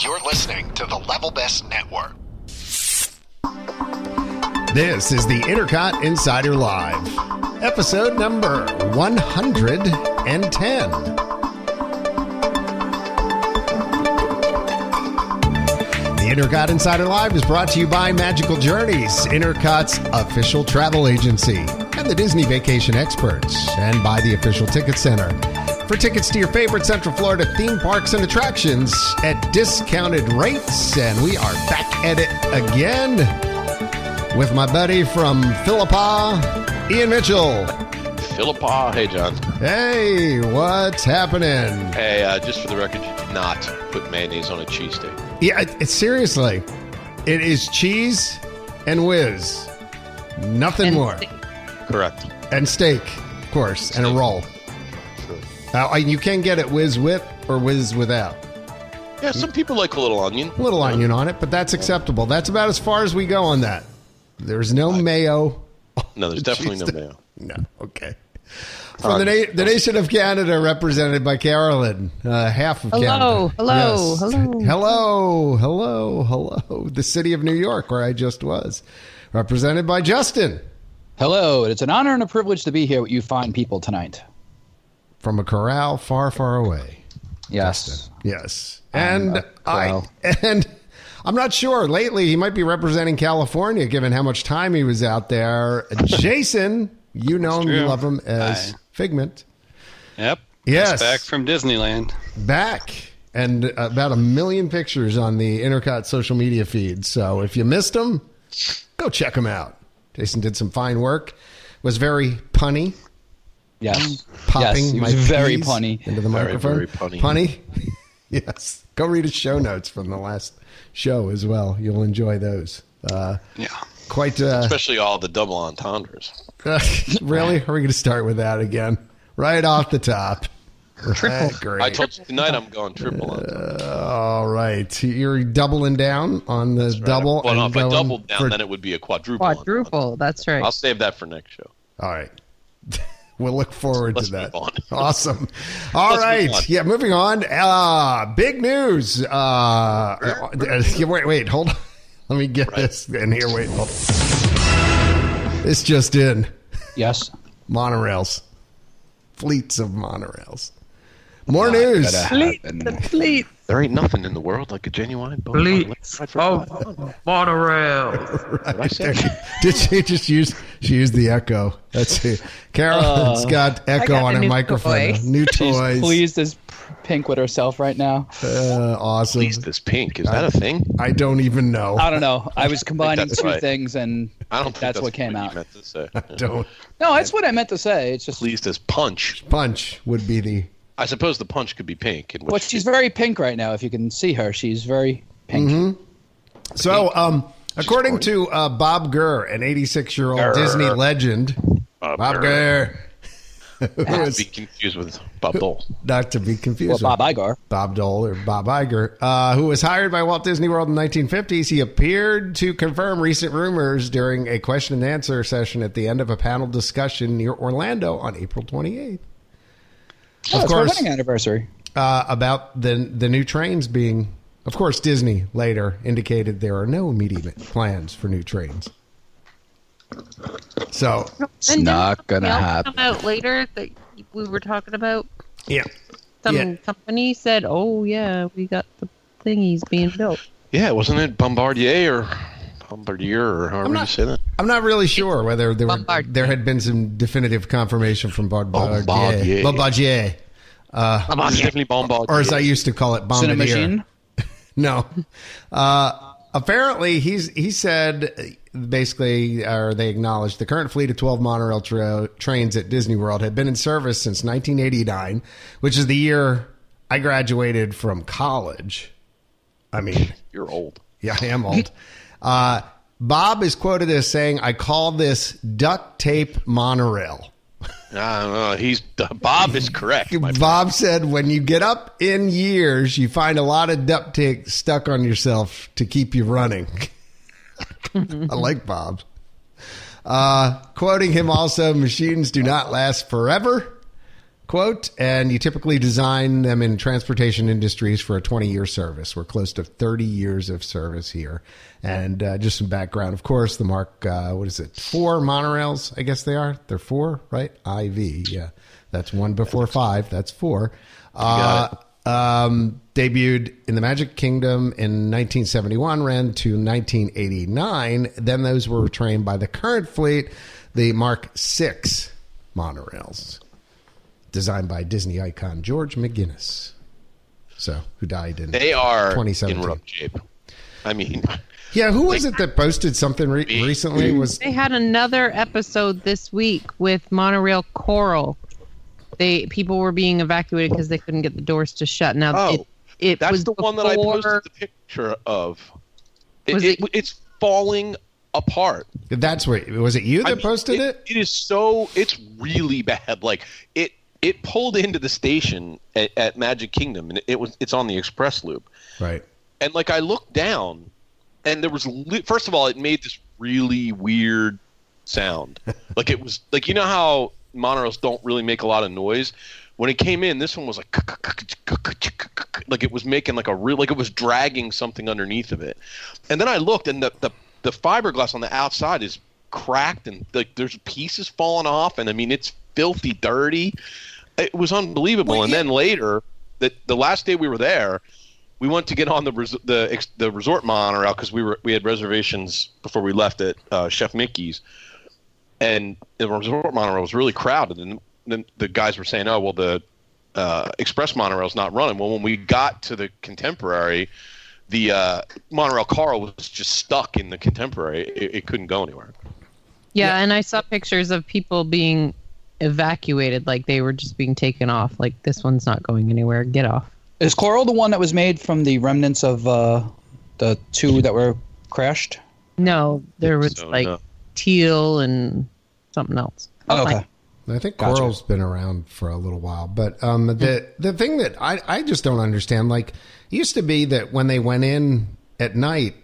You're listening to the Level Best Network. This is the Intercot Insider Live, episode number 110. The Intercot Insider Live is brought to you by Magical Journeys, Intercot's official travel agency, and the Disney Vacation Experts, and by the Official Ticket Center. For tickets to your favorite Central Florida theme parks and attractions at discounted rates, and we are back at it again with my buddy from Philippa, Ian Mitchell. Philippa. Hey, John. Hey, what's happening? Hey, uh, just for the record, you did not put mayonnaise on a cheesesteak. Yeah, it, it- seriously, it is cheese and whiz, nothing more, Correct. and steak, of course, and a roll. Uh, and you can get it whiz with or whiz without. Yeah, some people like a little onion. A little onion on it, but that's acceptable. That's about as far as we go on that. There's no mayo. No, there's definitely no Cheese- mayo. No, okay. From the, na- the nation of Canada, represented by Carolyn, uh, half of Canada. Hello, hello, hello. hello, hello, hello. The city of New York, where I just was, represented by Justin Hello, it's an honor and a privilege to be here with you fine people tonight. from a corral far, far away. Yes. Yes, and a I corral. and I'm not sure. Lately, he might be representing California, given how much time he was out there. Jason, you know him, you love him as Figment. Yep. Yes. Just back from Disneyland. back and uh, about a million pictures on the Intercot social media feed. So if you missed them, go check them out. Jason did some fine work. Was very punny, Yes. popping yes, he my was very peas punny. into the Very, microphone. very punny. yes. Go read his show notes from the last show as well. You'll enjoy those. Uh, Yeah. quite uh, Especially all the double entendres. really. Are we going to start with that again? Right off the top. Right, great. I told you tonight I'm going triple entendre. All right, you're doubling down on the double. Well, no, and if I going doubled down, for- then it would be a quadruple. entendre. Quadruple. That's right. I'll save that for next show. All right, we'll look forward Let's to that. move on. Awesome. All Let's right, move on. yeah, moving on. Uh, big news. Uh, uh, yeah, wait, wait, hold on. Let me get this in here. Wait, hold on. This just in: Yes. monorails, fleets of monorails. More news. Fleet, the fleet. There ain't nothing in the world like a genuine bona fide Fleets lakeside Oh. of restaurant. monorail. oh, Did I say that? Did she just use? She used the echo. That's it. Carolyn's got echo Oh. got on a her new microphone. toy. New She's toys. pleased as pink with herself right now. Uh, awesome. Please, this pink. Is that a thing? I don't even know. I don't know. I was combining that's two right. things and I don't think that's, that's, what came you out. meant to say. Don't No, that's what I meant to say. It's just Pleased as punch. punch would be the. I suppose the punch could be pink. In which well, she's very pink right now if you can see her. She's very pink. So, um, according to uh, Bob Gurr, an 86 year old Disney legend, Bob, Gurr, who not to be is confused with bubble. not to be Well, confused Bob with Igar. Bob Dole or Bob Iger, uh, who was hired by Walt Disney World in the 1950s. He appeared to confirm recent rumors during a question and answer session at the end of a panel discussion near Orlando on April 28th. Oh, of it's her course, wedding anniversary. uh, about the the new trains being. Of course, Disney later indicated there are no immediate plans for new trains. So, It's and not gonna happen. Come out later that we were talking about. yeah, Some Yeah. company said, "Oh yeah, we got the thingies being built." Yeah, wasn't it Bombardier or Bombardier or however not- you say that? I'm not really sure whether there were, Bombardier. there had been some definitive confirmation from Bombardier. Bombardier. Bombardier. It's definitely Bombardier. or as I used to call it, Cinema bombardier. Machine. No. Uh, apparently, he's he said uh, basically, or they acknowledged the current fleet of twelve monorail tra- trains at Disney World had been in service since 1989, which is the year I graduated from college. I mean, You're old. yeah, I am old. Uh, Bob is quoted as saying, "I call this duct tape monorail." I don't know. He's Bob is correct. my friend. Bob said, when you get up in years, you find a lot of duct tape stuck on yourself to keep you running. I like Bob. Uh, quoting him also, machines do not last forever. Quote, and you typically design them in transportation industries for a 20 year service. We're close to 30 years of service here. And uh, just some background, of course, the Mark, uh, what is it, four monorails? I guess they are. They're four, right? IV, yeah. That's one before five. That's four. Uh, um, debuted in the Magic Kingdom in 1971, ran to 1989. Then those were trained by the current fleet, the Mark Six monorails, designed by Disney icon George McGinnis. So, who died in They are 2017. in rough shape. I mean, Yeah, who was it that posted something re- recently? Was They had another episode this week with monorail Coral. They people were being evacuated because they couldn't get the doors to shut. Now Oh, it, it that's was the one that I before- posted the picture of. It, Was it, it- it's falling apart. that's where was it you that I mean, posted it? It is so. It's really bad. Like it. It pulled into the station at, at Magic Kingdom, and it was. It's on the express loop, Right. and like I looked down, and there was li- first of all, it made this really weird sound. like it was like you know how monorails don't really make a lot of noise. When it came in, this one was like like it was making like a real like it was dragging something underneath of it. And then I looked, and the the, the fiberglass on the outside is cracked, and like there's pieces falling off, and I mean it's filthy dirty. It was unbelievable. and then later, the, the last day we were there, we went to get on the res- the ex- the resort monorail because we were we had reservations before we left at uh, Chef Mickey's, and the resort monorail was really crowded. And then the guys were saying, "Oh well, the uh, express monorail's not running." Well, when we got to the contemporary, the uh, monorail Carl was just stuck in the contemporary. It, it couldn't go anywhere. Yeah, and I saw pictures of people being evacuated, like they were just being taken off. Like this one's not going anywhere. Get off. Is Coral the one that was made from the remnants of uh, the two that were crashed? No, there was So, like no. teal and something else. Oh, Fine. okay. I think Gotcha. coral's been around for a little while, but um, the Hmm. the thing that I, I just don't understand, like, it used to be that when they went in at night,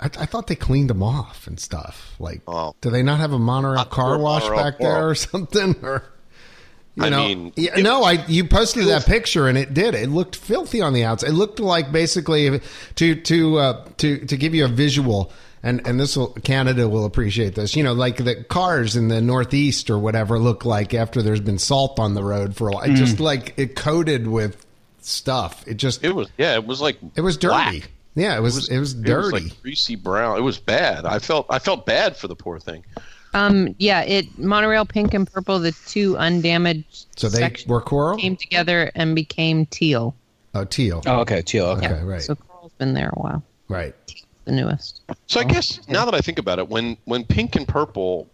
I, I thought they cleaned them off and stuff. Like, Oh. do they not have a monorail car the wash monorail back Coral. there or something? Or you I know, mean, yeah, it- no, I you posted that picture and it did. It looked filthy on the outside. It looked like basically to to uh, to to give you a visual. And and this will Canada will appreciate this. You know, like the cars in the Northeast or whatever look like after there's been salt on the road for a while. It Just like it coated with stuff. It just Mm. It was yeah, it was like it was dirty. black. Yeah, it was it was, It dirty. was like greasy brown. It was bad. I felt I felt bad for the poor thing. Um, yeah, it monorail pink and purple, the two undamaged so they sections were coral. came together and became teal. Oh, teal. Oh, okay. Teal. Okay. Okay, right, So coral's been there a while. right. The newest. So Oh, I guess now that I think about it, when when pink and purple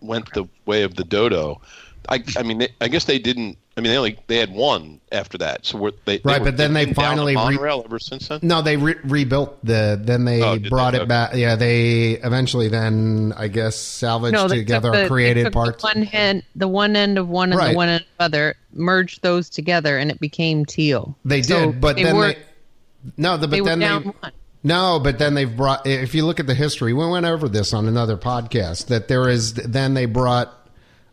went the way of the dodo, I I mean they, I guess they didn't. I mean they only they had one after that. So were they Right, were but then they dipping down finally the re- monorail ever since then. No, they re- rebuilt the. Then they Oh, did brought they? it Okay. back. Yeah, they eventually then I guess salvaged No, they together took the, they created took parts. The one hand, the one end of one and Right. the one end of other, merged those together, and it became teal. They did, So but they then were, they. No, the, but they were then down they. one. No, but then they've brought. If you look at the history, we went over this on another podcast. That there is. Then they brought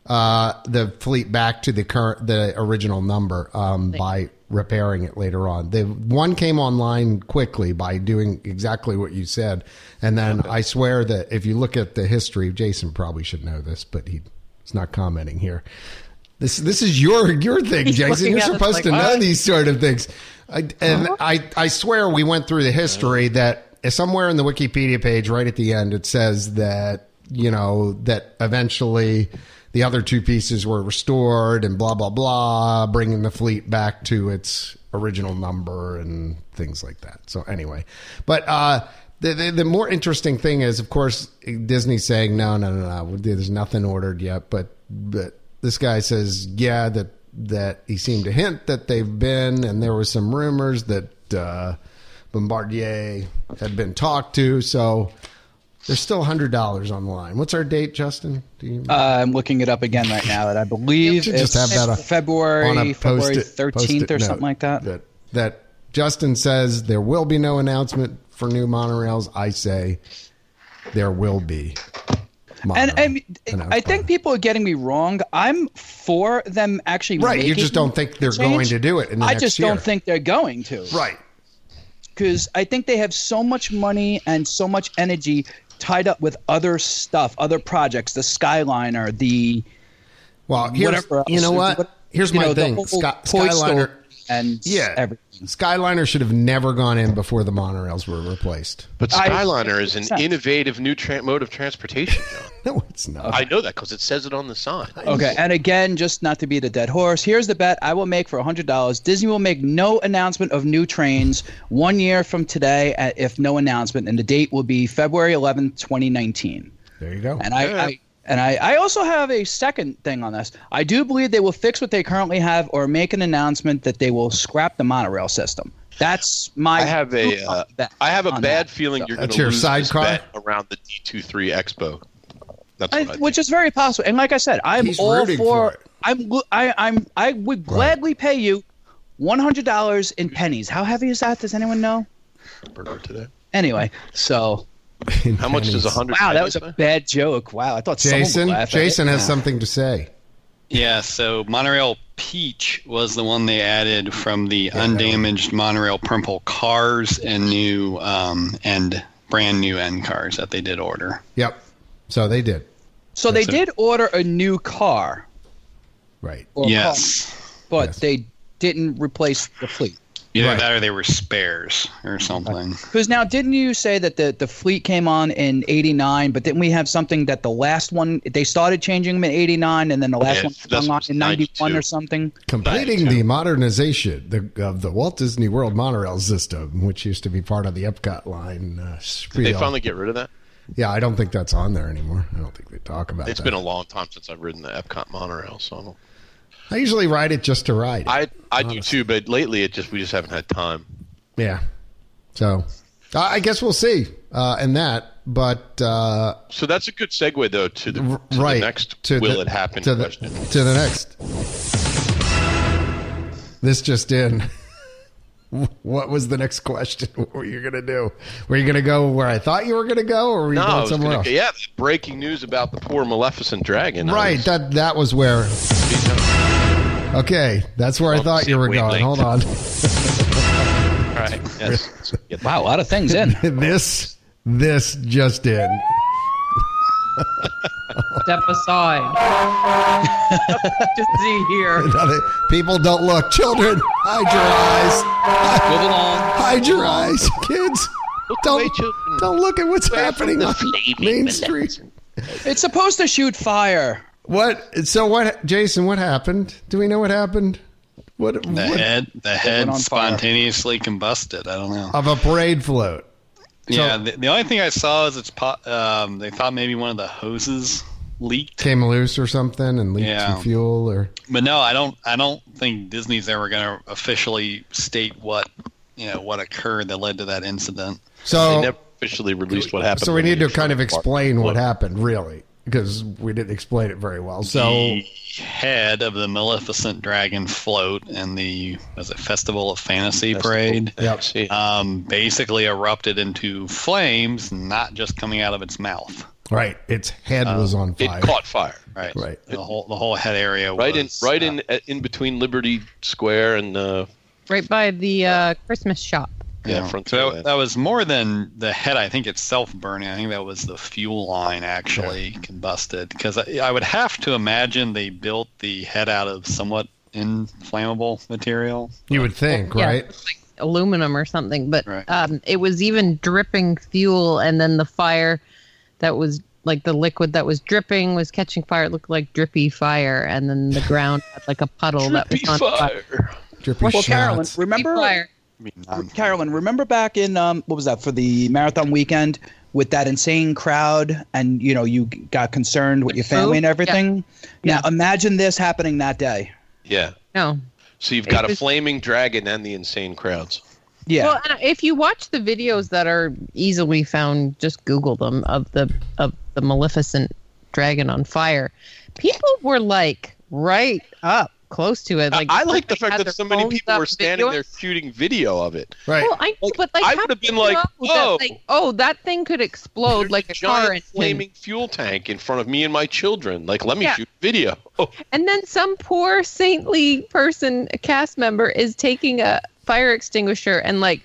uh, the fleet back to the current, the original number um, by repairing it later on. The one came online quickly by doing exactly what you said, and then I swear that if you look at the history, Jason probably should know this, but he, he's not commenting here. This this is your your thing, Jason. looking You're at us supposed like, Uh-huh. to know "What?" these sort of things. I, and I, I swear we went through the history that somewhere in the Wikipedia page, right at the end, it says that, you know, that eventually the other two pieces were restored and blah, blah, blah, bringing the fleet back to its original number and things like that. So, anyway, but, uh, the, the, the more interesting thing is, of course, Disney saying no, no, no, no. There's nothing ordered yet, but but this guy says yeah that that he seemed to hint that they've been, and there were some rumors that uh, Bombardier had been talked to. So there's still hundred dollars on the line. What's our date, Justin? Do you, Uh, I'm looking it up again right now, and I believe You should just it's have that on- on February a February post-it- 13th post-it or note something like that. That that Justin says there will be no announcement for new monorails. I say there will be. Monorail. And, and And that was I think fun. people are getting me wrong. I'm for them actually. right, you just making don't think they're change. going to do it. In the I next just year. don't think they're going to. Right. because I think they have so much money and so much energy tied up with other stuff, other projects, the Skyliner, the Well, here's whatever. you know else, what? what- here's you my know, the thing. whole Sky, Toy Story Skyliner. and Yeah. everything. Skyliner should have never gone in before the monorails were replaced. But I- Skyliner is an 100%. innovative new tra- mode of transportation. John. No, it's not. I know that because it says it on the sign. Okay, and again, just not to beat a dead horse, here's the bet I will make for $100. Disney will make no announcement of new trains one year from today, uh, if no announcement, and the date will be February 11th, 2019. There you go. And I, I and I, I also have a second thing on this. I do believe they will fix what they currently have or make an announcement that they will scrap the monorail system. That's I my have a uh, bet I have a on bad that. feeling you're going That's to your lose this sidecar? bet around the D23 Expo. That's I, what I, think. which is very possible. And like I said, I'm He's all rooting for for, it. I'm lo- I I'm I would gladly pay you $100 in pennies. How heavy is that? Does anyone know? Burger today. Anyway, so How much does a hundred? wow, that was a pennies bad joke. Wow, I thought someone would Jason, laugh at it. Jason has something to say. Yeah, so Monorail Peach was the one they added from the undamaged Monorail Purple cars and new um, and brand new end cars that they did order. Yep. So they did. So they That's it. did order a new car. Right. Or car. yes. but Yes. they didn't replace the fleet. Either Right. that or they were spares or something. Because now, didn't you say that the, the fleet came on in '89? But didn't we have something that the last one they started changing them in '89, and then the last Yeah, one that's came on what's in '91 92. or something? Completing the modernization the, of the Walt Disney World monorail system, which used to be part of the Epcot line. Uh, Did they spiel. finally get rid of that? yeah, I don't think that's on there anymore. I don't think they talk about it. It's that. been a long time since I've ridden the Epcot monorail, so I don't. I usually ride it just to ride. it. I I do too, but lately it just we just haven't had time. yeah. So I I guess we'll see uh, in that. But uh, So that's a good segue though to the, R- to the right next to will the- it happen to the, question. to the next this just in what was the next question what were you gonna do were you gonna go where i thought you were gonna go or were you no, I going was somewhere gonna, else yeah, the breaking news about the poor Maleficent dragon. I right was- that that was where okay that's where i Well, thought you were wait, going wait. hold on All right. Yes. Get that. Wow, a lot of things in. this this just in Step aside. Just see here. people don't look children hide your eyes Move along. hide your eyes kids don't, away, children. don't look at what's happening on main street It's supposed to shoot fire. What? So what, Jason? What happened? Do we know what happened? What, The what- head the went head on fire. spontaneously combusted. I don't know. of a parade float? yeah, the, the only thing I saw is it's po- um, they thought maybe one of the hoses leaked. Came loose or something and leaked Yeah. some fuel or But no, I don't. I don't think Disney's ever going to officially state what you know what occurred that led to that incident. They so. never officially released what happened. Oh. so we when need the to kind of insurance part- explain what Look, happened, really, because we didn't explain it very well. So the head of the Maleficent Dragon float and the was it Festival of Fantasy parade Yep. See, um, basically erupted into flames, not just coming out of its mouth. right, its head was on Um, it fire. caught fire. Right, Right. The whole the whole head area Right in, was, right uh, in, in between Liberty Square and uh, Right by the uh, Christmas shop. yeah, front. So door. that, that was more than the head, I think, itself burning. I think that was the fuel line actually combusted. Because I, I would have to imagine they built the head out of somewhat inflammable material. You would think, Yeah, right? it was like aluminum or something, but Right. um, it was even dripping fuel, and then the fire that was like the liquid that was dripping was catching fire. It looked like drippy fire, and then the ground had like a puddle that was Drippy on fire. fire. Drippy Well, Carolyn, shots. remember Um, fire. I mean, I'm- Carolyn, remember back in um, what was that for the marathon weekend with that insane crowd, and you know you got concerned with your family and Oh, yeah. everything. Yeah. Now imagine this happening that day. Yeah. No. So you've got a It was- flaming dragon and the insane crowds. Yeah. Well, and if you watch the videos that are easily found, just Google them of the of the Maleficent dragon on fire. People were like right up close to it. Like I, I like the they fact had that their so many phones people up were standing videoing- there shooting video of it. Right. Well, I know, Like, but like I how would've did been you like, know that, "Whoa." like, oh, that thing could explode There's like a a giant car engine. flaming fuel tank in front of me and my children. Like, let me Yeah. shoot video. Oh, And then some poor saintly person, a cast member, is taking a fire extinguisher and like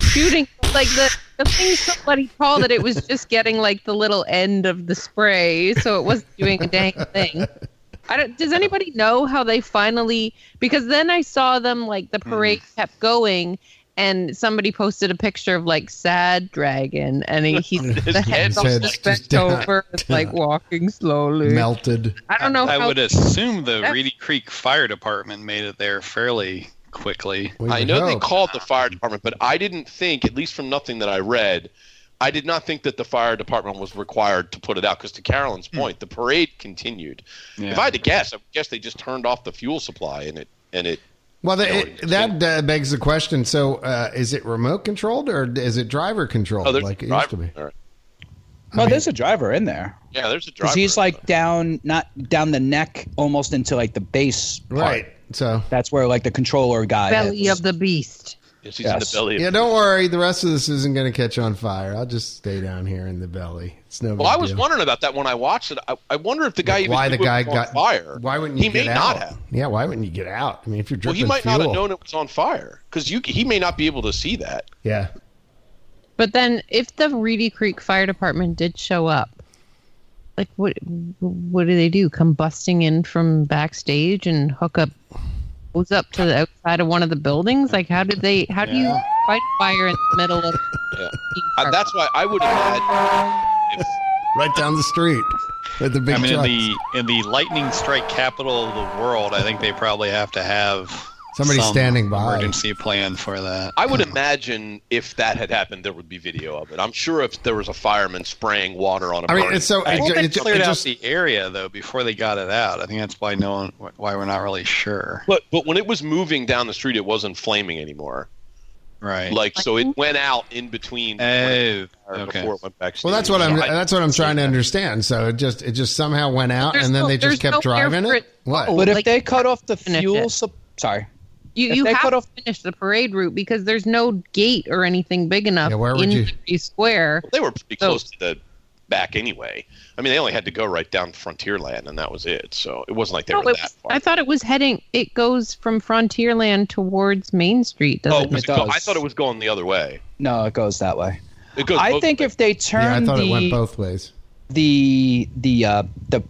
shooting like the the thing somebody called it. It was just getting like the little end of the spray, so it wasn't doing a dang thing. I don't, does anybody know how they finally? Because then I saw them like the parade kept going, and somebody posted a picture of like sad dragon, and he, he's the head's all head's just just bent down. over, it's, like walking slowly. Melted. I don't know. I how would assume the That's- Reedy Creek Fire Department made it there fairly quickly. We I would know they hope. called the fire department, but I didn't think, at least from nothing that I read, I did not think that the fire department was required to put it out. Because to Carolyn's Hmm. point, the parade continued. Yeah. If I had to guess, I would guess they just turned off the fuel supply and it and it. Well, that, Yeah, it, that uh, begs the question. So, uh, is it remote controlled or is it driver controlled? Oh, there's like a it driver. used to be. All right. No, there's a driver in there. Yeah, there's a driver. uh, Because he's like down, not down the neck, almost into like the base. part. Right. So, That's where like the controller guy. belly is. of the beast. Yes, he's Yes. in the belly. Of yeah, don't worry. The rest of this isn't going to catch on fire. I'll just stay down here in the belly. It's no. big Well, I was deal. wondering about that when I watched it. I, I wonder if the guy even why knew the it guy was on got fire. Why wouldn't he? you may get not out? have. Yeah, why wouldn't you get out? I mean, if you're Well, dripping he might fuel, not have known it was on fire because you he may not be able to see that. Yeah, But then, if the Reedy Creek Fire Department did show up, like what what do they do? Come busting in from backstage and hook up, goes up to the outside of one of the buildings? Like how did they? How do you Yeah. fight fire in the middle of? Yeah. Uh, that's why I would have had. If, right down the street with the big I mean, in trucks. the in the lightning strike capital of the world, I think they probably have to have Somebody some standing by. emergency plan for that. I would imagine if that had happened, there would be video of it. I'm sure if there was a fireman spraying water on a I mean, burning- it's so it, I think ju- they it ju- cleared it out just the area though before they got it out. I think that's why no one, why we're not really sure. But but when it was moving down the street, it wasn't flaming anymore. Right. Like so, it went out in between oh, or okay. before it went back. well, that's what I'm So I- that's what I'm trying to understand. So it just it just somehow went out, There's and then no- they just there's kept nowhere driving for it. it- What? But if Like- they cut off the Finish fuel, it. sup- sorry. You If you they have cut off- to finish the parade route because there's no gate or anything big enough Yeah, where would in you- Liberty Square. They were pretty So- close to the back anyway. I mean, they only had to go right down Frontierland, and that was it. So it wasn't like they No, were it that was- far. I thought it was heading. It goes from Frontierland towards Main Street. oh, Doesn't it was it go- I does. thought it was going the other way. No, it goes that way. It goes I both think ways. if they Yeah, I turn thought the, it went both ways. the the uh, the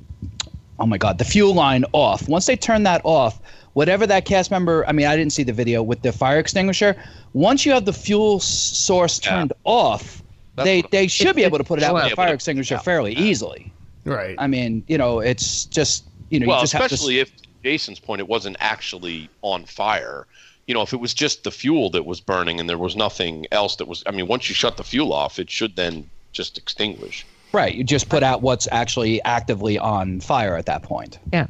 oh my god the fuel line off, once they turn that off, whatever that cast member, I mean, I didn't see the video with the fire extinguisher. Once you have the fuel s- source turned off, That's they what I'm- they should be It- able to put it out Yeah, with but a fire it- extinguisher fairly easily. Right. I mean, you know, it's just you know, well, you just especially have if to Jason's point, it wasn't actually on fire. You know, if it was just the fuel that was burning and there was nothing else that was, I mean, once you shut the fuel off, it should then just extinguish. to right. You just put out what's actually actively on fire at that point. Yeah.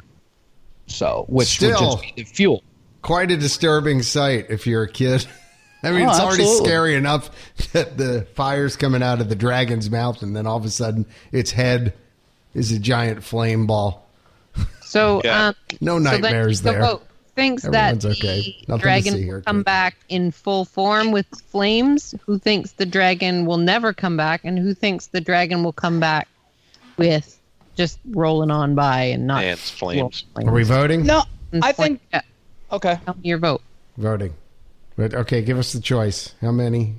So, which would Still- just be the fuel. quite a disturbing sight if you're a kid. I mean, Oh, it's already absolutely. scary enough that the fire's coming out of the dragon's mouth, and then all of a sudden, its head is a giant flame ball. So Yeah. um, No so that- nightmares so there. Vogt thinks Everyone's that okay. Nothing the to see dragon here, will come kids. back in full form with flames. Who thinks the dragon will never come back, and who thinks the dragon will come back with just rolling on by and not And it's flames. Well, Are we voting? No, And I fla- think yeah, okay. tell me your vote. Voting. But, okay, give us the choice. How many?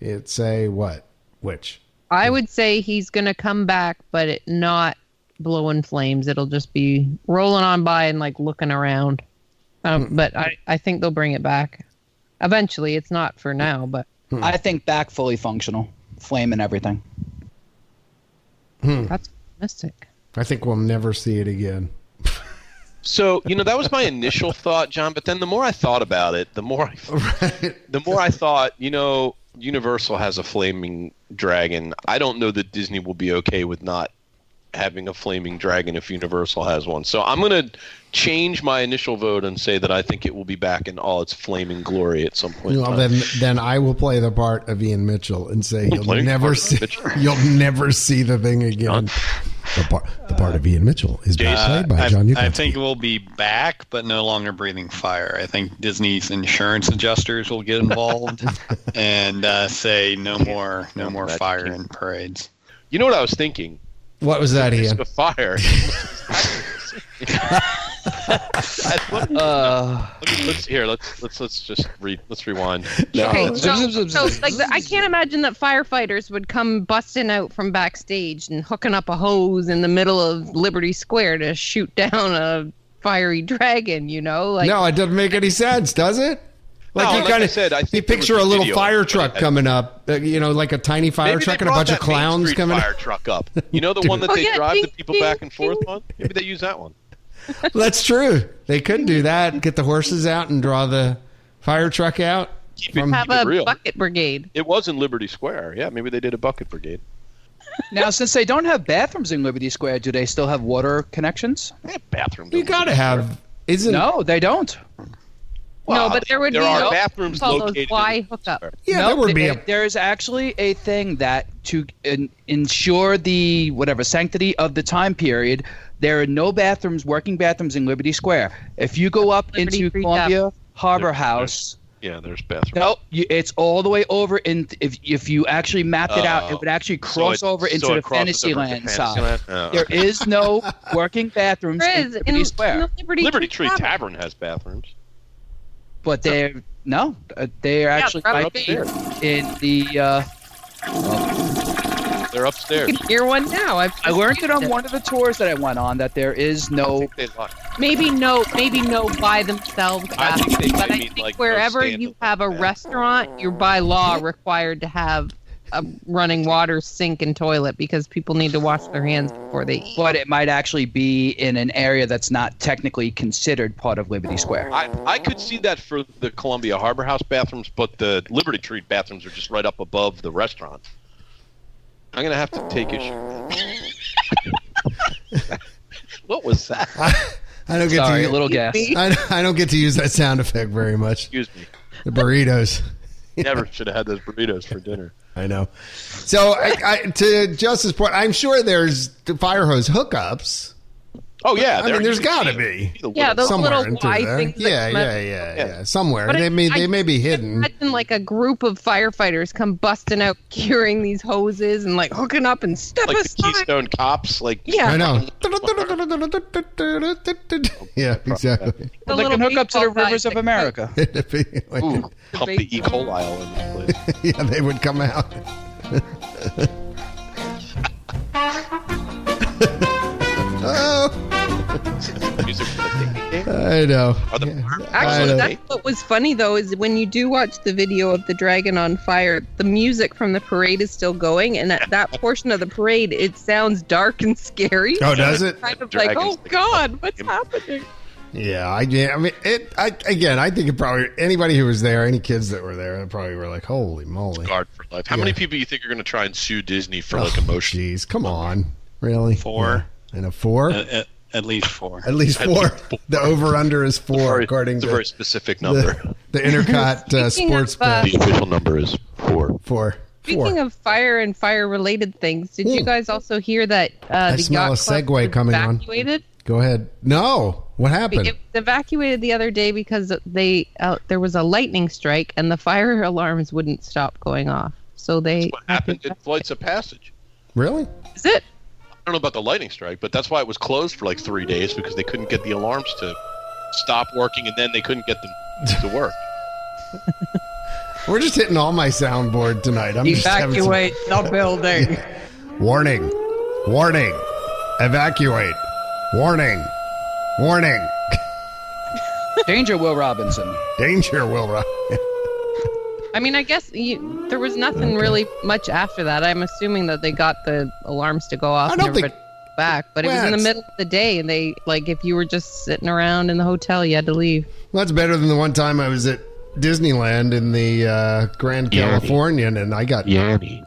It say what? Which? I would say he's gonna come back, but it not blowing flames. It'll just be rolling on by and like looking around. Um, but I, I think they'll bring it back eventually. It's not for now, but I think back fully functional, flame and everything. that's optimistic. I think we'll never see it again. So, you know, that was my initial thought, John, but then the more I thought about it, the more I the more I thought, you know, Universal has a flaming dragon. I don't know that Disney will be okay with not having a flaming dragon if Universal has one. So I'm going to change my initial vote and say that I think it will be back in all its flaming glory at some point. in Well, time. then, then I will play the part of Ian Mitchell and say you'll play the never part of see Mitchell. you'll never see the thing again. The, par- the part of Ian Mitchell is being Uh, played by I, John I Newcomb. think we'll be back, but no longer breathing fire. I think Disney's insurance adjusters will get involved and uh, say no more, no more fire in parades. You know what I was thinking? What was that, Ian? The fire. That's what- Let me- let's here. Let's let's let's just re, let's rewind. Okay, so, Zip, zip, so zip, zip, like the, I can't imagine that firefighters would come busting out from backstage and hooking up a hose in the middle of Liberty Square to shoot down a fiery dragon. You know, like no, it doesn't make any sense, does it? Like No, you like kind I of said, I you think there picture was a little video, fire but truck I- coming up, uh, you know, like a tiny fire Maybe truck they and a brought bunch of that Main clowns Street coming fire up. truck up. You know the Dude. one that Oh, they yeah, drive the ding, people ding, back and forth ding. on. Maybe they use that one. That's true. They could do that. Get the horses out and draw the fire truck out. From, have keep it a real. bucket brigade. It was in Liberty Square. Yeah, maybe they did a bucket brigade. Now, since they don't have bathrooms in Liberty Square, do they still have water connections? They have bathrooms. you got to have. Isn't No, they don't. no, but there would there be are no- bathrooms call those located. in Y Liberty hookup. Square. yeah? No, that would be th- a there is actually a thing that to in, ensure the whatever sanctity of the time period, there are no bathrooms, working bathrooms in Liberty Square. If you go up Liberty into Free Columbia Harbor Liberty Free House, Yeah, there's bathrooms. no, you, it's all the way over. In if if you actually mapped it out, Oh. it would actually So cross it- over so into it the crosses over into Fantasyland side. Fantasyland? Oh, There okay. is no working bathrooms There in is in, Liberty Square. in the Liberty, Liberty Tree Tavern. Tavern has bathrooms. But they're no, uh, they are actually probably might be in the. Uh, They're upstairs. You can hear one now. I've I learned it on one of the tours that I went on that there is no. They lock. Maybe no, maybe no by themselves. I think they bathrooms, but might I mean, think like, no wherever stand you alone have a bathroom. restaurant, you're by law required to have a running water sink and toilet because people need to wash their hands before they eat. But it might actually be in an area that's not technically considered part of Liberty Square. I, I could see that for the Columbia Harbor House bathrooms, but the Liberty Tree bathrooms are just right up above the restaurant. I'm gonna have to take issue. what was that? I don't get Sorry, to a little guess. me? I, I don't get to use that sound effect very much. Excuse me. The burritos. Never should have had those burritos for dinner. I know. So I, I, to Justice's point, I'm sure there's the fire hose hookups. Oh yeah, I mean, there's you got to see- be see the Yeah, little- those somewhere little in through Y there. things that Yeah, come out- yeah, yeah, Yeah. yeah, Somewhere. But they I- may I they may be hidden. Imagine like a group of firefighters come busting out, carrying these hoses and like hooking up and step like the aside. Keystone Cops, like Yeah, I know. yeah, exactly. the they little can hook up to the baseball guys rivers of that- America. It'd be like- ooh, pump the E. coli all in this place. yeah, they would come out. oh, Music for the ding, ding, ding. I know. Are the Yeah. I Actually, know. that's what was funny though is when you do watch the video of the dragon on fire, the music from the parade is still going, and at that portion of the parade, it sounds dark and scary. Oh, does it? Kind of like, Dragon's oh like- god, what's happening? Yeah, I, yeah, I mean, it. I again, I think it probably anybody who was there, any kids that were there, probably were like, "Holy moly!" Guard for life. How Yeah. many people you think are going to try and sue Disney for Oh, like emotion? Jeez, come on, really? Four. Yeah. and a four, At, at, at least four. at least at four. least four. The over under is four, Very- according it's to a very specific number. the, the Intercot uh, Speaking of, Sports uh, Bet. The official number is four. Four. Speaking Four. of fire and fire related things, did you Hmm. guys also hear that uh, I the smell yacht a club segue was coming on. evacuated? Go ahead. No, what It happened? was evacuated the other day because they uh, there was a lightning strike and the fire alarms wouldn't stop going off. So they What happened in Flights of Passage? really? Is it? I don't know about the lightning strike, but that's why it was closed for like three days because they couldn't get the alarms to stop working, and then they couldn't get them to work. We're just hitting all my soundboard tonight. I'm just having some- the building. Warning. Warning. Evacuate. Warning. Warning. Danger, Will Robinson. Danger, Wilra. I mean, I guess you, there was nothing really much after that. I'm assuming that they got the alarms to go off I and don't think- everybody back, but it was in the Rats. middle of the day, and they like if you were just sitting around in the hotel, you had to leave. That's better than the one time I was at Disneyland in the uh, Grand Yeah. Californian and I got Yanni.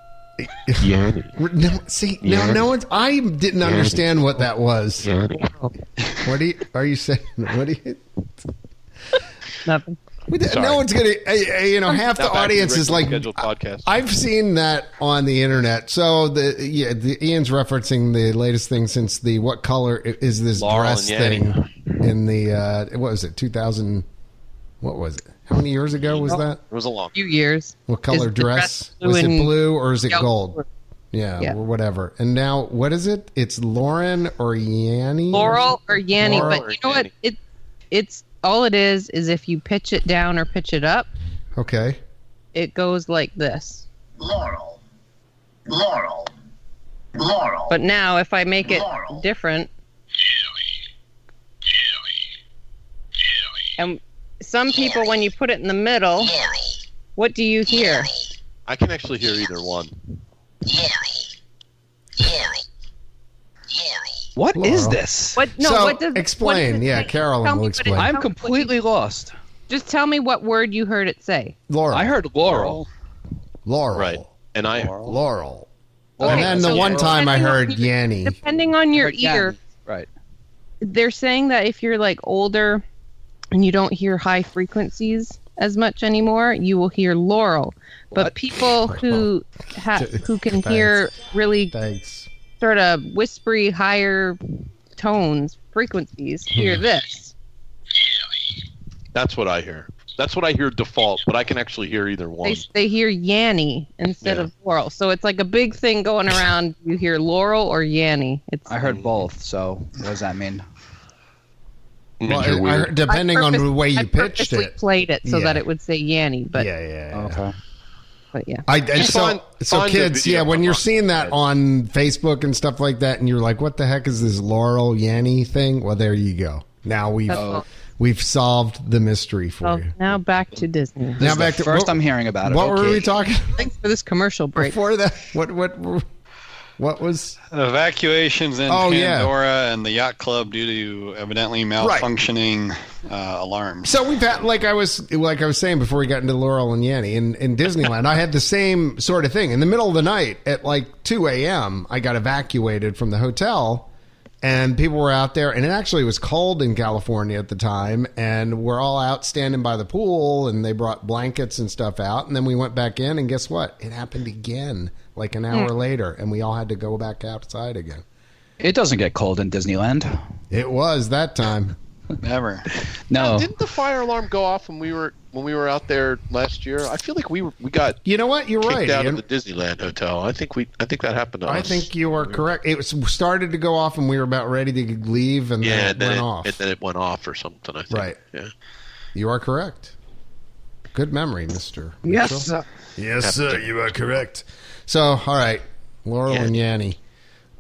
Yanni. No, see, no, Yeah. no one's. I didn't understand what that was. Yanni. What do you, are you saying? What do you? Nothing. We did- Sorry. No one's gonna. uh, uh, You know, half the Not back to audience is regularly like, scheduled podcast. I've seen that on the internet. So the yeah, the Ian's referencing the latest thing since the what color i- is this Laurel and dress Yanny. thing in the uh, what was it? Two thousand. What was it? How many years ago was that? it was a long. few years. What color the dress? dress blue was it and blue or is it yellow? gold? Yeah, Yeah. or whatever. And now what is it? It's Lauren or Yanny. Laurel or Yanny, Laurel or but you Yanny. know what? It it's all it is is if you pitch it down or pitch it up, Okay. it goes like this. Laurel. Laurel. Laurel. But now if I make it different and some people when you put it in the middle what do you hear? I can actually hear either one. What is Laurel. this? What no so what does explain? what does it yeah, say? Carolyn Tell me will what it- explain. I'm completely lost. Just tell me what word you heard it say. Laurel. I heard Laurel. Laurel. Right. And I Laurel. Okay, and then the so one time I depending on heard your- Yanny. Depending on your But yeah, ear, Right. they're saying that if you're like older and you don't hear high frequencies as much anymore, you will hear laurel. But people who ha- who can hear really Thanks. sort of whispery higher tones, frequencies, Hmm. hear this. that's what I hear. That's what I hear default, but I can actually hear either They, one. they hear yanny instead Yeah. of laurel. So it's like a big thing going around. You hear laurel or yanny. It's I heard both. So what does that mean? Means Well, you're I- I- weird. depending I on purpose- the way you I pitched purposely it. played it so Yeah. that it would say yanny, but yeah, yeah, yeah. Okay. but yeah. I, and so, find- so find the kids, yeah, video when up you're on seeing that it. on Facebook and stuff like that, and you're like, "What the heck is this Laurel Yanny thing?" Well, there you go. Now we've That's all. Oh. we've solved the mystery for Well, you. now back to Disney. Now Now back to first. what, I'm hearing about it. what were we Okay. talking Thanks for this commercial break. before that? What what were- what was? Evacuations in Uh, Oh, yeah. Pandora and the yacht club due to evidently malfunctioning uh, alarms. So we've had like I was like I was saying before we got into Laurel and Yanny in, in Disneyland, I had the same sort of thing. In the middle of the night at like two AM, I got evacuated from the hotel and people were out there and it actually was cold in California at the time and we're all out standing by the pool and they brought blankets and stuff out and then we went back in and guess what? It happened again like an Hmm. hour later and we all had to go back outside again. It doesn't get cold in Disneyland. It was that time. Never. No. Didn't the fire alarm go off when we were when we were out there last year? I feel like we were, we got You know what? You're kicked right. out Ian. of the Disneyland hotel. I think we I think that happened to I us. think you are correct. It was, started to go off, and we were about ready to leave, and yeah, then it then went it, off. and then it went off or something. I think. Right. Yeah. you are correct. Good memory, Mister. sir. yes, sir. You are correct. So, all right, Laurel and Yanny,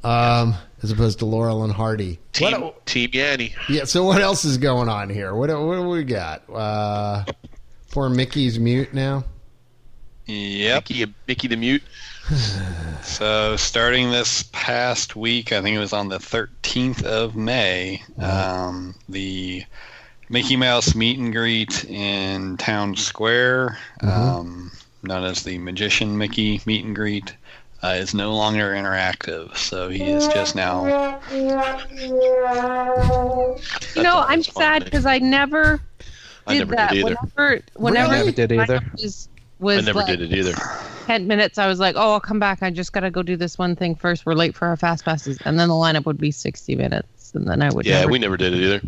um, as opposed to Laurel and Hardy. Team Team Yanny. Yeah. So, what else is going on here? What what do we got? Uh, poor Mickey's mute now. Yep. Mickey Mickey the mute. So starting this past week, I think it was on the 13th of May, um, the Mickey Mouse meet and greet in Town Square, um, known as the Magician Mickey meet and greet, uh, is no longer interactive. So he is just now. You know, I'm always fun. sad because I never I did never that. did either. Whenever, whenever Never did either. Was, I was never like did it either. ten minutes. I was like, "Oh, I'll come back. I just gotta go do this one thing first. We're late for our fast passes." And then the lineup would be sixty minutes, and then I would. Yeah, never- we never did it either.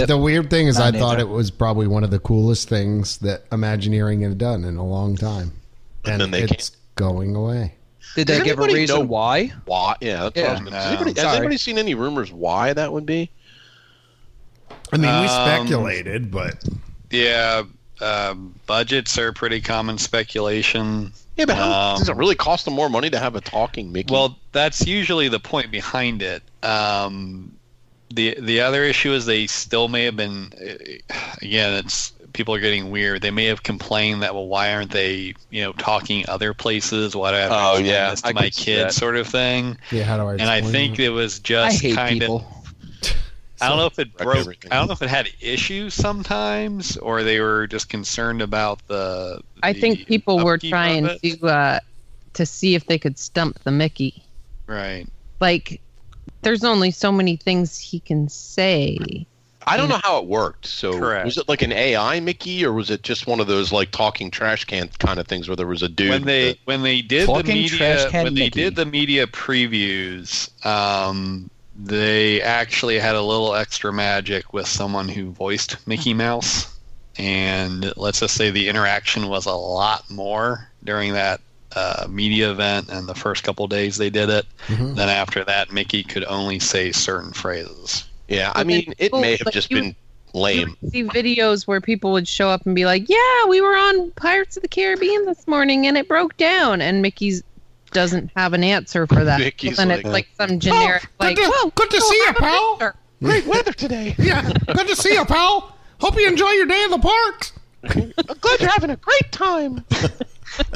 I, The weird thing is, I Not thought neither. it was probably one of the coolest things that Imagineering had done in a long time, and, then they it's going away. Did they Does give a anybody reason know- why? Why? Yeah. That's what I was gonna- Has Yeah. anybody, has Sorry. anybody seen any rumors why that would be? I mean, we Um, speculated, but Yeah, uh, budgets are pretty common speculation. Yeah, but how, Um, does it really cost them more money to have a talking Mickey? Well, that's usually the point behind it. Um, the the other issue is they still may have been. Again, it's people are getting weird. They may have complained that well, why aren't they you know talking other places? Why do I have to Oh, explain yeah, this I to could my see kid that. sort of thing? yeah, how do I? And I explain think it? it was I just hate kind of. people. I don't know if it Wreck broke. everything. I don't know if it had issues sometimes, or they were just concerned about the. I the think people were upkeep of trying it. to uh, to see if they could stump the Mickey. Right. Like, there's only so many things he can say. I don't know how it worked. So Correct. was it like an AI Mickey, or was it just one of those like talking trash can kind of things where there was a dude? when they that- when they did the Fucking trash media can when they Mickey. did the media previews, um, they actually had a little extra magic with someone who voiced Mickey Mouse, and let's just say the interaction was a lot more during that uh, media event and the first couple days they did it. Mhm. Then after that, Mickey could only say certain phrases. yeah, I But then mean, it people- may have like, just you- been lame. see videos where people would show up and be like, "Yeah, we were on Pirates of the Caribbean this morning and it broke down," and Mickey's doesn't have an answer for that. Mickey's So then like- it's like some generic, like, Oh, good to- "Whoa, good to we'll see have you, a pal." picture." Great weather today. Yeah, good to see you, pal. Hope you enjoy your day in the parks. I'm glad you're having a great time.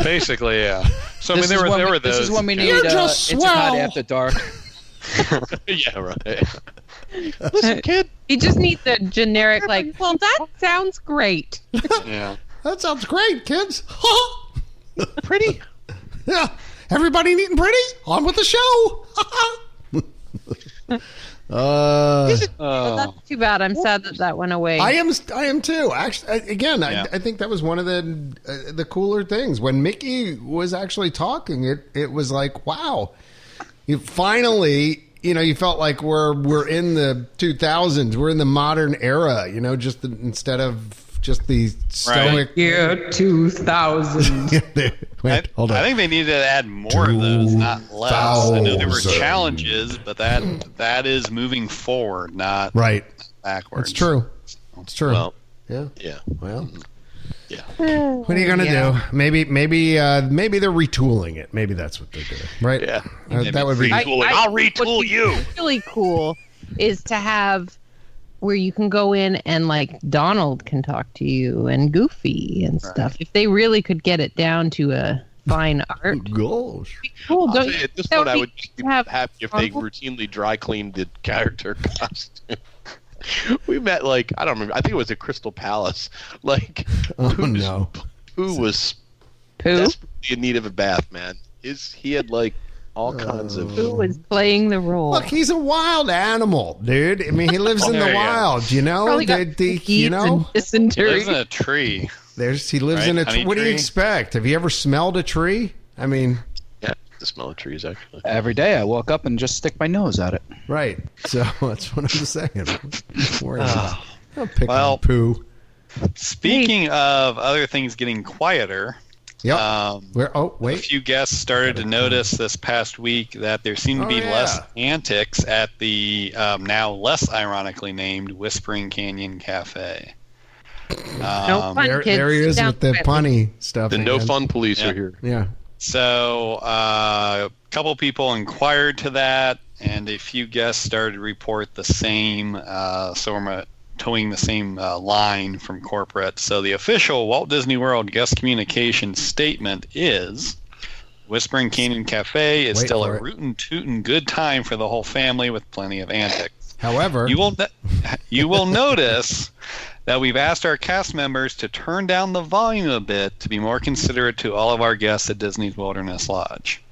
Basically, yeah. So I mean, This is there were when there we- were This those. is when we yeah. need uh, just It's a Hot swell. After Dark. yeah, right. Listen, kid. You just need the generic, like, "Well, that sounds great." Yeah. That sounds great, kids. Pretty. yeah, everybody neat and pretty. On with the show. uh, Oh. That's too bad. I'm sad that that went away. I am. I am too. Actually, I- again, Yeah. I, I think that was one of the uh, the cooler things when Mickey was actually talking. It it was like, wow, you finally. You know, you felt like we're we're in the 2000s. We're in the modern era. You know, just the, instead of just the stoic. Year 2000. Wait, I, hold on. I think they needed to add more of those, not less. I know there were 2000. challenges, but that that is moving forward, not right. backwards. It's true. It's true. Well, yeah. yeah. Well. Yeah. What are you gonna Hmm. Yeah. do? Maybe, maybe, uh, maybe they're retooling it. Maybe that's what they're doing, right? Yeah. Uh, that would be. I- Retooling. I- I'll retool what'd you. really cool is to have where you can go in and like Donald can talk to you and Goofy and stuff. If they really could get it down to a fine art, Gosh. cool. I'll Don't say you? at this that point, I be- would just be have happy if they Marvel? routinely dry cleaned the character costume. we met like I don't remember. I think it was at Crystal Palace. Like Oh who just- no. who was Pooh, desperately in need of a bath, man? His he had like all kinds of. Pooh was playing the role. Look, he's a wild animal, dude. I mean, he lives in the Oh, There you go. wild. You know, Probably got They- they- cookies you know. and He dysentery. lives in a tree. There's he lives Right, in a. honey Tr- what do you tree. expect? Have you ever smelled a tree? I mean, Yeah, the smell of trees actually. Every day I walk up and just stick my nose at it. right. So that's what I'm just saying. Where is it? I'll pick Ah. Well- on poo. Speaking of other things getting quieter, Yep. um, Where? Oh, a wait. few guests started to notice this past week that there seemed to Oh, be yeah. less antics at the um, now less ironically named Whispering Canyon Cafe. no Um, fun, There, kids. there he is Sit with the down. punny stuff. The no again. fun police Yeah. are here. Yeah. So uh, a couple people inquired to that, and a few guests started to report the same. Uh, so I'm uh, towing the same uh, line from corporate. So the official Walt Disney World guest communication statement is. Whispering Canyon Cafe is Wait still for a it. rootin' tootin' good time for the whole family with plenty of antics. However, You will no- you will notice that we've asked our cast members to turn down the volume a bit to be more considerate to all of our guests at Disney's Wilderness Lodge.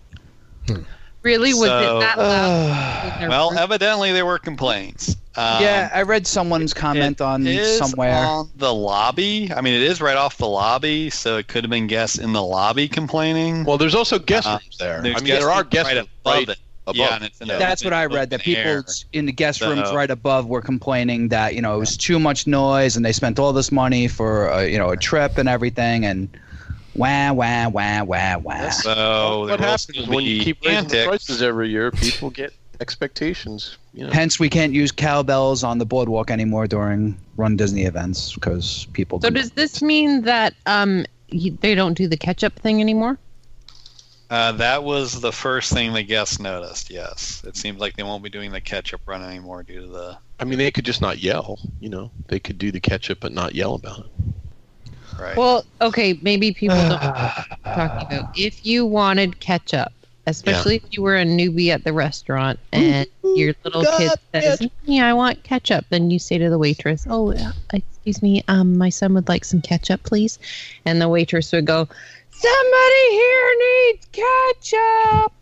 Really, was So, it that loud? Well, evidently there were complaints. Um, yeah, I read someone's comment it on is somewhere. on the lobby. I mean, it is right off the lobby, so it could have been guests in the lobby complaining. Well, there's also guest Uh, rooms there. I there's mean, guest there are rooms guest right rooms above right it. above. Yeah, and it's in a- That's what I it's read. That open people air. in the guest rooms So- right above were complaining that you know it was too much noise and they spent all this money for uh, you know a trip and everything and wah wah wah wah wah. So what there will happens still is when you be keep raising the antics. prices every year, people get expectations. You know. Hence, we can't use cowbells on the boardwalk anymore during Run Disney events because people. so can- does this mean that um you, they don't do the catch-up thing anymore? Uh, that was the first thing the guests noticed. Yes, it seems like they won't be doing the catch-up run anymore due to the I mean, they could just not yell. You know, they could do the catch up but not yell about it. right. Well, okay, maybe people don't know what I'm talking about. If you wanted ketchup, especially if you were a newbie at the restaurant and your little kid says, "Yeah, I want ketchup," then you say to the waitress, "Oh, uh, excuse me, um, my son would like some ketchup, please," and the waitress would go, "Somebody here needs ketchup,"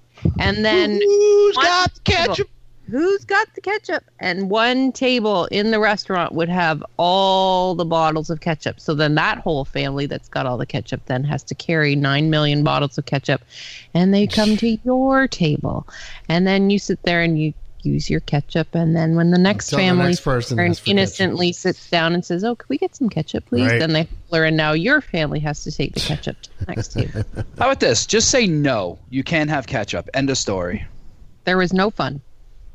and then Who's got ketchup? who's got the ketchup? And one table in the restaurant would have all the bottles of ketchup. So then that whole family that's got all the ketchup then has to carry 9 million bottles of ketchup and they come to your table. And then you sit there and you use your ketchup. And then when the next Until the family next person turn asks for innocently sits down and says, Oh, can we get some ketchup, please? Right. Then they holler, and now your family has to take the ketchup to the next table. How about this? Just say no. You can't have ketchup. End of story. There was no fun.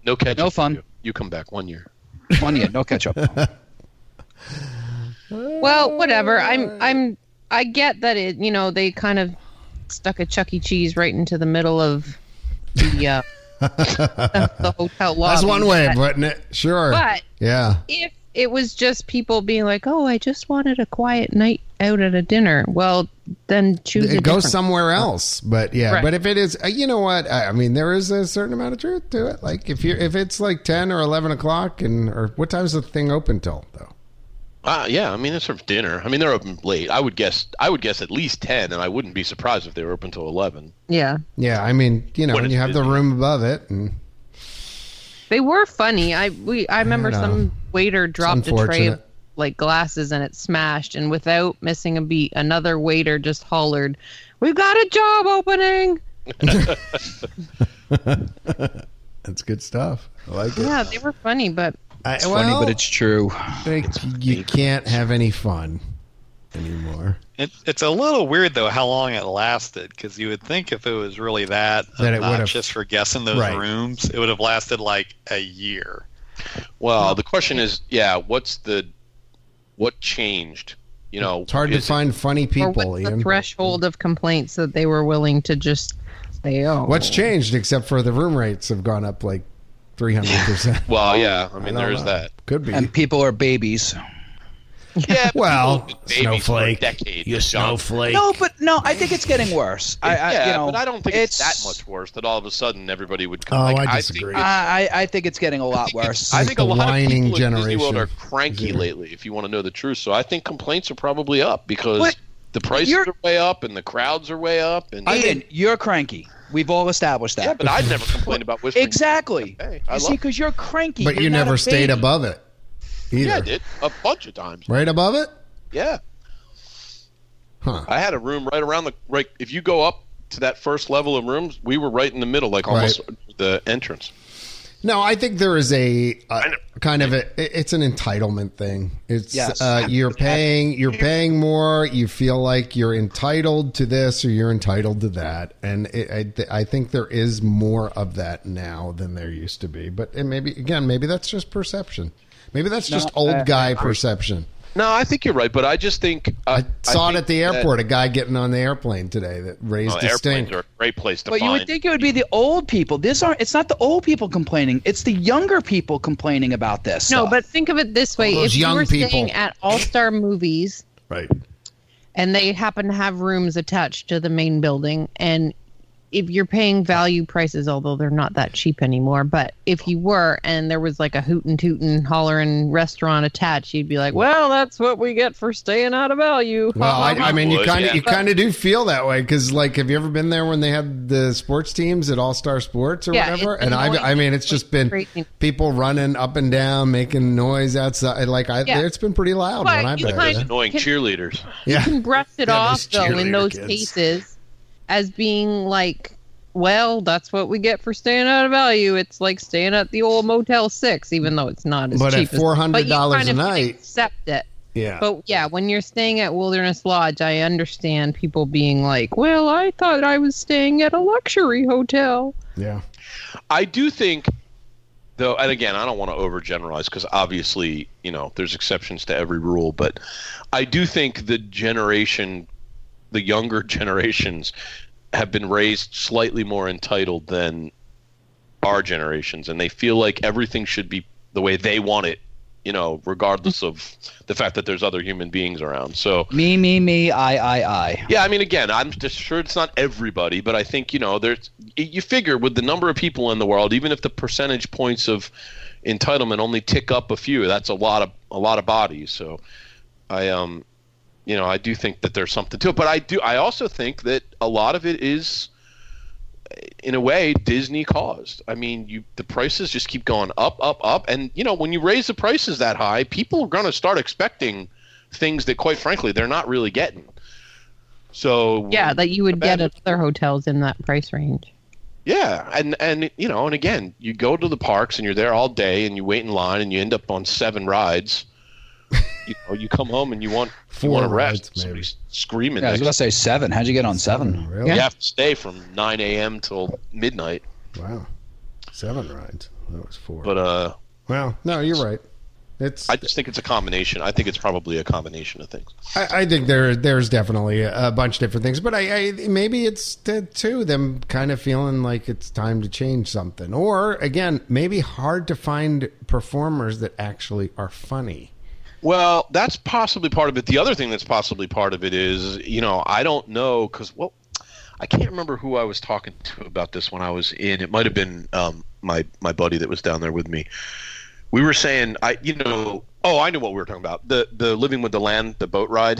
No catch. No fun. You. You come back one year. One year, no ketchup. Well, whatever. Oh, I'm I'm I get that it you know, they kind of stuck a Chuck E. Cheese right into the middle of the uh the hotel lobby. That's one way, wouldn't it? Sure. But yeah. if it was just people being like, Oh, I just wanted a quiet night out at a dinner, well then choose a It goes different- somewhere else, but yeah. Right. But if it is, uh, you know what? I, I mean, there is a certain amount of truth to it. Like if you are if it's like ten or eleven o'clock, and or what time is the thing open till though? Uh, yeah, I mean it's sort of dinner. I mean they're open late. I would guess I would guess at least ten, and I wouldn't be surprised if they were open till eleven. Yeah. Yeah, I mean, you know, When when it's you have the busy. room above it, and They were funny. I we I remember know. some waiter dropped a tray of unfortunate. like glasses and it smashed, and without missing a beat, another waiter just hollered, "We've got a job opening!" that's good stuff. I like it. Yeah, they were funny, but I, It's funny, but it's true. you can't have any fun anymore. It, it's a little weird though how long it lasted because you would think if it was really that, That it would've- obnoxious for guessing those Right. rooms, it would have lasted like a year. Well, the question is, yeah, what's the what changed? You know, It's hard to is it- find funny or people. what's the Ian. threshold of complaints that they were willing to just say, "Oh, What's changed except for the room rates have gone up like three hundred percent. Well, yeah, I mean I there don't is know. that. Could be. And people are babies. Yeah. but Well, people have been babies for a snowflake. decade, You John. snowflake. No, but no, I think it's getting worse. I, I yeah, you know, but I don't think it's, that much worse that all of a sudden everybody would come. Oh, like, I think disagree. it's- I, I I think it's getting a lot worse. I Like think the a lot of whining people in Disney World generation. are cranky Yeah. lately. If you want to know the truth, so I think complaints are probably up because What? the prices You're- are way up and the crowds are way up. And Ian, you're cranky. We've all established that. yeah, but I'd never complain about whispering. exactly. Hey, I you see, love- because you're cranky. but you're you not never a stayed baby. above it either. Yeah, I did a bunch of times. Right above it? Yeah, Huh. I had a room right around the right. If you go up to that first level of rooms, we were right in the middle, like almost the entrance. No, I think there is a, uh kind of a. it- It's an entitlement thing. It's Yes. uh, you're paying, you're paying more. You feel like you're entitled to this or you're entitled to that, and it, I, th- I think there is more of that now than there used to be. But it maybe again, maybe that's just perception. Maybe that's just old guy perception. No, I think you're right, but I just think uh, I saw it think at the that- airport. A guy getting on the airplane today that raised Oh, a airplanes stink. are a great place to But you find. would think it would be the old people. This aren't. It's not the old people complaining. It's the younger people complaining about this. no!" stuff. But think of it this way: those if you young were people. staying at All Star Movies right. and they happen to have rooms attached to the main building, and if you're paying value prices, although they're not that cheap anymore, but if you were and there was like a hootin' tootin' hollering restaurant attached, you'd be like, well, that's what we get for staying out of value. Well, I, I mean, you Would, kind of yeah. you kind of do feel that way because, like, have you ever been there when they had the sports teams at All Star Sports or Yeah, whatever? it's And I, annoying. I mean, it's just been Crazy. people running up and down, making noise outside. Like, I, Yeah. it's been pretty loud But when I've you been kind there. of- annoying Can- cheerleaders. Yeah, can brush it Yeah, off those though in cheerleader those kids. cases as being like well that's what we get for staying out of value it's like staying at the old motel six even though it's not as But at cheap as- $400 but you kind a of can night- accept it yeah. but yeah when you're staying at wilderness lodge i understand people being like well i thought i was staying at a luxury hotel yeah, I do think, though, and again, I don't want to overgeneralize because obviously, you know, there's exceptions to every rule, but I do think the generation, the younger generations, have been raised slightly more entitled than our generations, and they feel like everything should be the way they want it, you know, regardless of the fact that there's other human beings around. So, me, me, me, I, I, I. yeah, I mean, again, I'm just sure it's not everybody, but I think you know, there's y- you figure with the number of people in the world, even if the percentage points of entitlement only tick up a few, that's a lot of a lot of bodies. So, I um, you know, I do think that there's something to it, but I do, I also think that a lot of it is in a way Disney caused. I mean, you the prices just keep going up, up, up, and you know when you raise the prices that high, people are going to start expecting things that, quite frankly, they're not really getting. So Yeah, that you would bad get at other hotels in that price range. yeah, and and you know, and again, you go to the parks and you're there all day and you wait in line and you end up on seven rides. you know, you come home and you want you Four want to rest. rides, maybe. Somebody's screaming. Yeah, I was next. gonna say seven. How'd you get on seven? Really? You have to stay from nine a.m. till midnight. Wow. Seven rides. That was four. But uh, well, no, you're right. It's I just think it's a combination. I think it's probably a combination of things. I, I think there there's definitely a, a bunch of different things, but I, I maybe it's t- too them kind of feeling like it's time to change something, or again, maybe hard to find performers that actually are funny. Well, that's possibly part of it. The other thing that's possibly part of it is, you know, I don't know because well, I can't remember who I was talking to about this when I was in. It might have been um, my my buddy that was down there with me. We were saying, I you know, oh, I knew what we were talking about the the living with the land, the boat ride.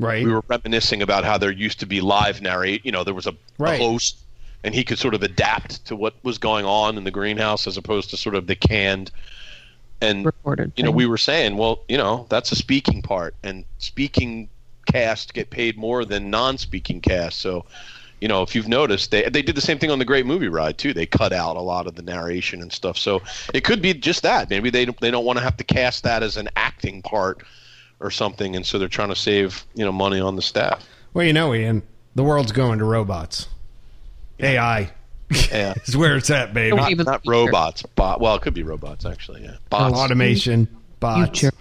Right. We were reminiscing about how there used to be live narrate. You know, there was a, Right. a host, and he could sort of adapt to what was going on in the greenhouse as opposed to sort of the canned. And Recorded. you know, thing. we were saying, well, you know, that's a speaking part, and speaking cast get paid more than non-speaking cast. So, you know, if you've noticed, they they did the same thing on the Great Movie Ride too. They cut out a lot of the narration and stuff. So it could be just that. Maybe they don't- they don't want to have to cast that as an acting part or something, and so they're trying to save you know money on the staff. Well, you know, Ian, the world's going to robots. AI Yeah, is where it's at, baby. Don't even not future. robots. Bot. Well, it could be robots actually. Yeah, bots. Oh, Automation, bots. Future.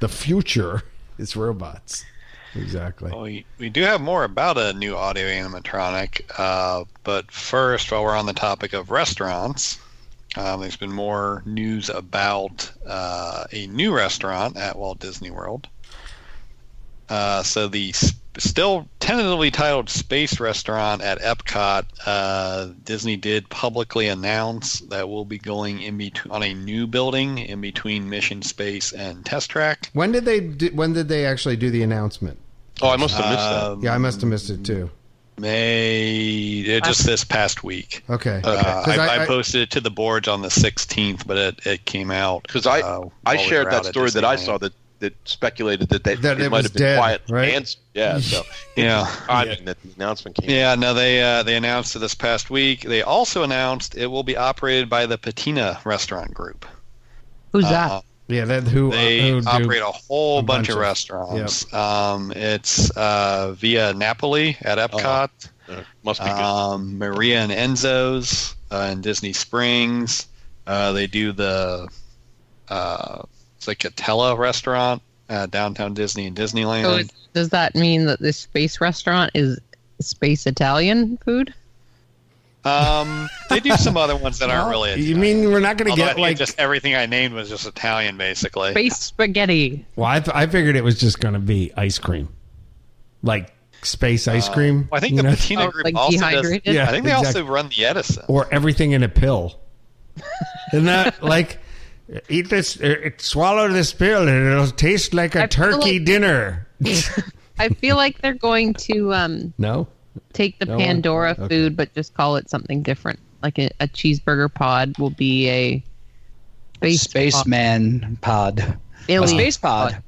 The future is robots. Exactly. Oh. Well, we, we do have more about a new audio animatronic, uh, but first, while we're on the topic of restaurants, um, there's been more news about uh, a new restaurant at Walt Disney World. Uh, so the s- still tentatively titled Space Restaurant at Epcot, uh, Disney did publicly announce that we'll be going in between on a new building in between Mission Space and Test Track. When did they? Do, when did they actually do the announcement? Oh, I must have missed that. Um, Yeah, I must have missed it too. May uh, just this past week. Okay. Uh, 'Cause I, I- I, I- posted it to the boards on the 16th, but it, it came out because I uh, while I we shared were that out at story that I Disneyland. saw that that speculated that they That it, it might was have been dead, quiet right? hands. Yeah, so Yeah, I mean that the announcement came. yeah. No, they uh, they announced it this past week. They also announced it will be operated by the Patina Restaurant Group. Who's Uh, that? yeah, that who, uh, They who do- operate a whole a bunch, bunch of, of- restaurants. Um, it's uh, via Napoli at Epcot. Uh, must be good. um, Maria and Enzo's uh, in Disney Springs. Uh, they do the uh, it's like a Tella restaurant uh, downtown Disney and Disneyland. So it, does that mean that this space restaurant is space Italian food? um, they do some other ones that aren't really. You Italian. mean we're not going to Although I get think like? just everything I named was just Italian, basically. Space spaghetti. well, I, th- I figured it was just going to be ice cream, like space ice cream. Well, Uh, I think you the know? Patina Oh, group like also does. dehydrated. Yeah. I think they exactly. also run the Edison. or everything in a pill. Isn't that like? Eat this, uh, swallow this pill, and it'll taste like a I feel turkey like- dinner. I feel like they're going to um, No, take the No one? Pandora Okay. food, but just call it something different. Like a, a cheeseburger pod will be a space pod. Spaceman pod. A Alien space pod.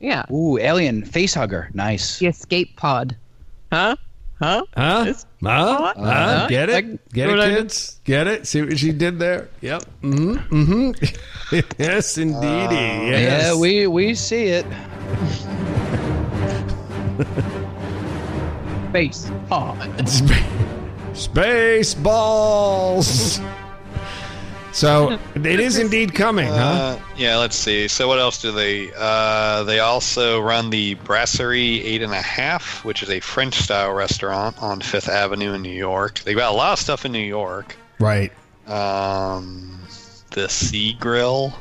Yeah, Ooh, alien face hugger. Nice. the escape pod. Huh? Huh? huh? Huh? Uh, Huh? Get it? like- Get what I it, did- kids? Get it? See what she did there? Yep. Mm-hmm. Mm-hmm. yes, indeedy. Uh, yes. Yeah, we we see it. Space pod. Sp- Space balls. So it is indeed coming, huh? Uh, yeah, let's see. So what else do they? Uh, they also run the Brasserie Eight and a Half, which is a French-style restaurant on Fifth Avenue in New York. They got a lot of stuff in New York. Right. Um, the Sea Grill,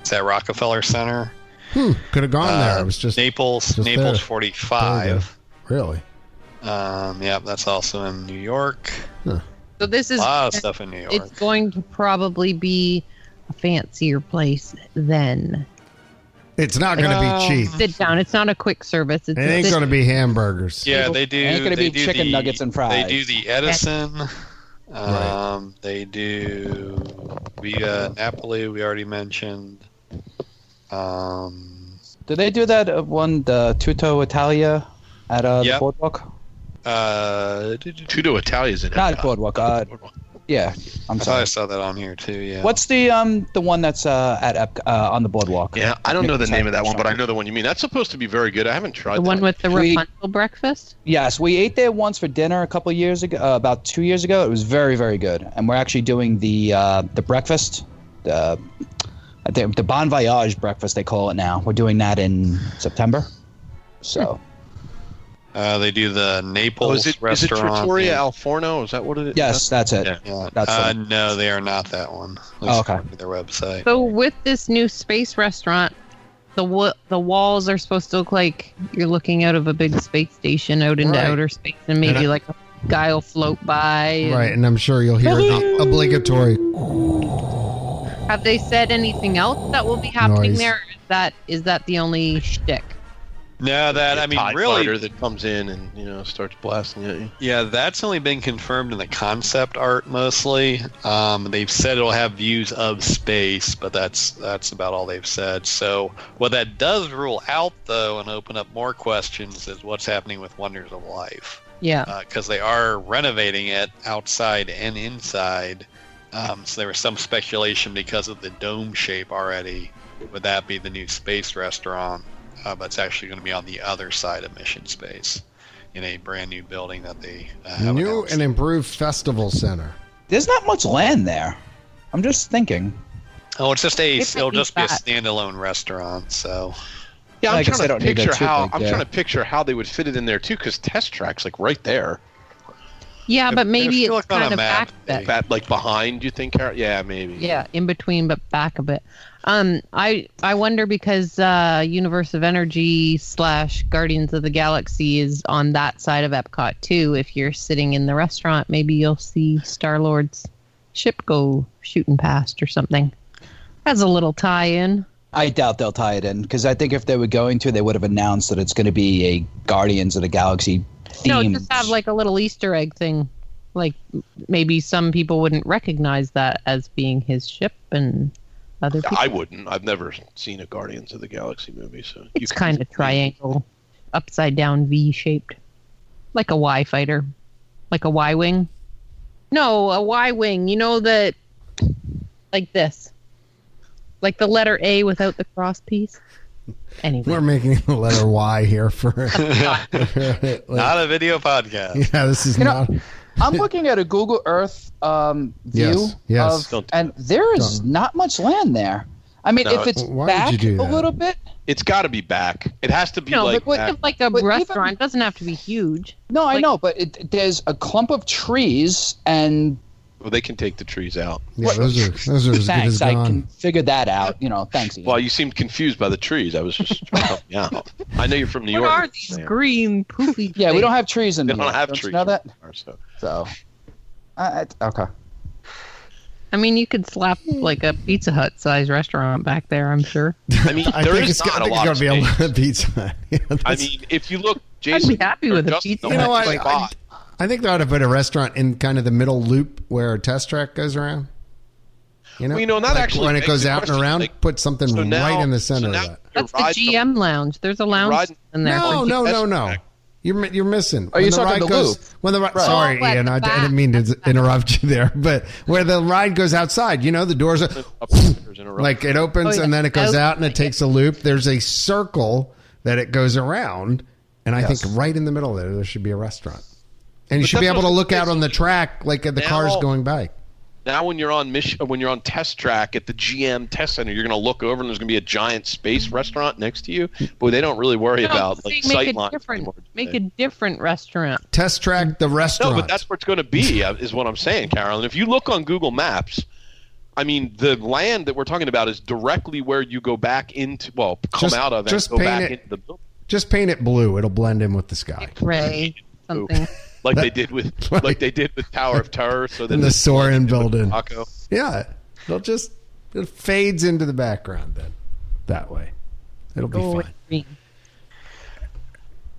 it's at Rockefeller Center. Hmm. Could have gone there. Uh, It was just Naples, just Naples there. Forty-Five. really. Um, yeah, that's also in New York. So this A is lot of stuff in New York. it's going to probably be a fancier place then. It's not going to be Uh, Um, cheap. Sit down. It's not a quick service. It It's ain't going to be hamburgers. Yeah, they do. ain't gonna be they do chicken the- nuggets and fries. They do the Edison. Um, They do. We uh, Napoli. We already mentioned. Um, Do they do that uh, one, the Tutto Italia at uh, Yep. the boardwalk? uh, did you- Tudo Italia's in Not Epcot. boardwalk. Uh, yeah, I'm I thought I sorry. saw that on here too. Yeah. What's the um the one that's uh, at Epc- uh, on the boardwalk? Yeah, I don't know the Sorry, name of that one, but I sorry. know the one you mean. That's supposed to be very good. I haven't tried the that. one with the We- Rapunzel breakfast. Yes, we ate there once for dinner a couple years ago, uh, about two years ago. It was very, very good, and we're actually doing the uh, the breakfast, the I think the Bon Voyage breakfast they call it now. We're doing that in September. So Uh, they do the Oh, is Naples it is it restaurant. Trattoria in- Al Forno? Is that what it is? yes, that's it. Hmm. Yeah. Yeah. That's uh, it. no, they are not that one. Oh, okay. according to Their website. So with this new space restaurant, the wa- the walls are supposed to look like you're looking out of a big space station out into Right. outer space, and maybe And I- like a guy will float by. and- Right, and I'm sure you'll hear the obligatory. Have they said anything else that will be happening Noise. there? Or is that is that the only shtick? No, that I mean, TIE really, fighter that comes in and you know starts blasting at you. Yeah, that's only been confirmed in the concept art mostly. Um, they've said it'll have views of space, but that's that's about all they've said. So what that does rule out though, and open up more questions, is what's happening with Wonders of Life Yeah. because uh, they are renovating it outside and inside. Um, so there was some speculation because of the dome shape already. Would that be the new space restaurant? Uh, but it's actually going to be on the other side of Mission Space in a brand new building that they uh, have New announced. and improved festival center. There's not much land there. I'm just thinking. oh, it's just a It might it'll be just be a that. standalone restaurant. So Yeah, I'm Like I said, I trying don't to need that picture too how big, I'm yeah. trying to picture how they would fit it in there too, because Test Track's like right there, Yeah, but if maybe you it's look on a kind of back map, a bit. That, like behind. You think? Har- Yeah, maybe. Yeah, in between, but back a bit. Um, I I wonder because uh, Universe of Energy slash Guardians of the Galaxy is on that side of Epcot too. If you're sitting in the restaurant, maybe you'll see Star Lord's ship go shooting past or something. Has a little tie-in. I doubt they'll tie it in because I think if they were going to, they would have announced that it's going to be a Guardians of the Galaxy theme. No, just have like a little Easter egg thing. Like m- maybe some people wouldn't recognize that as being his ship, and other people. I wouldn't. I've never seen a Guardians of the Galaxy movie, so you It's can- kind of triangle, upside down V shaped, like a Y fighter, like a Y wing. No, a Y wing. You know that, like this, like the letter A without the cross piece. We're Anyway, making the letter Y here for. yeah, not a video podcast. this is You know, not. I'm looking at a Google Earth um, view Yes, yes. of, Don't- and there is not much land there. I mean, No, if it's Why would you back a do that? little bit, It's got to be back. It has to be no, like but what back. if like a But even- restaurant It doesn't have to be huge? no, I Like- know, but it, there's a clump of trees, and Well, they can take the trees out. Yeah, those are those are as good as thanks, I can gone. figure that out. You know, thanks. Ian. Well, you seemed confused by the trees. I was just trying to help you out. I know you're from New What York. are these green poopy? yeah, we don't have trees in They there. don't have Don't you trees. Know that? So. So, uh, it- okay. I mean, you could slap like a Pizza Hut size restaurant back there. I'm sure. I mean, I there think is it's, go- I not a think lot it's of going to be a space. lot of pizza. Yeah, I that's- mean, if you look, Jason, happy with a Justin, pizza. don't You know, have I- to I- spot. I think they ought to put a restaurant in kind of the middle loop where a test track goes around. You know, Well, you know, that Like, actually when it begs goes the out and question, around, like, put something so now- Mm, right in the so center now of that. you're That's the riding GM lounge. There's a lounge riding- in there. No, for no, people. no, That's Oh, no. correct. You're mi- you're missing. Are you talking the loop? When the ri- Right. sorry, Oh, at Ian, the I, d- I didn't back. mean to d- interrupt you there, but where the ride goes outside, you know, the doors are Upstairs in a row. like it opens Oh, yeah. and then it goes Oh. out and it takes a loop. There's a circle that it goes around, and I think right in the middle there there should be a restaurant, and you But should be that's able to what- look out on the track like at the Now- cars going by. now when you're on mission, when you're on test track at the GM test center, you're going to look over and there's going to be a giant space restaurant next to you. But they don't really worry No, about I'm like saying sight make a lines different, anymore, do make they? a different restaurant. Test track the restaurant. No, but that's where it's going to be, uh, is what I'm saying, Carolyn. If you look on Google Maps, I mean, the land that we're talking about is directly where you go back into, well, come Just- out of and just go back paint it- into the building, Just paint it blue; it'll blend in with the sky. Gray, something. like That- they did with, Right. like they did with Tower of Terror. So that And the it's Soren building. Taco. Yeah, it'll just it fades into the background then that way. It'll be Go away, fine. green.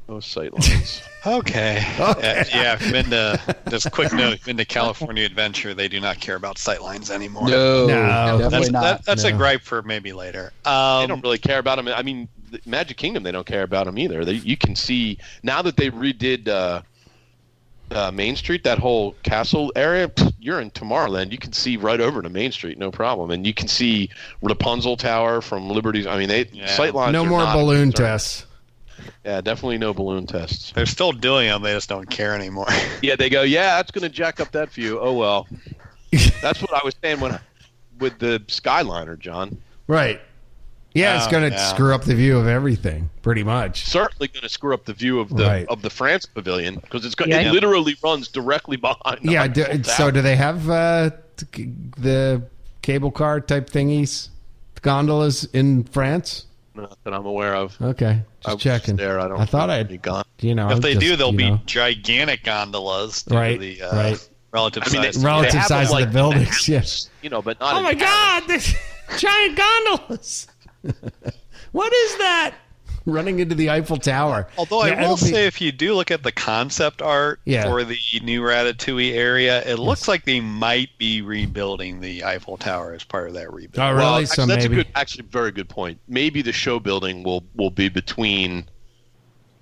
No sight lines. Okay. Yeah, yeah, I've been to just quick note. I've Been to California Adventure. They do not care about sightlines anymore. No, No, definitely that's not. that, that's a no. gripe for maybe later. they don't Um, really care about them. I mean, the Magic Kingdom, they don't care about them either. They, you can see now that they redid uh, uh, Main Street, that whole castle area. pfft, You're in Tomorrowland. You can see right over to Main Street, no problem. And you can see Rapunzel Tower from Liberty's. I mean, they Yeah. sight lines. No are more not a balloon concern. tests. Yeah, definitely no balloon tests. they're still doing them. They just don't care anymore. Yeah, they go. Yeah, that's going to jack up that view. Oh well. that's what I was saying when I- with the Skyliner, John. Right. Yeah, it's Oh, going to yeah. screw up the view of everything, pretty much. certainly going to screw up the view of the Right. of the France pavilion because it's go- Yeah. it literally runs directly behind. the yeah. Eiffel Do, so, Tower. do they have uh, t- the cable car type thingies, gondolas in France? Not that I'm aware of. Okay, I just was checking. there. I don't. I thought know I, if they got- you know, if they just, do, they'll you be know, gigantic gondolas. due to Right, The, uh, right. Relative I mean, size. they- relative they have size them, of the like, buildings. Yes. You know, but not. Oh in Paris. This giant gondolas! what is that? Running into the Eiffel Tower. Although I Yeah, will it'll be- say, if you do look at the concept art Yeah. for the new Ratatouille area, it looks like they might be rebuilding the Eiffel Tower as part of that rebuild. oh, really? Well, so actually, that's maybe a good, actually very good point. Maybe the show building will will be between.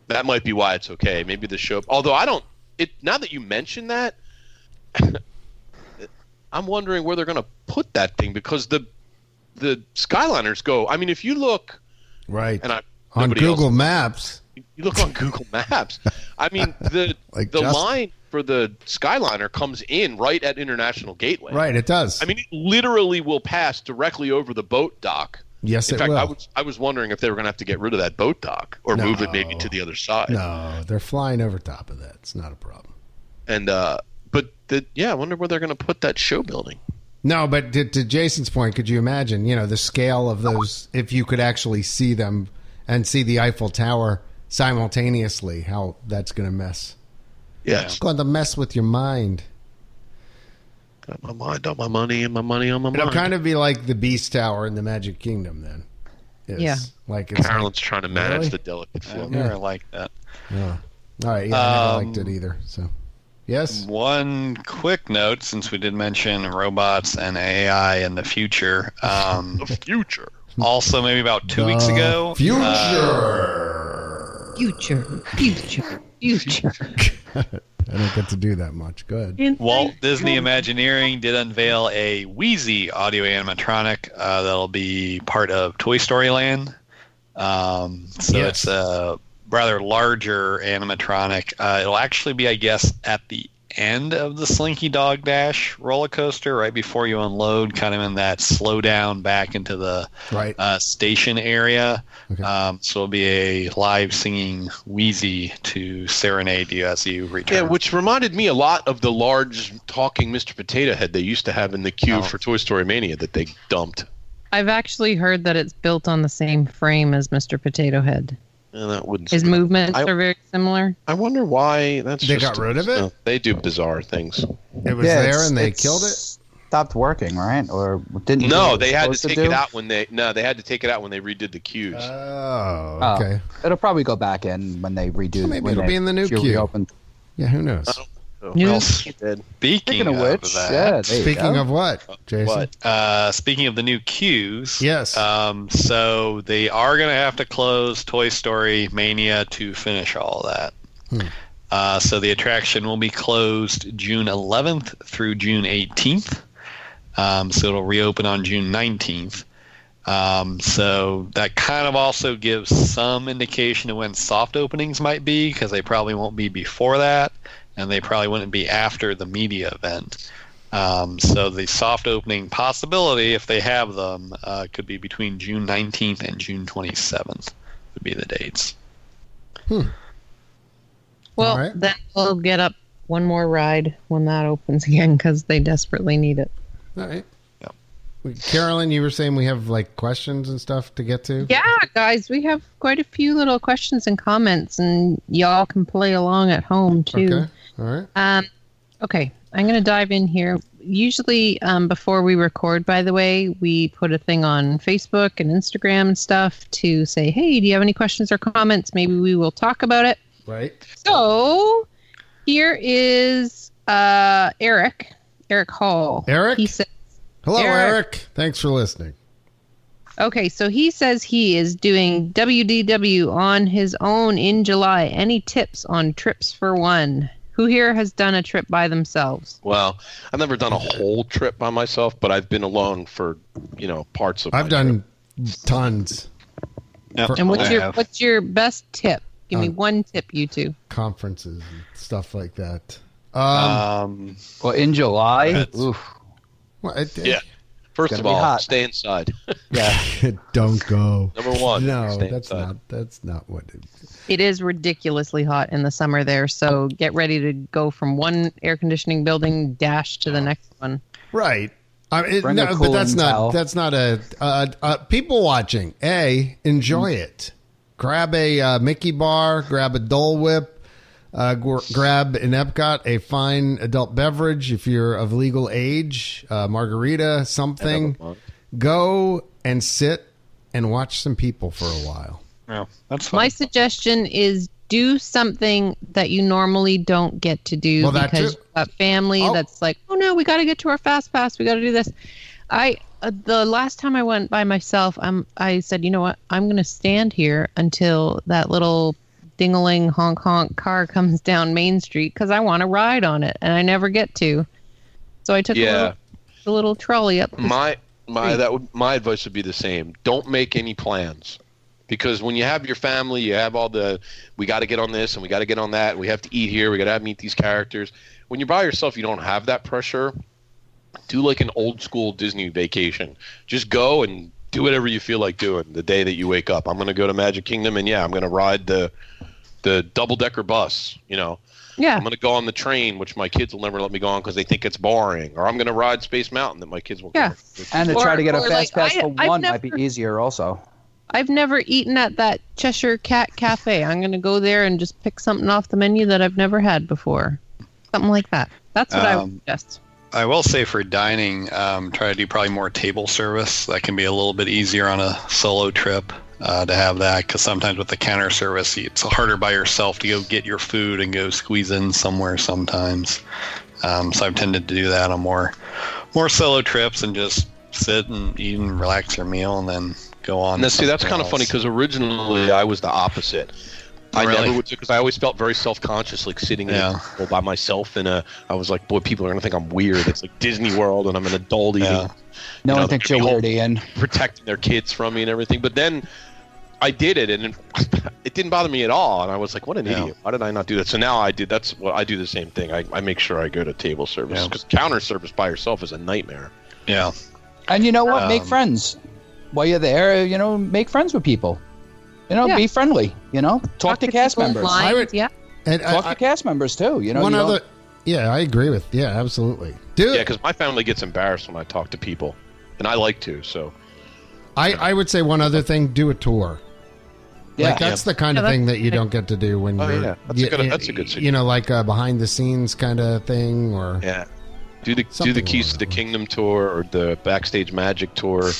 That might be why it's okay. Maybe the show. Although I don't. It now that you mention that, I'm wondering where they're going to put that thing because the the Skyliners go. I mean, if you look right and I on nobody else- Google Maps. you look on Google Maps. I mean, the Like the just- line for the Skyliner comes in right at International Gateway. Right, it does. I mean, it literally will pass directly over the boat dock. yes, in it fact, will. I was I was wondering if they were going to have to get rid of that boat dock or No. move it maybe to the other side. no, they're flying over top of that. It's not a problem. And uh, but the, yeah, I wonder where they're going to put that show building. No, but to, to Jason's point, could you imagine? You know, the scale of those. If you could actually see them and see the Eiffel Tower simultaneously, how that's going to mess. Yes, It's going to mess with your mind. got my mind on my money and my money on my It'll mind. kind of be like the Beast Tower in the Magic Kingdom, then. Is. Yeah. Like it's. Like, Carolyn's trying to manage Really? the delicate flow. I've never liked that. yeah. All right. Yeah, I never Um, liked it either. So. Yes. One quick note, since we did mention robots and AI in the future. Um, The future. also, maybe about two weeks ago, Uh, uh, Future. Future, future, future. I don't get to do that much. Good. Walt Disney Imagineering did unveil a Wheezy audio animatronic uh, that'll be part of Toy Story Land. Um, so Yes. it's a rather larger animatronic. Uh, it'll actually be, I guess, at the end of the Slinky Dog Dash roller coaster, right before you unload, kind of in that slow down back into the Right. uh, station area. Okay. Um, so it'll be a live singing Wheezy to serenade you as you return. Yeah, which reminded me a lot of the large talking Mr. Potato Head they used to have in the queue Oh. for Toy Story Mania that they dumped. I've actually heard that it's built on the same frame as Mr. Potato Head. And that wouldn't. His movements I- are very similar. I wonder why that's. They just- got rid of it? No, they do bizarre things. It was there and they killed it. Stopped working, right? Or didn't? No, they had to Uh, supposed take it out when they. No, they had to take it out when they redid the queues. Oh, Oh. okay. It'll probably go back in when they redo. Well, maybe when it'll they be in the new actually queue. reopen. Yeah, who knows? So, New- well, she did. Speaking, Speaking of which, that, yeah, there you Speaking go. of what, Jason? But uh, speaking of the new queues, Yes. Uh, Um, so they are going to have to close Toy Story Mania to finish all that. Uh, so the attraction will be closed June 11th through June 18th. Um, so it'll reopen on June 19th. Um, so that kind of also gives some indication of when soft openings might be because they probably won't be before that and they probably wouldn't be after the media event. Um, so the soft opening possibility, if they have them, uh, could be between June 19th and June 27th would be the dates. Well, Alright. then we'll get up one more ride when that opens again because they desperately need it. All right. Yep. We- Carolyn, you were saying we have like questions and stuff to get to. Yeah, guys, we have quite a few little questions and comments, and y'all can play along at home too. Okay. All right. Um, Okay, I'm going to dive in here. Usually, um, before we record, by the way, we put a thing on Facebook and Instagram and stuff to say, hey, do you have any questions or comments? Maybe we will talk about it. Right. So here is uh, Eric, Eric Hall. Eric? He said, Hello, Eric. Eric. Thanks for listening. okay, so he says he is doing WDW on his own in July. Any tips on trips for one? Who here has done a trip by themselves? Well, I've never done a whole trip by myself, but I've been alone for you know parts of. I've my done tons Yep, And what's I your have. Uh, what's your best tip? Give me Um, one tip, you two. conferences and stuff like that. Um, Uh, um, Well, in July, That's- oof, well, I think- Yeah. trip. First Gonna of be all, hot. stay inside. yeah, don't go. Number one. No, stay that's inside. not. That's not what. It, It is ridiculously hot in the summer there, so get ready to go from one air conditioning building dash to the next one. right. I mean, it- Bring a no, but that's cooling not. towel. That's not a. Uh, uh, people watching. A enjoy Mm. it. Grab a uh, Mickey bar. Grab a Dole Whip. Uh, gr- grab in Epcot a fine adult beverage if you're of legal age, uh, margarita, something. Go and sit and watch some people for a while. yeah, that's fine. My suggestion is do something that you normally don't get to do Well, that because too. you've got family Oh. that's like, oh no, we got to get to our fast pass. We got to do this. I uh, the last time I went by myself, I'm I said, you know what, I'm going to stand here until that little dingling honk honk car comes down Main Street because I want to ride on it, and I never get to. So I took Yeah. a, little, a little trolley up. the my my that would my advice would be the same. Don't make any plans. Because when you have your family, you have all the we got to get on this and we got to get on that. We have to eat here. We got to meet these characters. When you're by yourself, you don't have that pressure. Do like an old school Disney vacation. Just go and do whatever you feel like doing the day that you wake up. I'm going to go to Magic Kingdom and yeah, I'm going to ride the the double decker bus, you know. yeah, I'm going to go on the train, which my kids will never let me go on because they think it's boring. Or I'm going to ride Space Mountain that my kids will. Yeah. And to Or- try to get a or, fast like, pass I- for I've one might be never- easier also. I've never eaten at that Cheshire Cat Cafe. I'm going to go there and just pick something off the menu that I've never had before. Something like that. That's what I would Um, suggest. I will say for dining, um, try to do probably more table service. That can be a little bit easier on a solo trip uh, to have that because sometimes with the counter service, it's harder by yourself to go get your food and go squeeze in somewhere sometimes. Um, so I've tended to do that on more more solo trips and just sit and eat and relax your meal and then go on. Now, to see, that's something kind of funny else. because originally I was the opposite. I Really? never would because I always felt very self-conscious, like sitting at a Yeah. table by myself. And I was like, boy, people are gonna think I'm weird. It's like Disney World, and I'm an adult eating, Yeah. No You know, one thinks you're the- weird, Ian. protecting their kids from me and everything. But then I did it, and it didn't bother me at all. And I was like, what an Yeah. idiot! Why did I not do that? So now I do. That's what I do. The same thing. I, I make sure I go to table service Yeah. because counter service by yourself is a nightmare. yeah. And you know what? make Um, friends. While you're there, you know, make friends with people. You know, Yeah. be friendly. You know, talk, to people cast members. online, I would- yeah. And I- Talk I- to cast members too. You know, one you don't- other. Yeah, I agree with. Yeah, absolutely. Dude, Yeah, because my family gets embarrassed when I talk to people, and I like to. So I, I would say one other thing: do a tour. yeah. Like uh, that's the kind of Yeah, thing that you that's- don't get to do when Oh, you're. yeah. That's a you- good- you- that's a good You know, like a behind the scenes kind of thing, or Yeah. Do the Something do the keys along to the those kingdom tour or the backstage magic tour.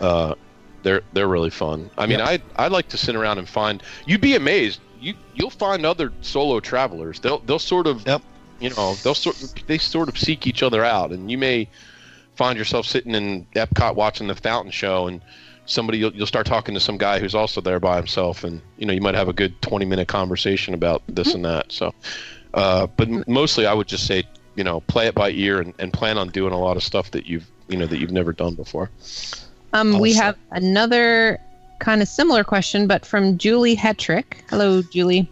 Uh, they're they're really fun. I mean, Yeah. I I like to sit around and find. You'd be amazed. You you'll find other solo travelers. They'll they'll sort of Yep. you know they'll sort they sort of seek each other out, and you may find yourself sitting in Epcot watching the fountain show and. Somebody you'll, you'll start talking to some guy who's also there by himself, and you know you might have a good twenty minute conversation about Mm-hmm. this and that. So, uh, but m- mostly I would just say, you know, play it by ear and, and plan on doing a lot of stuff that you've, you know, that you've never done before. Um, we Also- have another kind of similar question, but from Julie Hetrick. Hello, Julie.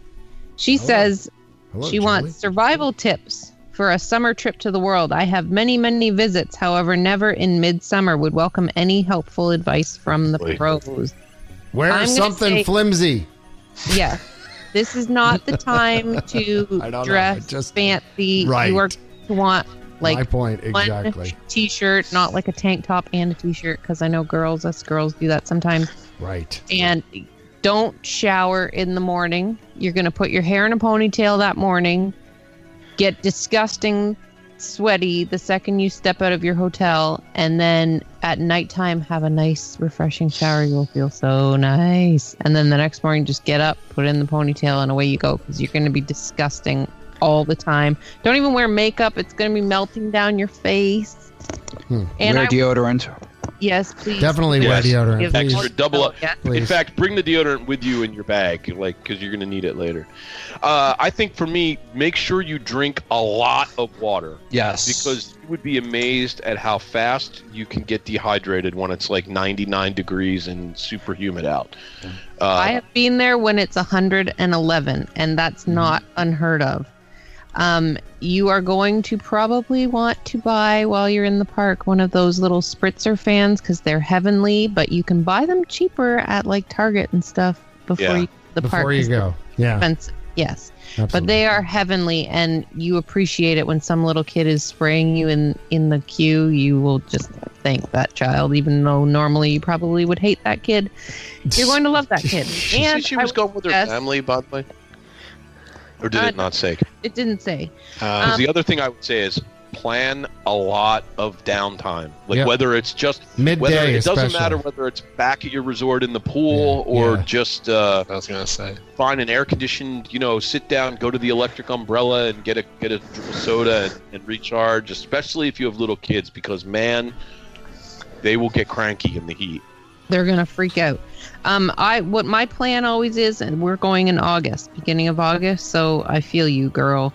She Hello. says Hello, she Julie. wants survival tips for a summer trip to the world. I have many, many visits. However, never in midsummer would welcome any helpful advice from the Wait. pros. wear I'm gonna something say- flimsy. Yeah. This is not the time I don't know, to I dress just- fancy. Right. You are to want My like point exactly. one t-shirt, not like a tank top and a t-shirt, because I know girls, us girls do that sometimes. Right. And don't shower in the morning. You're gonna put your hair in a ponytail that morning. get disgusting sweaty the second you step out of your hotel and then at nighttime have a nice refreshing shower you'll feel so nice and then the next morning just get up put in the ponytail and away you go because you're going to be disgusting all the time don't even wear makeup it's going to be melting down your face Hmm. and Wear I, deodorant. yes please Definitely Yes. wear deodorant. Give please. Extra double up. Yeah. Please. In fact, bring the deodorant with you in your bag, like because you're gonna need it later. Uh, I think for me, make sure you drink a lot of water Yes. because you would be amazed at how fast you can get dehydrated when it's like 99 degrees and super humid out. Uh, Mm-hmm. I have been there when it's 111, and that's not unheard of. Um, you are going to probably want to buy while you're in the park one of those little spritzer fans because they're heavenly, but you can buy them cheaper at like Target and stuff before Yeah. you, the Before park you is go. Yeah. expensive. Yes but absolutely. they are heavenly and you appreciate it when some little kid is spraying you in in the queue you will just thank that child even though normally you probably would hate that kid you're going to love that kid Did you see and she I- was going with her yes. family, by the way? Or did Uh, it not say? it didn't say 'Cause Uh, Um, the other thing I would say is plan a lot of downtime. Like Yeah. whether it's just midday. whether it doesn't especially. matter whether it's back at your resort in the pool Yeah, or yeah. just uh, I was gonna say. find an air conditioned, you know, sit down, go to the electric umbrella and get a get a soda and, and recharge, especially if you have little kids because man, they will get cranky in the heat. they're gonna freak out um i what my plan always is and we're going in august beginning of august so i feel you girl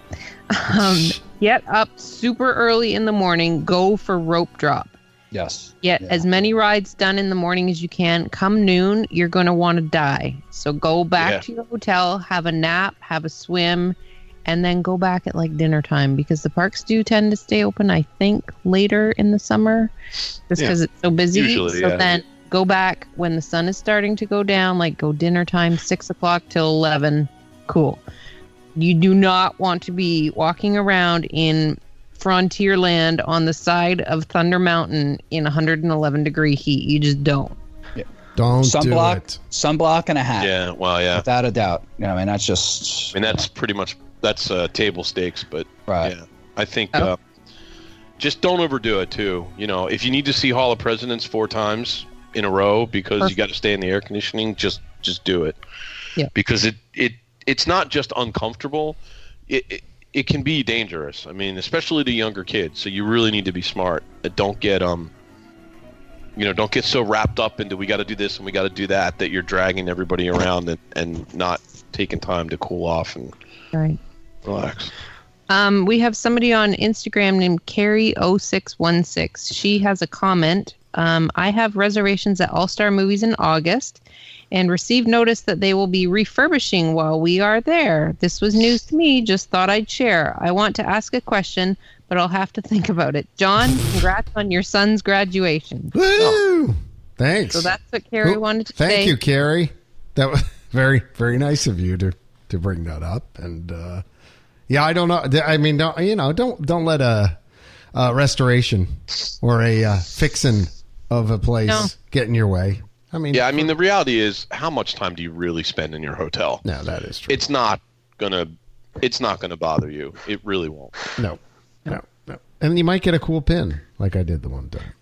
um get up super early in the morning go for rope drop Yes. Get Yeah. as many rides done in the morning as you can. Come noon, you're going to want to die. So go back Yeah. to your hotel, have a nap, have a swim, and then go back at like dinner time because the parks do tend to stay open, I think, later in the summer just Yeah. because it's so busy. Usually, so yeah. then go back when the sun is starting to go down, like go dinner time, six o'clock till 11. Cool. You do not want to be walking around in Frontierland on the side of Thunder Mountain in 111 degree heat. You just don't. Don't do Sunblock. it. Sunblock and a hat. Yeah, well, yeah. Without a doubt. You know, I mean, that's just. I mean that's pretty much that's uh, table stakes, but right. yeah. I think Oh. uh, just don't overdo it too. You know, if you need to see Hall of Presidents four times in a row because you Perfect. got to stay in the air conditioning, just just do it. Yeah. Because it it it's not just uncomfortable, it. it it can be dangerous. I mean, especially to younger kids. So you really need to be smart. Uh, Don't get um, you know, don't get so wrapped up into we got to do this and we got to do that that you're dragging everybody around and, and not taking time to cool off and Right. relax. Um, we have somebody on Instagram named Carrie0616. She has a comment. Um, I have reservations at All Star Movies in August and received notice that they will be refurbishing while we are there. This was news to me, just thought I'd share. I want to ask a question, but I'll have to think about it. John, congrats on your son's graduation. Woo! Thanks. So that's what Carrie Who- wanted to Thank say. you, Carrie. That was very, very nice of you to to bring that up. And uh, yeah, I don't know. I mean, don't, you know, don't don't let a, a restoration or a uh, fixing of a place No. get in your way. I mean, Yeah, I mean the reality is how much time do you really spend in your hotel? no, that is true. It's not gonna it's not gonna bother you. It really won't. no, no, no. And you might get a cool pin, like I did the one time.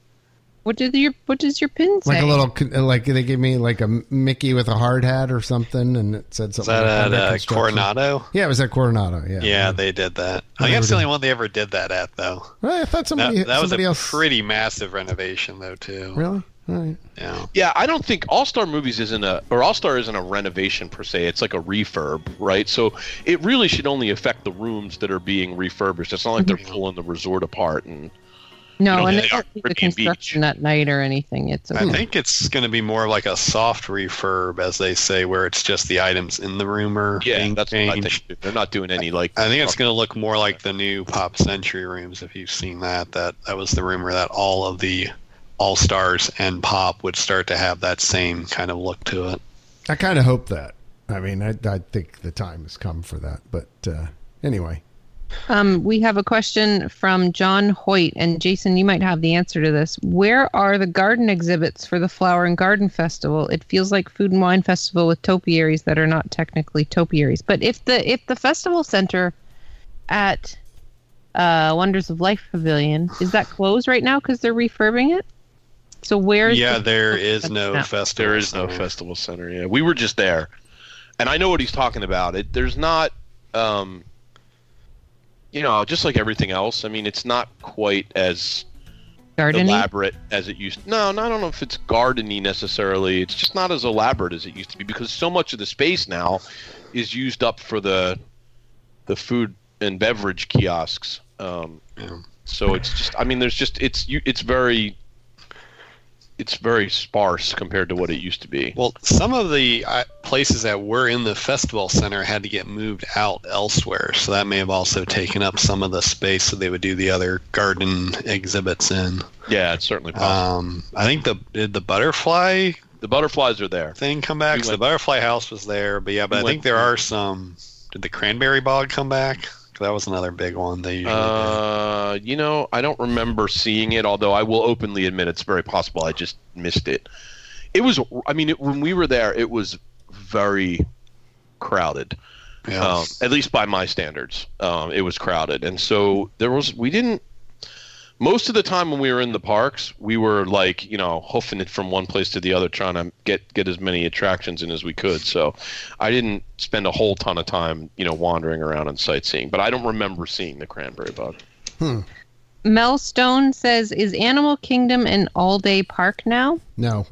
What did your What does your pin say? Like a little, like they gave me like a Mickey with a hard hat or something, and it said Is something. that like at under uh, construction. Coronado? Yeah, it was at Coronado. Yeah, Yeah, they did I that. I think never that's the did. only one they ever did that at, though. Well, I thought That, somebody that was a somebody else pretty massive renovation, though, too. Really? All right. Yeah. Yeah, I don't think All Star Movies isn't a or All Star isn't a renovation per se. It's like a refurb, right? So it really should only affect the rooms that are being refurbished. It's not like they're pulling the resort apart and no, you know, and yeah, it's they are not the Airbnb. construction at night or anything. It's I okay. think it's going to be more of like a soft refurb, as they say, where it's just the items in the room are yeah, being that's what I changed. think. They're not doing any like I think it's going to look more like the new Pop Century rooms if you've seen that. That that was the rumor that all of the All Stars and Pop would start to have that same kind of look to it. I kind of hope that. I mean, I, I think the time has come for that. But uh, anyway, Um, we have a question from John Hoyt, and Jason, you might have the answer to this. Where are the garden exhibits for the Flower and Garden Festival? It feels like Food and Wine Festival with topiaries that are not technically topiaries. But if the if the festival center at uh, Wonders of Life Pavilion. Is that closed right now because they're refurbing it? So where's yeah, the- there is no No. festival. There is no center. festival center. Yeah, we were just there, and I know what he's talking about. It there's not, um, you know, just like everything else. I mean, it's not quite as gardening? elaborate as it used. No, no, I don't know if it's gardeny necessarily. It's just not as elaborate as it used to be because so much of the space now is used up for the the food and beverage kiosks. Um, So it's just. I mean, there's just it's you. It's very. It's very sparse compared to what it used to be. Well, some of the uh, places that were in the festival center had to get moved out elsewhere, so that may have also taken up some of the space that they would do the other garden exhibits in. Yeah, it's certainly possible. Um, I think the did the butterfly the butterflies are there. thing come back? We 'Cause went- the butterfly house was there, but yeah, but We I went- think there are some. Did the cranberry bog come back? 'Cause That was another big one. They usually do. Uh, you know, I don't remember seeing it. Although I will openly admit it's very possible I just missed it. It was. I mean, it, when we were there, it was very crowded. Yeah. Um, at least by my standards, um, it was crowded, and so there was. We didn't. Most of the time when we were in the parks, we were like, you know, hoofing it from one place to the other, trying to get get as many attractions in as we could. So, I didn't spend a whole ton of time, you know, wandering around and sightseeing. But I don't remember seeing the cranberry bog. Mel Stone says, "Is Animal Kingdom an all-day park now?" No.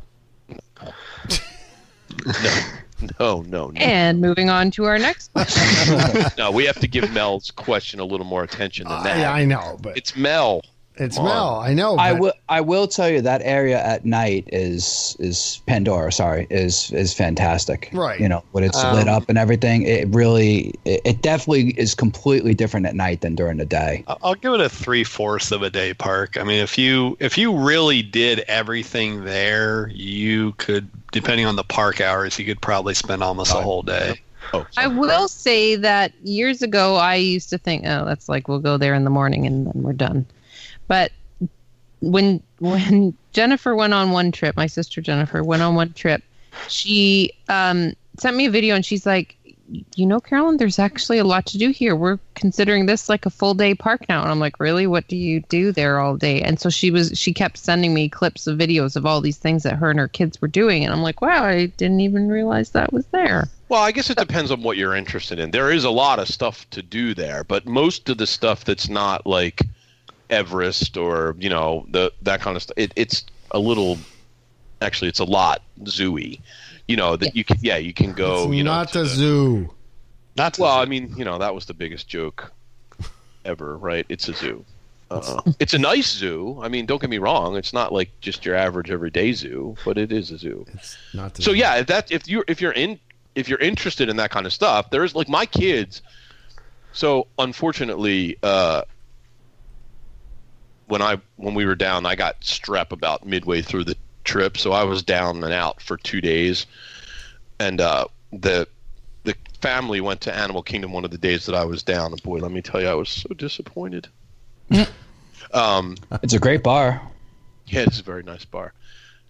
No, no, no. And moving on to our next question. no we have to give Mel's question a little more attention Uh, than that. I, I know, but it's Mel. it's come on. Mel. I know. I but- will. I will tell you that area at night is is Pandora. Sorry, is is fantastic. Right. You know when it's lit Um, up and everything. It really. It, it definitely is completely different at night than during the day. I- I'll give it a three fourths of a day park. I mean, if you if you really did everything there, you could, depending on the park hours, you could probably spend almost a whole day. Oh, I will say that years ago, I used to think, "Oh, that's like we'll go there in the morning and then we're done." But when when Jennifer went on one trip, my sister Jennifer went on one trip. She um, sent me a video, and she's like, "You know, Carolyn, there's actually a lot to do here. We're considering this like a full day park now." And I'm like, "Really? What do you do there all day?" And so she was she kept sending me clips of videos of all these things that her and her kids were doing, and I'm like, "Wow, I didn't even realize that was there." Well, I guess it depends on what you're interested in. There is a lot of stuff to do there, but most of the stuff that's not like Everest or you know the that kind of stuff, it, it's a little. Actually, it's a lot zooey. You know that you can. Yeah, you can go. it's you know, not to a the- zoo. Not to Well, I mean, you know, that was the biggest joke ever, right? It's a zoo. Uh, it's a nice zoo. I mean, don't get me wrong. It's not like just your average everyday zoo, but it is a zoo. It's not the So zoo. yeah, if that if you if you're in if you're interested in that kind of stuff, there's like my kids. So unfortunately, uh, when I when we were down, I got strep about midway through the trip, so I was down and out for two days, and uh, the the family went to Animal Kingdom one of the days that I was down, and boy, let me tell you, I was so disappointed. um, It's a great bar. yeah, it's a very nice bar.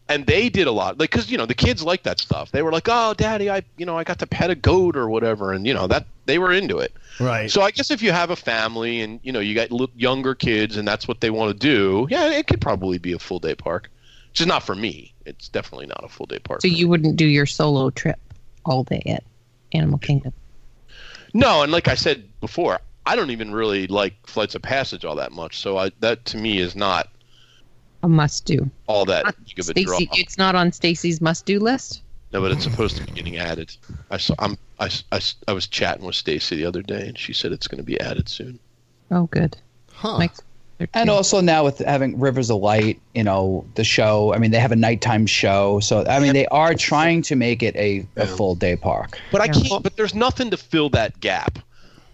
And they did a lot, like, cause you know the kids like that stuff. They were like, "Oh, daddy, I, you know, I got to pet a goat or whatever," and you know that they were into it. Right. So I guess if you have a family and you know you got li- younger kids and that's what they want to do, yeah, it could probably be a full day park. Which is not for me. It's definitely not a full day park. So for me. you wouldn't do your solo trip all day at Animal Kingdom. No, and like I said before, I don't even really like Flights of Passage all that much. So I, that to me is not A must do. all that big of a draw. Stacy, it's not on Stacy's must do list. No, but it's supposed to be getting added. I saw. I'm. I, s- I s- I was chatting with Stacy the other day, and she said it's going to be added soon. Oh, good. huh. Mike- And also now with having Rivers of Light, you know, the show. I mean, they have a nighttime show, so I mean, they are trying to make it a, a full day park. But I Yeah. can't. But there's nothing to fill that gap.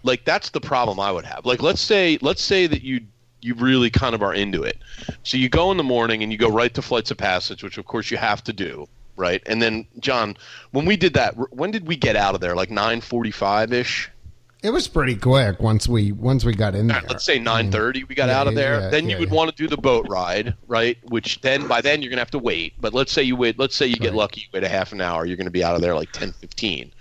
Like that's the problem I would have. Like let's say let's say that you you really kind of are into it. So you go in the morning and you go right to Flights of Passage, which of course you have to do, right? And then John, when we did that, when did we get out of there? Like 9:45 ish. It was pretty quick once we once we got in All there. right, let's say 9:30 we got Yeah, out of yeah, there yeah, then yeah, you would yeah. want to do the boat ride right which then by then you're going to have to wait but let's say you wait let's say you get lucky you wait a half an hour you're going to be out of there like 10:15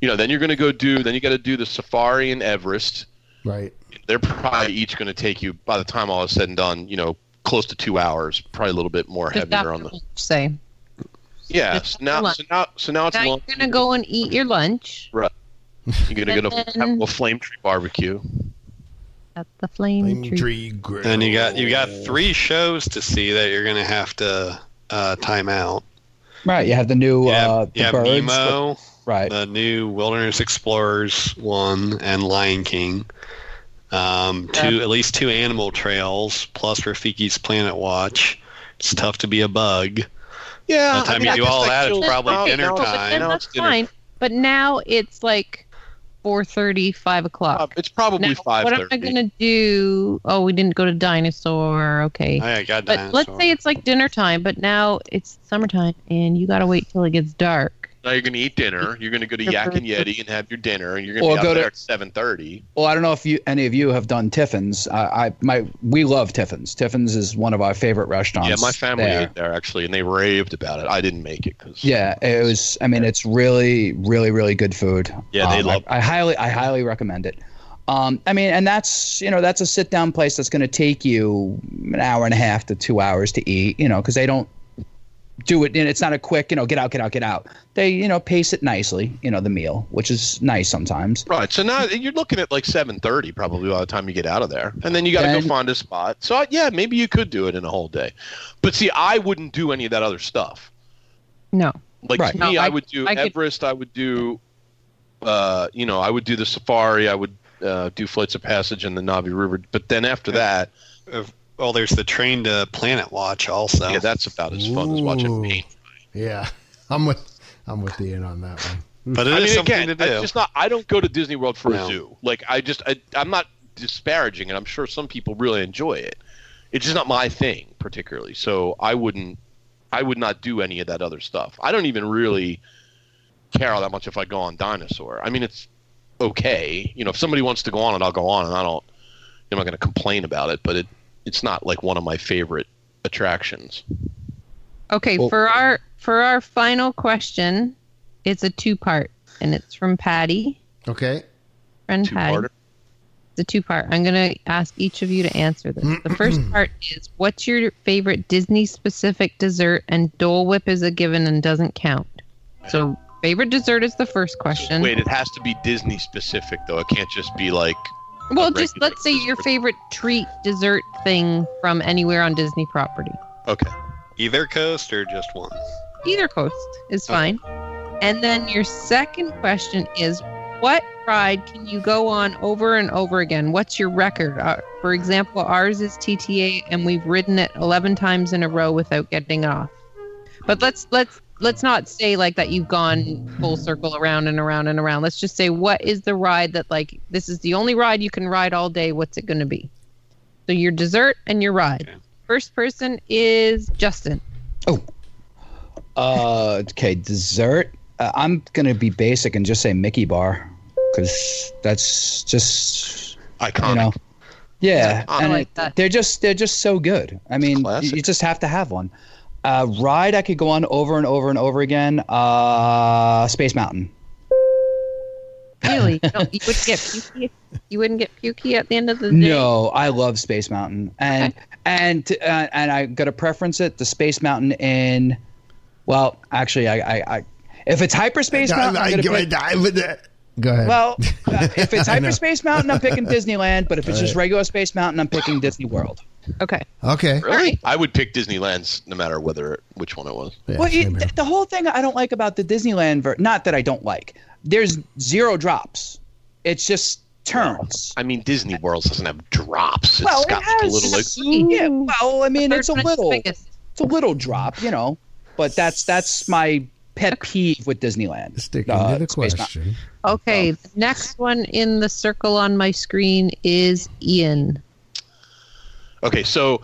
you know then you're going to go do then you got to do the safari in Everest right. they're probably each going to take you by the time all is said and done. You know, close to two hours, probably a little bit more Just heavier after on the. lunch, say. Yeah. So now, so now, so now it's Now long. you're gonna go and eat your lunch You're gonna go and to then- have a flame tree barbecue. at the Flame, Tree. grill. And you got you Oh. got three shows to see that you're gonna have to uh, time out. Right. You have the new yeah, uh, the yeah, birds. Nemo, right. the new Wilderness Explorers one, and Lion King. Um, two at least two animal trails plus Rafiki's Planet Watch. It's tough to be a bug. Yeah. By the time you do all that, it's probably dinner No, but then time. Now it's that's dinner. fine. But now it's like 4.30, 5 Uh, o'clock. it's probably Now, five what am I thirty. going to do? Oh, we didn't go to Dinosaur. Okay. I got but dinosaur. let's say it's like dinner time, but now it's summertime and you got to wait till it gets dark. Now you're gonna eat dinner. You're gonna go to Yak and Yeti and have your dinner, and you're gonna Or be out go to- there at seven thirty. Well, I don't know if you any of you have done Tiffin's. I, I my we love Tiffin's. Tiffin's is one of our favorite restaurants. Yeah, my family there. ate there actually, and they raved about it. I didn't make it because Yeah, it was. I mean, it's really, really, really good food. Yeah, they Um, love- I, I highly, I highly recommend it. Um, I mean, and that's you know that's a sit down place that's going to take you an hour and a half to two hours to eat. You know, because they don't do it. And it's not a quick you know get out, get out, get out. They you know pace it nicely. You know the meal, which is nice sometimes. Right. So now you're looking at like 7:30 probably by the time you get out of there, and then you got to go Then- find a spot. So I, yeah, maybe you could do it in a whole day, but see, I wouldn't do any of that other stuff. No. Like Right. to me, No, I, I- would do I could- Everest. I would do, uh, you know, I would do the safari. I would uh, do flights of passage in the Navi River. But then after that, Well, there's the train to Planet Watch also. yeah, that's about as fun as Ooh. watching paint. Yeah, I'm with I'm with Ian on that one. but it is I mean, something again, to it's do. just not. I don't go to Disney World for a No. zoo. Like I just, I, I'm not disparaging it. I'm sure some people really enjoy it. It's just not my thing particularly. So I wouldn't, I would not do any of that other stuff. I don't even really care all that much if I go on Dinosaur. I mean, it's okay. You know, if somebody wants to go on it, I'll go on, and I don't. I'm not going to complain about it, but it, it's not like one of my favorite attractions. Okay, Well- for our for our final question, it's a two part and it's from Patty. Okay. Friend Patty. Two-parter. the two part. I'm going to ask each of you to answer this. The first part is what's your favorite Disney specific dessert and Dole Whip is a given and doesn't count. So favorite dessert is the first question. Wait, it has to be Disney specific though. It can't just be like well, a just regular let's say your dessert. favorite treat dessert thing from anywhere on Disney property. okay. Either coast or just one. Either coast is fine. And then your second question is what ride can you go on over and over again? What's your record? Uh, for example, ours is TTA and we've ridden it 11 times in a row without getting off. But let's let's let's not say like that you've gone full circle around and around and around. Let's just say what is the ride that like this is the only ride you can ride all day. What's it going to be? So your dessert and your ride. Okay. First person is Justin. Uh, okay, dessert. Uh, I'm gonna be basic and just say Mickey Bar, because that's just Iconic. you know, yeah. I and like it- that. they're just they're just so good. I mean, Classic. you just have to have one. Uh, ride I could go on over and over and over again. Uh, Space Mountain. Really? No, you wouldn't get pukey. You wouldn't get pukey at the end of the day. No, I love Space Mountain, and and uh, and I gotta preference it. The Space Mountain in, well, actually, I I, I if it's hyperspace mountain, I'm gonna pick- Go ahead. Well, uh, if it's I know. hyperspace mountain, I'm picking Disneyland. But if it's just regular space mountain, I'm picking Disney World. Okay. okay. Really? Alright. I would pick Disneyland's no matter whether which one it was. Yeah, well, you, same here. th- the whole thing I don't like about the Disneyland, ver- not that I don't like, there's zero drops. It's just turns. I mean, Disney World doesn't have drops. It's Well, it got has. little like yeah. Well, I mean, Third it's a one is little, the biggest. it's a little drop, you know. But that's that's my pet peeve with Disneyland. Sticking Uh, to the Space Mountain. question. Oh. Okay. The next one in the circle on my screen is Ian. Okay, so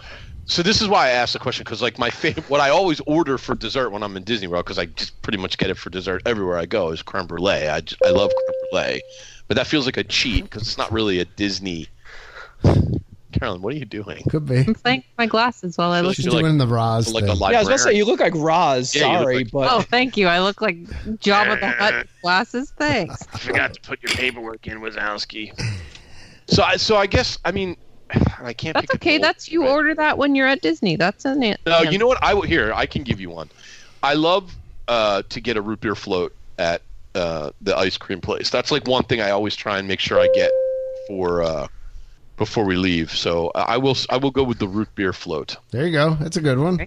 so this is why I asked the question because like my favorite, what I always order for dessert when I'm in Disney World because I just pretty much get it for dessert everywhere I go is creme brulee. I, j- I love creme brulee, but that feels like a cheat because it's not really a Disney. Carolyn, what are you doing? Could be. I'm playing with my glasses while I look. She's You're like- doing the Roz Like a thing. librarian. Yeah, I was about to say you look like Roz. Yeah, you look sorry, like- but Oh, thank you. I look like Jabba the Hutt with glasses. Thanks. Forgot to put your paperwork in, Wazowski. So I so I guess I mean I can't. That's pick a okay. goal, That's you right? order that when you're at Disney. That's an it. No, you know what? I will here. I can give you one. I love uh, to get a root beer float at uh, the ice cream place. That's like one thing I always try and make sure I get for uh, before we leave. So I I will. I will go with the root beer float There you go. That's a good one.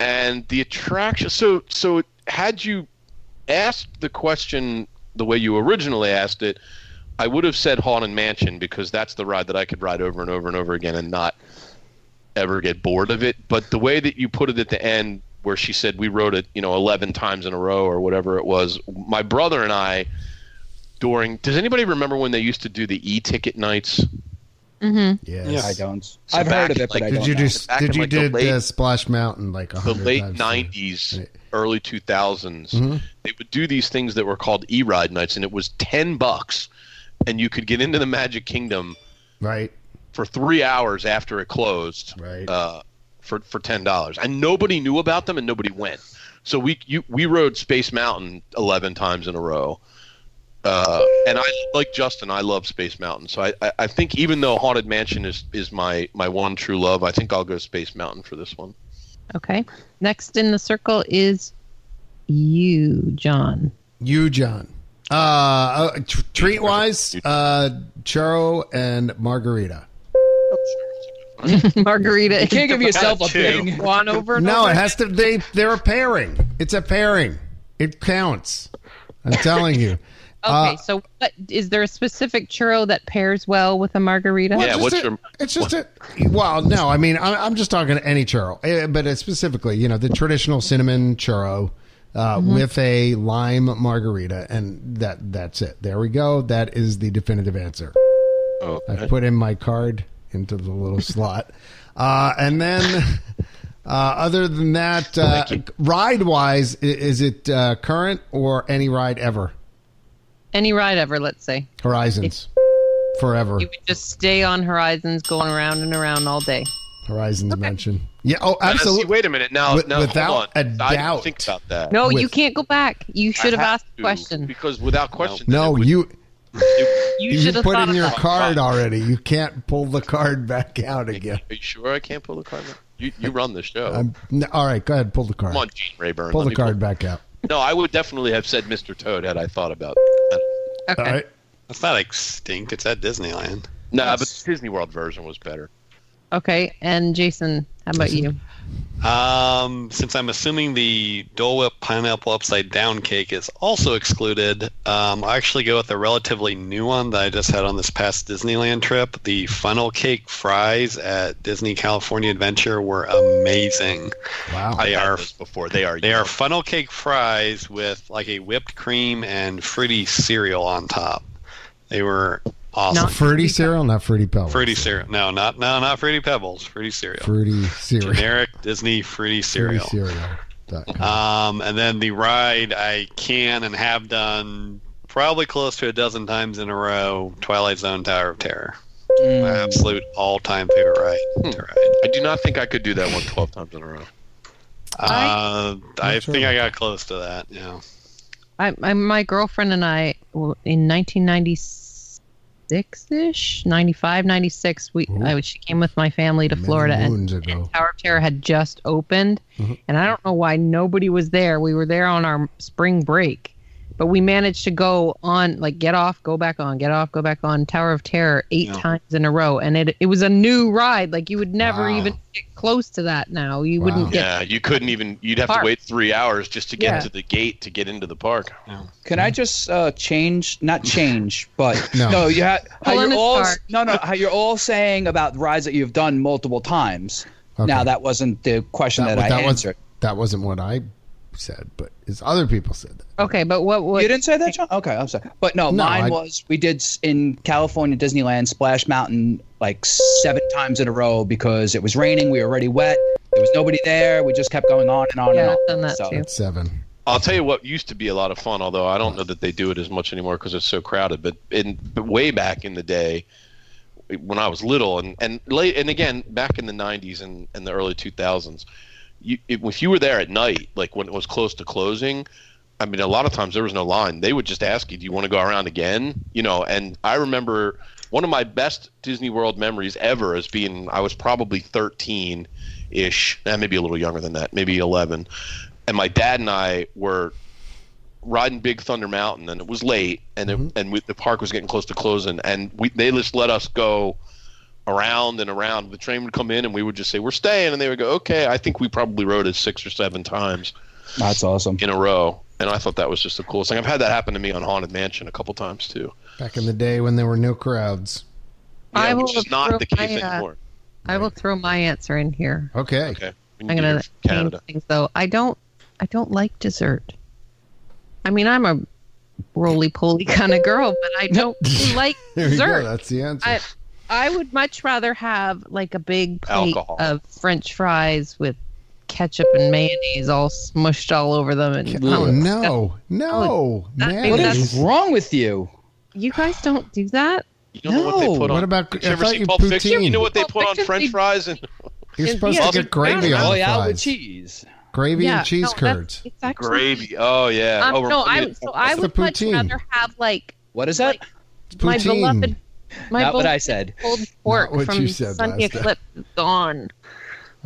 and the attraction. So so had you asked the question the way you originally asked it, I would have said Haunted Mansion because that's the ride that I could ride over and over and over again and not ever get bored of it. But the way that you put it at the end, where she said we rode it, you know, eleven times in a row or whatever it was, my brother and I during. Does anybody remember when they used to do the e-ticket nights? Mm-hmm. Yes. Yeah, I don't. So I've back heard of in, it, but like, I Did don't. you know. do? Back in, Did you like, the did late- uh, Splash Mountain like a the hundred late times? 90s Right. early 2000s Mhm. they would do these things that were called e-ride nights and it was 10 bucks and you could get into the magic kingdom Right. for three hours after it closed Right. uh, for, for $10 and nobody knew about them and nobody went so we you, we rode space mountain 11 times in a row uh, and I like Justin. I love Space Mountain, so I, I, I think even though Haunted Mansion is, is my, my one true love, I think I'll go Space Mountain for this one. Okay. Next in the circle is you, John. You, John. Uh, uh tr- treat wise, uh, churro and margarita. Margarita. You can't give yourself a Two. big one over. And No, over. it has to. They they're a pairing. It's a pairing. It counts. I'm telling you. Okay, Uh, so what, is there a specific churro that pairs well with a margarita? Yeah, It's what's just a- your- It's just a. Well, no, I mean, I, I'm just talking any churro, eh, but it's specifically, you know, the traditional cinnamon churro uh, with a lime margarita, and that that's it. There we go. That is the definitive answer. Oh, I put in my card into the little slot, uh, and then. Uh, other than that, uh, ride wise, is it uh, current or any ride ever? Any ride ever, let's say. Horizons, forever. You would just stay on Horizons, going around and around all day. Horizons mentioned. Yeah. Oh, Now, see, absolutely. wait a minute. Now, With- now without hold on. a I doubt. didn't think about that. No, With- you can't go back. You should have I asked to, the question. because without question, then it No, would- you it- You you, should have put thought in your about it. card already. You can't pull the card back out again. Are you sure I can't pull the card? back? You, you run the show. I'm, no, all right, go ahead, pull the card. Come on, Gene Rayburn. pull let the me card back out. No, I would definitely have said Mr. Toad had I thought about. It. Okay. All right. It's not extinct. It's at Disneyland. No, but the Disney World version was better. Okay. And Jason, how about you? Um, since I'm assuming the Dole Whip pineapple upside down cake is also excluded, um, I actually go with a relatively new one that I just had on this past Disneyland trip. The funnel cake fries at Disney California Adventure were amazing. Wow. They Had are those before they are. they are funnel cake fries with like a whipped cream and fruity cereal on top. They were awesome. Not- fruity cereal, not fruity pebbles. fruity cereal? No, not no, not fruity pebbles. Fruity cereal. Fruity cereal. Generic Disney fruity Fruity cereal. cereal. dot com. Uh, Um, and then the ride I can and have done probably close to a dozen times in a row. Twilight Zone Tower of Terror, my Mm. absolute all-time favorite ride. To ride. I do not think I could do that one 12 times in a row. Uh, I Not sure. think I got close to that. Yeah. I, I, my girlfriend and I, well, in 1996 ish, 95, 96, we, Ooh. I, she came with my family to Many Florida and moons ago. Tower of Terror had just opened, Mhm. and I don't know why nobody was there. We were there on our spring break, but we managed to go on, like, get off, go back on, get off, go back on Tower of Terror eight Yeah. times in a row, and it it was a new ride. Like you would never Wow. even get close to that now. You Wow. wouldn't get. Yeah, you couldn't even. You'd have Park. to wait three hours just to get Yeah. to the gate to get into the park. Can I just uh, change? Not change, but No. no. you have. How Pull in you're his all card. no no. How you're all saying about rides that you've done multiple times. Okay. Now that wasn't the question that, that, I that was, answered. that wasn't what I said, but it's other people said that. Okay, but what would You didn't say that, John? Okay, I'm sorry. But no, No, mine I- was we did s- in California Disneyland Splash Mountain like seven times in a row because it was raining. We were already wet. There was nobody there. We just kept going on and on and Yeah, on. I've done that So- too. Seven. I'll tell you what used to be a lot of fun, although I don't know that they do it as much anymore because it's so crowded. But in but way back in the day, when I was little, and and late, and again back in the '90s and, and the early 2000s, you, if if you were there at night, like when it was close to closing, I mean, a lot of times there was no line. They would just ask you, "Do you want to go around again?" You know, and I remember One of my best Disney World memories ever is being I was probably 13 ish, eh, maybe a little younger than that, maybe 11. And my dad and I were riding Big Thunder Mountain, and it was late, and it, Mm-hmm. and we, the park was getting close to closing, and we they just let us go around and around. The train would come in, and we would just say we're staying, and they would go, okay. I think we probably rode it six or seven times That's awesome. in a row, and I thought that was just the coolest thing. I've had that happen to me on Haunted Mansion a couple times too. Back in the day when there were no crowds. Yeah, I which will is not the throw case my, uh, anymore. I will throw my answer in here. Okay. Okay, we I'm do gonna it from change things though. I don't I don't like dessert. I mean I'm a roly poly kind of girl, but I don't like There you go. dessert. That's the answer. I I would much rather have like a big plate Alcohol. of French fries with ketchup and mayonnaise all smushed all over them and oh, Oh, no. No. That- Man. What That's- is wrong with you? You guys don't do that? You don't know what No, they put on. what about- Did I you ever thought see you Pulp Fiction? poutine. You know what they Pulp put on Fiction, French they- fries and You're supposed yeah, to it's get gravy brown. on the Royale with fries. cheese. Gravy yeah, and cheese no, that's- curds. It's actually, gravy. Oh yeah. Um, oh, we're no, putting I it- so I the would much poutine? rather have like What is that? Like, my Poutine. beloved my Not what beloved I said. pulled pork what from you said Sunny last time. Eclipse is gone.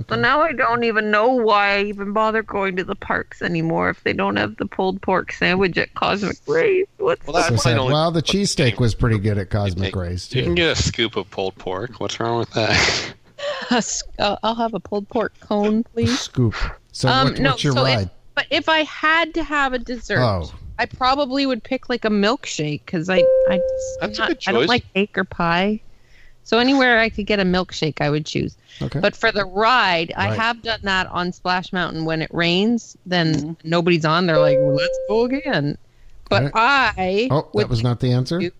So now I don't even know why I even bother going to the parks anymore if they don't have the pulled pork sandwich at Cosmic Rays. What's Well, that's So why sad. I don't- Well, the cheesesteak was pretty good at Cosmic Take- Rays. You too. can get a scoop of pulled pork. What's wrong with that? that? Uh, I'll have a pulled pork cone, please. Scoop. So Um, what, no, what's your so it- ride? But if I had to have a dessert, Oh, I probably would pick like a milkshake because I I just, I'm That's a not, good I don't choice. like cake or pie. So anywhere I could get a milkshake, I would choose. okay. But for the ride, I Right. have done that on Splash Mountain. When it rains, then Mm-hmm. nobody's on. They're like, well, "Let's go again." But Right. I oh, would that was not the answer. you-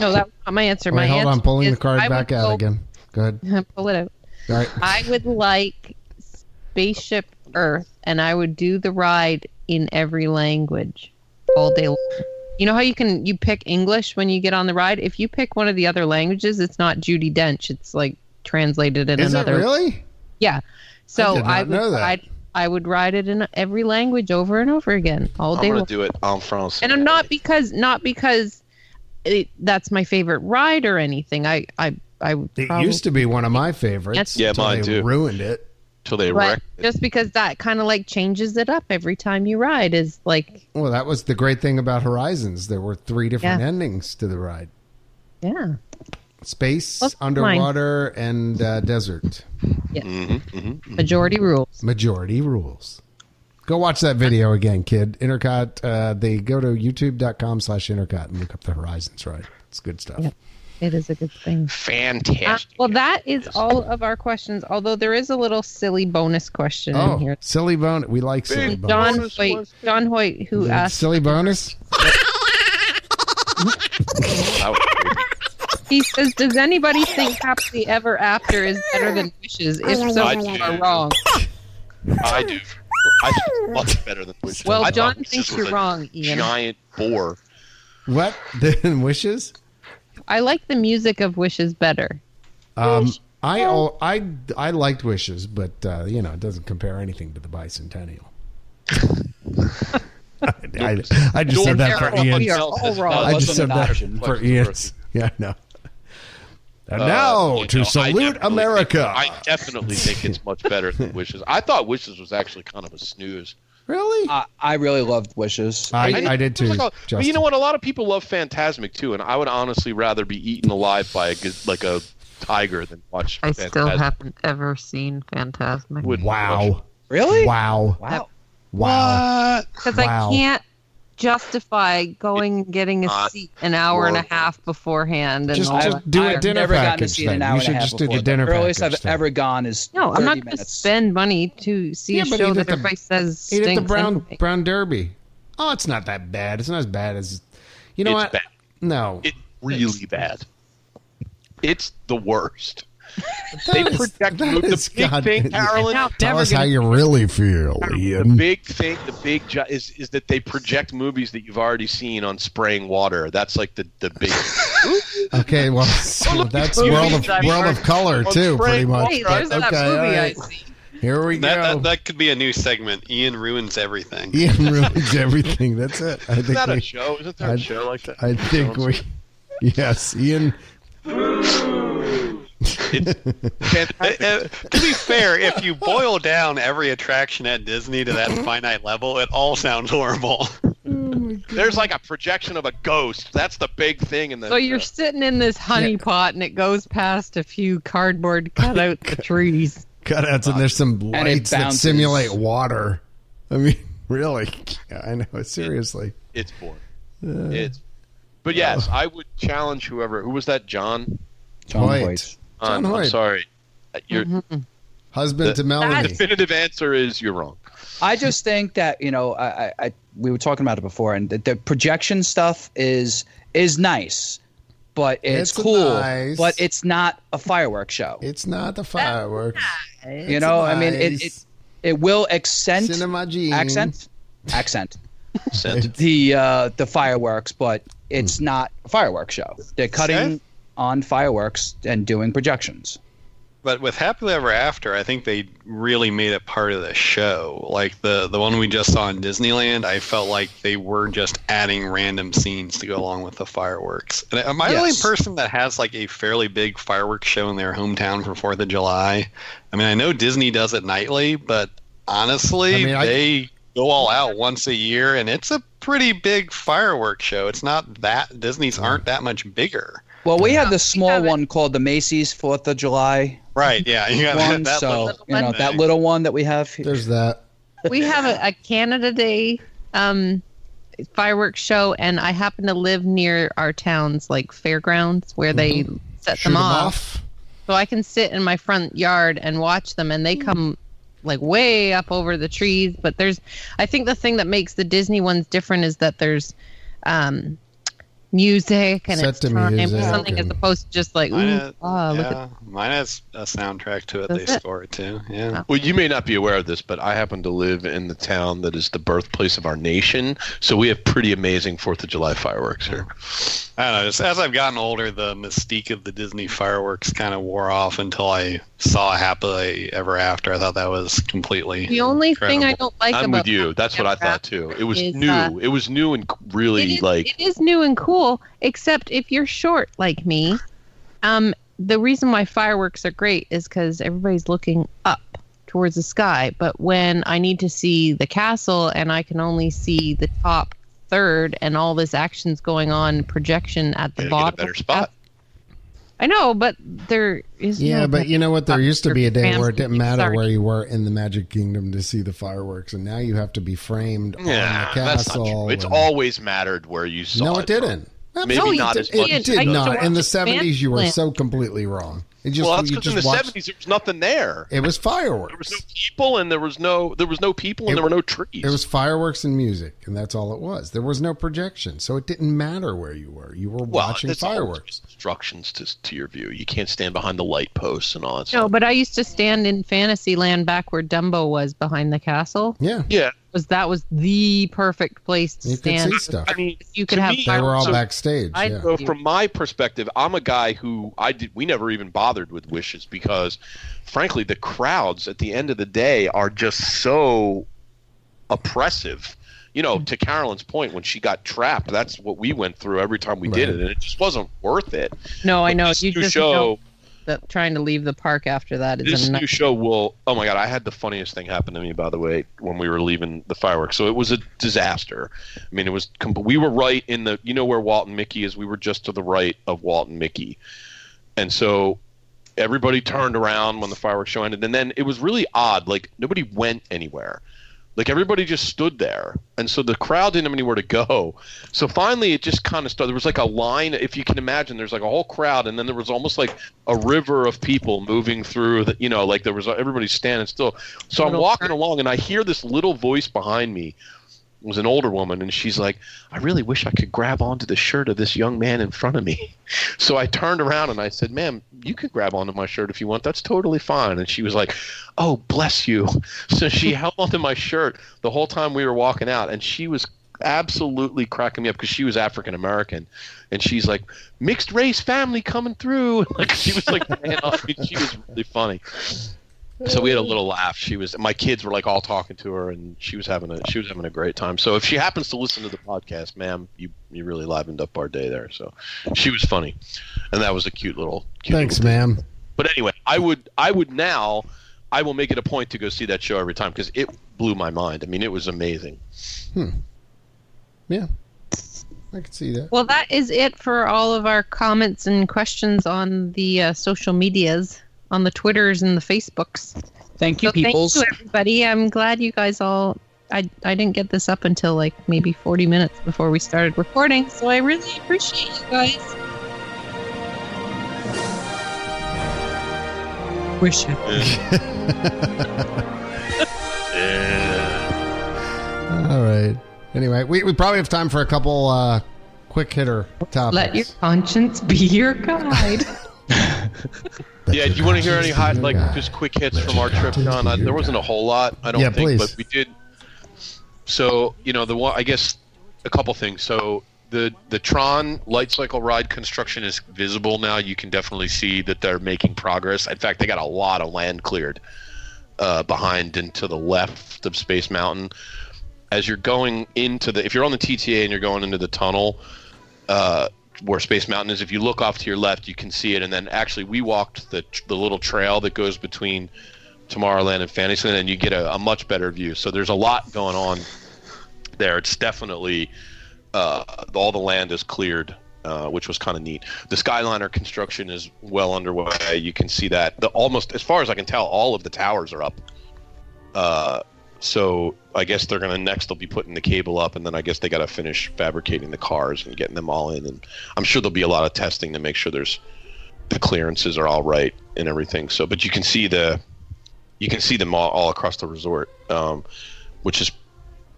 no, that was not my answer. my Wait, hold answer on. Pulling is the card I would back out go- again. Go ahead. Pull it out. All right. I would like Spaceship Earth, and I would do the ride in every language all day. long. You know how you can you pick English when you get on the ride. If you pick one of the other languages, it's not Judy Dench. It's like translated in Is it another. really? I So did not I, would know that. ride. I would ride it in every language over and over again all I'm day gonna long. do it en France. And I'm not because not because it, that's my favorite ride or anything. I I I would It probably- used to be one of my favorites. Yes. Yeah, till mine they too. Ruined it. till they but wreck. it. just because that kind of like changes it up every time you ride is like Well, that was the great thing about Horizons. There were three different Yeah. endings to the ride: yeah space, Well, mine. underwater, and uh, desert. Mhm, mhm. majority rules. Majority rules. Go watch that video again, kid. Intercot. Uh, they go to youtube.com slash intercot and look up the Horizons ride. It's good stuff. Yep. It is a good thing. Uh, Fantastic. well, that is all of our questions. Although there is a little silly bonus question Oh, in here. silly bone. We like silly Big bonus. John bonus Hoyt, question. John Hoyt, who asked silly bonus. That was creepy. He says, "Does anybody think happily ever after is better than wishes? If so, I you do. are wrong." I do. I think it's much better than wishes. Well, I John thought wishes thinks was you're a wrong, Ian. Giant bore. What? Then wishes. I like the music of wishes better. Um, I oh, I I liked wishes, but uh, you know it doesn't compare anything to the bicentennial. I, I, I just said that for Careful, we Ian. are all wrong. I just said Wasn't an that option. for Ian. Yeah, I know. And now Uh, you to know, I salute definitely America. Think, I definitely think it's much better than wishes. I thought wishes was actually kind of a snooze. really? I, I really loved wishes. I- mean, did there's too, like a- but you Justin. know what? A lot of people love Phantasmic too, and I would honestly rather be eaten alive by a gaz- like a tiger than watch. Phantasmic. haven't ever seen Fantasmic Wouldn't watch- wow! really? Wow! Wow. Wow! because Wow. I can't justify going and getting a not seat an hour and a half beforehand. And Just, all just that. do a I've dinner never gotten to package see then. an you hour and a should half just do before. the dinner the earliest package. I've then. ever gone is no, 30 I'm not going to minutes. spend money to see Yeah, a but show eat that at the- everybody says Eat stinks. at the brown anyway. brown derby. Oh, it's not that bad. It's not as bad as you know It's what? bad. No, It's really bad. It's the worst. That They is- project that the is big God- thing, Carolyn. Now, Tell never us gonna- how you really feel, The Ian. big thing, the big jo- is is that they project movies that you've already seen on spraying water. That's like the the big. Okay, well, so that's movies world of I've world of already- color on too, pretty Frank much. Hey, but there's that okay, all movie right. I see. Here we That, go. that, that could be a new segment. Ian ruins everything. Ian ruins everything. That's it. I Isn't think that a we. show? Isn't there I- a show like that? I think we. Yes, Ian Uh, uh, to be fair, if you boil down every attraction at Disney to that finite level, it all sounds horrible. There's like a projection of a ghost. That's the big thing in the. So you're sitting in this honey pot, and it goes past a few cardboard cutout the trees. Cutouts and there's some it lights that bounces. simulate water. I mean, really? Yeah, I know. Seriously. It's boring. Uh, it's. But yes, I would challenge whoever. Who was that? John. John Hoyt. Hoyt. John I'm Hoyt. Mm-hmm. sorry. Uh, Your Husband to Melanie. definitive answer is you're wrong. I just think that you know, I, I, I we were talking about it before, and the, the projection stuff is is nice, but it's, It's cool, nice. but it's not a fireworks show. It's not the fireworks. you know, I mean, it, it nice. it will accent Cinema jeans. accent accent Sent. the uh, the fireworks, but it's not a fireworks show. They're cutting Seth? on fireworks and doing projections. But with Happily Ever After, I think they really made it part of the show. Like the the one we just saw in Disneyland, I felt like they were just adding random scenes to go along with the fireworks. And am I the only Yes. person that has like a fairly big fireworks show in their hometown for Fourth of July? I mean, I know Disney does it nightly, but honestly, I mean, I- they go all out once a year, and it's a pretty big fireworks show. It's not that Disney's aren't that much bigger. Well, we had the small haven't. one called the Macy's Fourth of July Right, yeah, you got one, that, that so little- you know thing. that little one that we have. here. There's that. we have a, a Canada Day um, fireworks show, and I happen to live near our town's like fairgrounds where they set Mm-hmm. Shoot them 'em off. off. So I can sit in my front yard and watch them, and they come like way up over the trees. But there's, I think the thing that makes the Disney ones different is that there's um, music and Set it's to time music something as and- opposed to just like, ooh, Mine has, ah, look at yeah, mine has a soundtrack to it. Does they it? Oh. score it too. Yeah. Well, you may not be aware of this, but I happen to live in the town that is the birthplace of our nation, so we have pretty amazing Fourth of July fireworks here. I don't know. Just as I've gotten older, the mystique of the Disney fireworks kind of wore off until I saw Happily Ever After. I thought that was completely. The only thing I incredible. don't like I'm about with you. That's what I thought too. It was is, new. uh, it was new and c- really it is, like it is new and cool except if you're short like me um the reason why fireworks are great is because everybody's looking up towards the sky but when i need to see the castle and i can only see the top third and all this action's going on projection at Gotta the get a bottom better spot. i know but there is Yeah, no but you know what? There used to be a day where it didn't matter Sorry. where you were in the Magic Kingdom to see the fireworks, and now you have to be framed yeah. on the Oh, That's castle. not true. It's and- always mattered where you saw. No, it, it from. didn't. Maybe Absolutely not it as did- much It as did it does. not. In the Watch seventies, you were so Fantasyland. completely wrong. It just well, that's you because in just the watched- '70s there was nothing there. It was fireworks. There was no people, and there was no there was no people, and It- there were no trees. It was fireworks and music, and that's all it was. There was no projection, so it didn't matter where you were. You were Well, watching that's all fireworks. just Instructions to to your view. You can't stand behind the light posts and all that. no stuff. but i used to stand in Fantasyland back where dumbo was behind the castle Yeah, Yeah, was that was the perfect place to you could stand see stuff. I mean, you could to have me- They were all so- backstage. I- yeah. So from my perspective, I'm a guy who I did we never even bothered with wishes because frankly the crowds at the end of the day are just so oppressive. You Mm. know, to Carolyn's point, when she got trapped, that's what we went through every time we did Right. it, and it just wasn't worth it. No, I know. This You new just show, know that trying to leave the park after that is this a new show will. Oh my god, I had the funniest thing happen to me by the way when we were leaving the fireworks. So it was a disaster. I mean, it was. Com- we were right in the. You know where Walt and Mickey is. We were just to the right of Walt and Mickey, and so everybody turned around when the fireworks show ended. And then it was really odd. Like nobody went anywhere. Like everybody just stood there, and so the crowd didn't have anywhere to go. So finally, it just kind of started. There was like a line, if you can imagine. There's like a whole crowd, and then there was almost like a river of people moving through. The, you know, like there was everybody standing still. So I'm Little walking turn. along, and I hear this little voice behind me. It was an older woman, and she's like, "I really wish I could grab onto the shirt of this young man in front of me." So I turned around and I said, "Ma'am, you can grab onto my shirt if you want. That's totally fine." And she was like, "Oh, bless you." So she held onto my shirt the whole time we were walking out, and she was absolutely cracking me up because she was African American, and she's like, "Mixed race family coming through." Like she was like, ran off me. she was really funny. So we had a little laugh. She was my kids were like all talking to her, and she was having a she was having a great time. So if she happens to listen to the podcast, ma'am, you you really livened up our day there. So she was funny, and that was a cute little. Cute Thanks, little- ma'am. But anyway, I would I would now I will make it a point to go see that show every time because it blew my mind. I mean, it was amazing. Yeah. I could see that. Well, that is it for all of our comments and questions on the uh, social medias, on the Twitters and the Facebooks. Thank you, So peoples. Thank you, everybody. I'm glad you guys all. I, I didn't get this up until like maybe 40 minutes before we started recording, so I really appreciate you guys. Wish it. All right. Anyway, we, we probably have time for a couple uh, quick hitter topics. Let your conscience be your guide. Yeah, do you want to hear any hot, like Yeah. just quick hits from our trip, John? I, there wasn't a whole lot, I don't Yeah, think, please. but we did. So you know the one, I guess, a couple things. So the the Tron light cycle ride construction is visible now. You can definitely see that they're making progress. In fact, they got a lot of land cleared uh, behind and to the left of Space Mountain. As you're going into the, if you're on the TTA and you're going into the tunnel, uh, where Space Mountain is. If you look off to your left, you can see it. And then actually, we walked the the little trail that goes between Tomorrowland and Fantasyland, and you get a, a much better view. So there's a lot going on there. It's definitely uh, all the land is cleared. Uh, which was kind of neat. The Skyliner construction is well underway. You can see that the almost, as far as I can tell, all of the towers are up. Uh, so I guess they're gonna next. They'll be putting the cable up, and then I guess they gotta finish fabricating the cars and getting them all in. And I'm sure there'll be a lot of testing to make sure there's the clearances are all right and everything. So, but you can see the you can see them all, all across the resort, um, which is,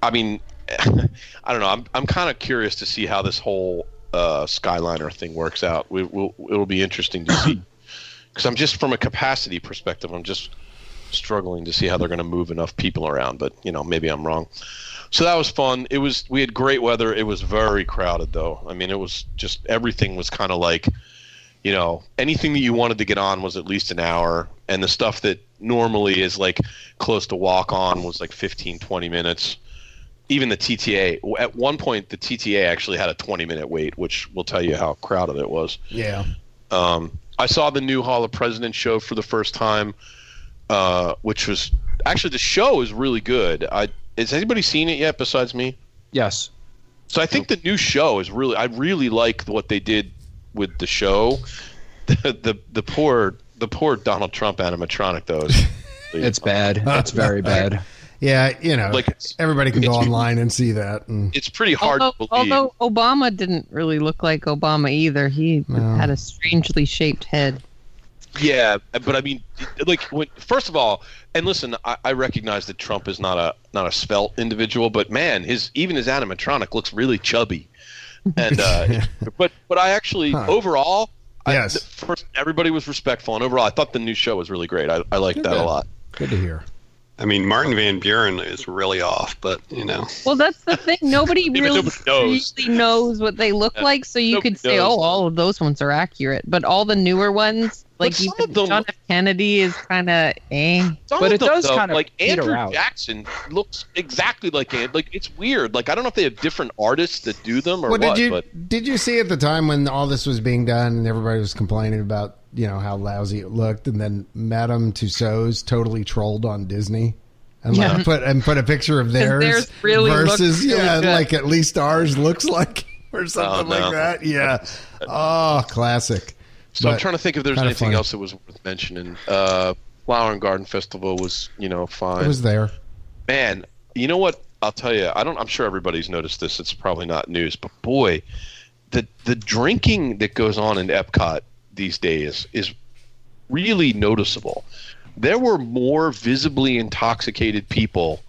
I mean, I don't know. I'm I'm kind of curious to see how this whole uh, Skyliner thing works out. We, we'll, it'll be interesting to see because I'm just from a capacity perspective, I'm just struggling to see how they're going to move enough people around. But you know, maybe I'm wrong. So that was fun. It was we had great weather. It was very crowded though. I mean, it was just everything was kind of like, you know, anything that you wanted to get on was at least an hour, and the stuff that normally is like close to walk on was like 15, 20 minutes. Even the TTA. At one point, the TTA actually had a 20 minute wait, which will tell you how crowded it was. Yeah. Um, I saw the new Hall of Presidents show for the first time, uh, which was actually the show is really good. I, has anybody seen it yet besides me? Yes. So I think the new show is really. I really like what they did with the show. The the, the poor the poor Donald Trump animatronic though. is- It's bad. It's very bad. Yeah, you know, Like, it's- everybody can go it's- online and see that. And It's pretty hard although, to believe. although Obama didn't really look like Obama either. He No. had a strangely shaped head. Yeah, but I mean, like, when, first of all, and listen, I, I recognize that Trump is not a not a svelte individual, but man, his even his animatronic looks really chubby, and uh, but but I actually Huh. overall, Yes. I, the first everybody was respectful, and overall, I thought the new show was really great. I, I liked that a lot. good to hear. I mean, Martin Van Buren is really off, but you know, Well, that's the thing. Nobody but really, nobody knows. really knows what they look Yeah. like, so you Nobody could say, knows. "Oh, all of those ones are accurate," but all the newer ones, like some even of them- John F. Kennedy, is kind of eh. Some But of it them, does though, kind of like peter Andrew out. Jackson looks exactly like An- like it's weird. Like I don't know if they have different artists that do them or What what, did you but did you see at the time when all this was being done and everybody was complaining about you know how lousy it looked, and then Madame Tussauds totally trolled on Disney. And like Yeah. put and put a picture of theirs, theirs really looks versus really yeah, good. like at least ours looks like or something Oh, like no. that. Yeah. Oh, classic. So I'm But- trying to think if there's kinda anything funny. else that was worth mentioning. Uh, Flower and Garden Festival was, you know, It fine. was there. Man, you know what? I'll tell you. I don't. I'm sure everybody's noticed this. It's probably not news, but boy, the the drinking that goes on in Epcot these days is really noticeable. There were more visibly intoxicated people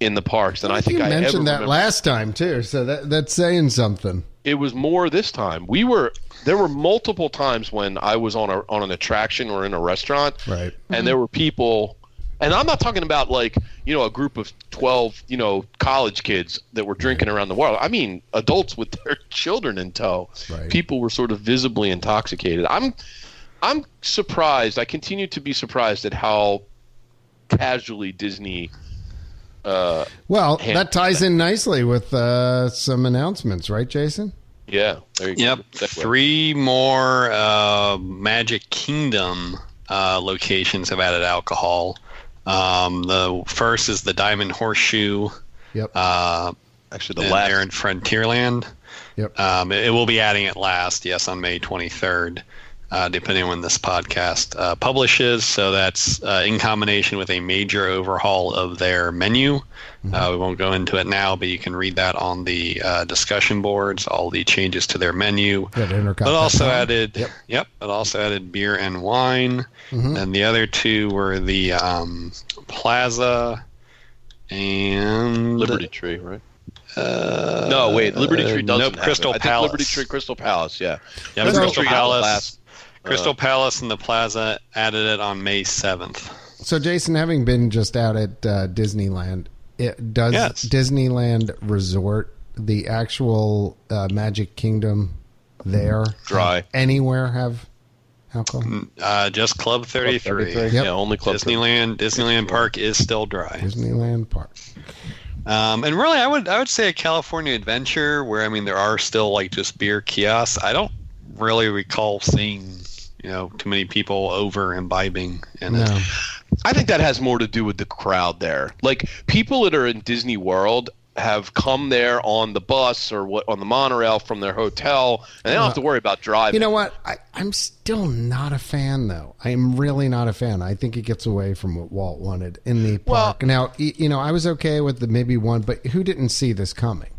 in the parks than I think you I ever mentioned that remember. last time too, so that that's saying something. it was more this time. We were there were multiple times when I was on a on an attraction or in a restaurant, Right. And there were people, and I'm not talking about like you know a group of twelve you know college kids that were drinking around the world. I mean adults with their children in tow. Right. People were sort of visibly intoxicated. I'm I'm surprised. I continue to be surprised at how casually Disney. Uh, Well, Yeah. that ties in nicely with uh, some announcements, right, Jason? yeah, there you Yep. go. That way. Three more uh, Magic Kingdom uh, locations have added alcohol. Um, the first is the Diamond Horseshoe Yep. uh, Actually, the the last. there in Frontierland. Yep. Um, it, it will be adding it last, yes, on May 23rd, uh, depending on when this podcast uh, publishes. So that's uh, in combination with a major overhaul of their menu. Uh, we won't go into it now, but you can read that on the uh, discussion boards, all the changes to their menu. At Intercom. It also added, yep. it also added beer and wine. Mm-hmm. Mm. And the other two were the um, Plaza and Liberty Tree, right? Uh, No, wait. Liberty Tree doesn't. Nope, have it. Crystal I think Palace. Liberty Tree, Crystal Palace. Yeah. Yeah, Crystal Crystal Palace. Palace. Uh, Crystal Palace and the Plaza added it on May 7th. So, Jason, having been just out at uh, Disneyland, it does Yes. Disneyland Resort, the actual uh, Magic Kingdom there, Dry. Mm. anywhere have alcohol? Uh, just Club 33. Yep. Yeah, only club. Disneyland Disneyland Park is still dry. Disneyland Park. Um, and really I would I would say a California Adventure where I mean there are still like just beer kiosks. I don't really recall seeing you know too many people over imbibing in it. No. I think that has more to do with the crowd there. Like people that are in Disney World have come there on the bus or what on the monorail from their hotel, and they don't have to worry about driving. You know what? I, I'm still not a fan, though. I am really not a fan. I think it gets away from what Walt wanted in the park. now, y- you know, I was okay with the maybe one, but who didn't see this coming?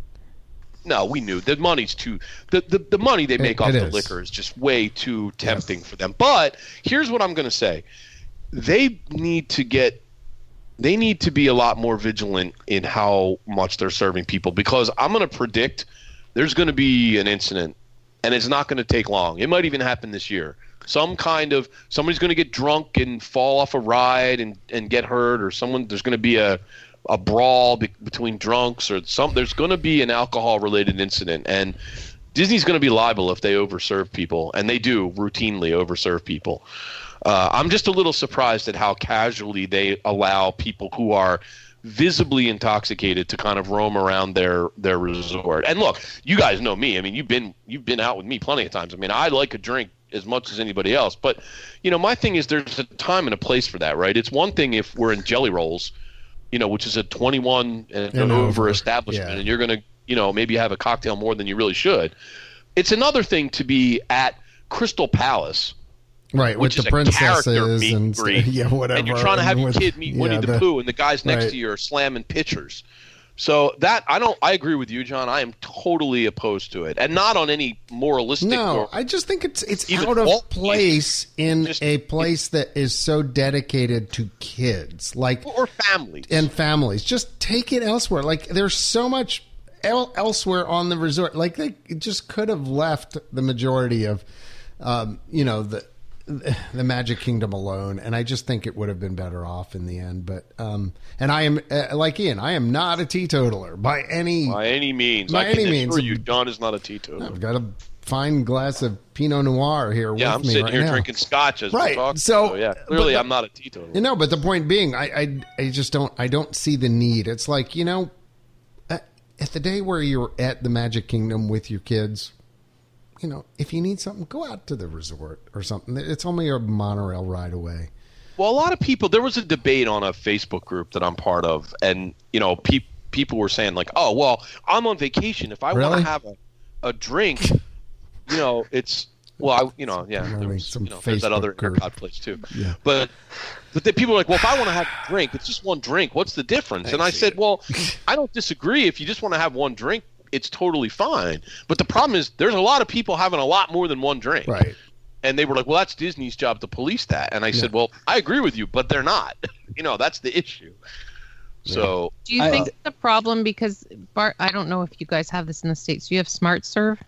no, we knew the money's too. The the, the money they make It- off it the is. liquor is just way too tempting for them. But here's what I'm going to say: they need to get. They need to be a lot more vigilant in how much they're serving people because I'm going to predict there's going to be an incident and it's not going to take long. It might even happen this year. Some kind of somebody's going to get drunk and fall off a ride and, and get hurt, or someone there's going to be a a brawl be, between drunks, or some there's going to be an alcohol related incident, and Disney's going to be liable if they overserve people, and they do routinely overserve people. Uh, I'm just a little surprised at how casually they allow people who are visibly intoxicated to kind of roam around their their resort. And look, you guys know me. I mean, you've been you've been out with me plenty of times. I mean, I like a drink as much as anybody else, but you know, my thing is there's a time and a place for that, right? It's one thing if we're in Jelly Rolls, you know, which is a 21 and, And over, over establishment, yeah. and you're going to, you know, maybe have a cocktail more than you really should. It's another thing to be at Crystal Palace Right, Which with is the a character princesses meet and and st- greet, yeah, whatever. and you're trying to have and your with- kid meet yeah, Winnie the, the- Pooh, and the guys next right. to you are slamming pitchers. So that I don't, I agree with you, John. I am totally opposed to it, and not on any moralistic. No, or, I just think it's it's Even out of Walt Disney place in just- a place that is so dedicated to kids, like or families. and families. Just take it elsewhere. Like there's so much el- elsewhere on the resort. Like they just could have left the majority of, um, you know the the Magic Kingdom alone, and I just think it would have been better off in the end. But um, and I am uh, like Ian, I am not a teetotaler by any. by any means, By I can any assure means. you, John is not a teetotaler. I've got a fine glass of Pinot Noir here Yeah, I'm with me sitting right here now. drinking scotch as Right, we talk. so- yeah, but clearly the- I'm not a teetotaler. You know, but the point being, I, I, I just don't, I don't see the need. It's like you know, at, at the day where you're at the Magic Kingdom with your kids, you know, if you need something, go out to the resort or something. It's only a monorail ride away. Well, a lot of people. There was a debate on a Facebook group that I'm part of, and you know, pe- people were saying like, "Oh, well, I'm on vacation. If I want Really? to have a, a drink, you know, it's well, I, you know, yeah, Yeah, I there mean, was, some you know, there's that Facebook other group. AirPod place too. But but the people were like, "Well, if I want to have a drink, it's just one drink. What's the difference?" And I said, "Well, I don't disagree. If you just want to have one drink." It's totally fine, but the problem is there's a lot of people having a lot more than one drink Right. and they were like, "Well, that's Disney's job to police that." And I said, "Well, I agree with you, but they're not. you know, that's the issue." So Do you I- think it's a problem because bar? I don't know if you guys have this in the states. Do you have smart serve?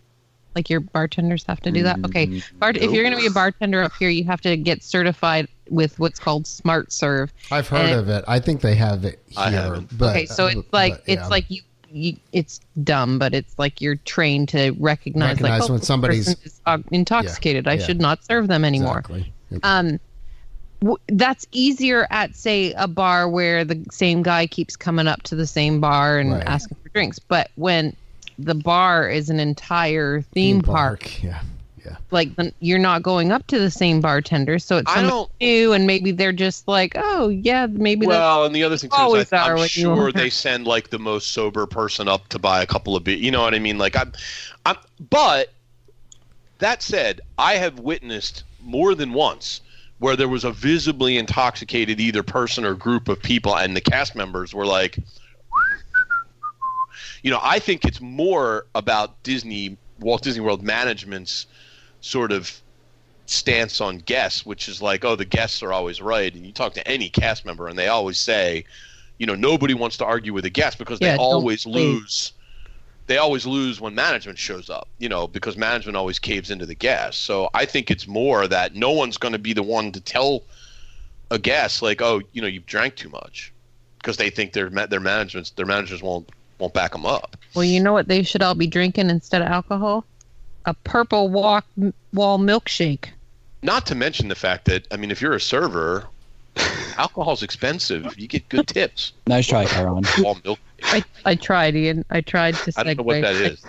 Like your bartenders have to do Mm, that. Okay, Bart, if you're going to be a bartender up here, you have to get certified with what's called smart serve. I've heard And- of it. I think they have it I here. haven't. But, okay, so it's but, like yeah, it's like you, you. It's dumb, but it's like you're trained to recognize, Recognize like oh, when this somebody's- person is uh, intoxicated. I yeah. Uh, should not serve them anymore. Exactly. Um, w- that's easier at say a bar where the same guy keeps coming up to the same bar and Right. asking for drinks but when the bar is an entire theme, park, Yeah. Yeah. like then you're not going up to the same bartender so it's I something don't- new and maybe they're just like oh yeah maybe that's Well, and the other thing too Always is I, are I'm what you sure are. they send like the most sober person up to buy a couple of beers. You know what I mean? Like I'm, I'm. But that said, I have witnessed more than once where there was a visibly intoxicated either person or group of people, and the cast members were like, you know, I think it's more about Disney, Walt Disney World management's sort of stance on guests, which is like, oh, the guests are always right. And you talk to any cast member, and they always say, you know, nobody wants to argue with a guest because Yeah, they don't always leave. lose. They always lose when management shows up, you know, because management always caves into the guest. So I think it's more that no one's going to be the one to tell a guest like, oh, you know, you've drank too much, because they think their ma- their managements their managers won't won't back them up. well you know what they should all be drinking instead of alcohol a purple walk wall milkshake Not to mention the fact that I mean, if you're a server, alcohol's expensive. You get good tips. Nice try, Chiron. Wall milk. I, I tried, Ian. I tried to. I don't know what segue. that is.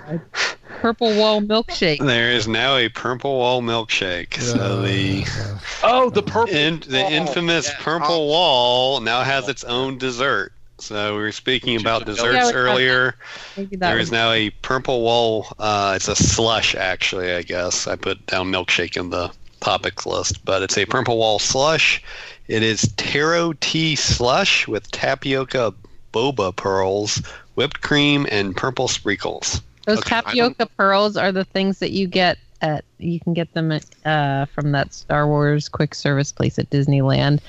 Purple wall milkshake. There is now a purple wall milkshake. So the Uh, Oh, the purple. in, the infamous yeah. Oh. purple wall now has its own dessert. So we were speaking about Yeah, desserts we- earlier. Maybe that There was is now a purple wall. Uh, it's a slush, actually. I guess I put down milkshake in the topics list, but it's a purple wall slush. It is taro tea slush with tapioca boba pearls, whipped cream, and purple sprinkles. those okay, I don't- tapioca pearls are the things that you get at. You can get them at, uh, from that Star Wars quick service place at Disneyland.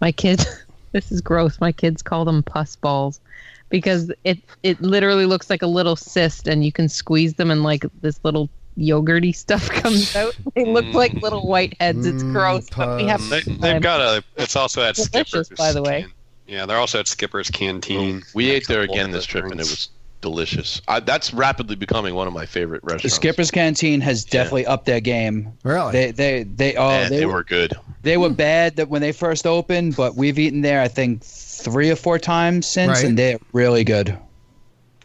My kids, this is gross. My kids call them pus balls because it it literally looks like a little cyst, and you can squeeze them, and like this little yogurty stuff comes out. They look like little white heads. It's Mm, gross, but we have pus. Mm. They, Um, they've got a. It's also at delicious, Skipper's. by the way. Can- yeah, they're also at Skipper's Canteen. We ate Next there couple again of this trip, and it drinks. was Oh. delicious. I, that's rapidly becoming one of my favorite The restaurants. Skipper's Canteen has definitely upped their game. really? They, they, they, oh, Man, they, they were, were good. they were bad that when they first opened, but we've eaten there, I think, three or four times since, Right. and they're really good.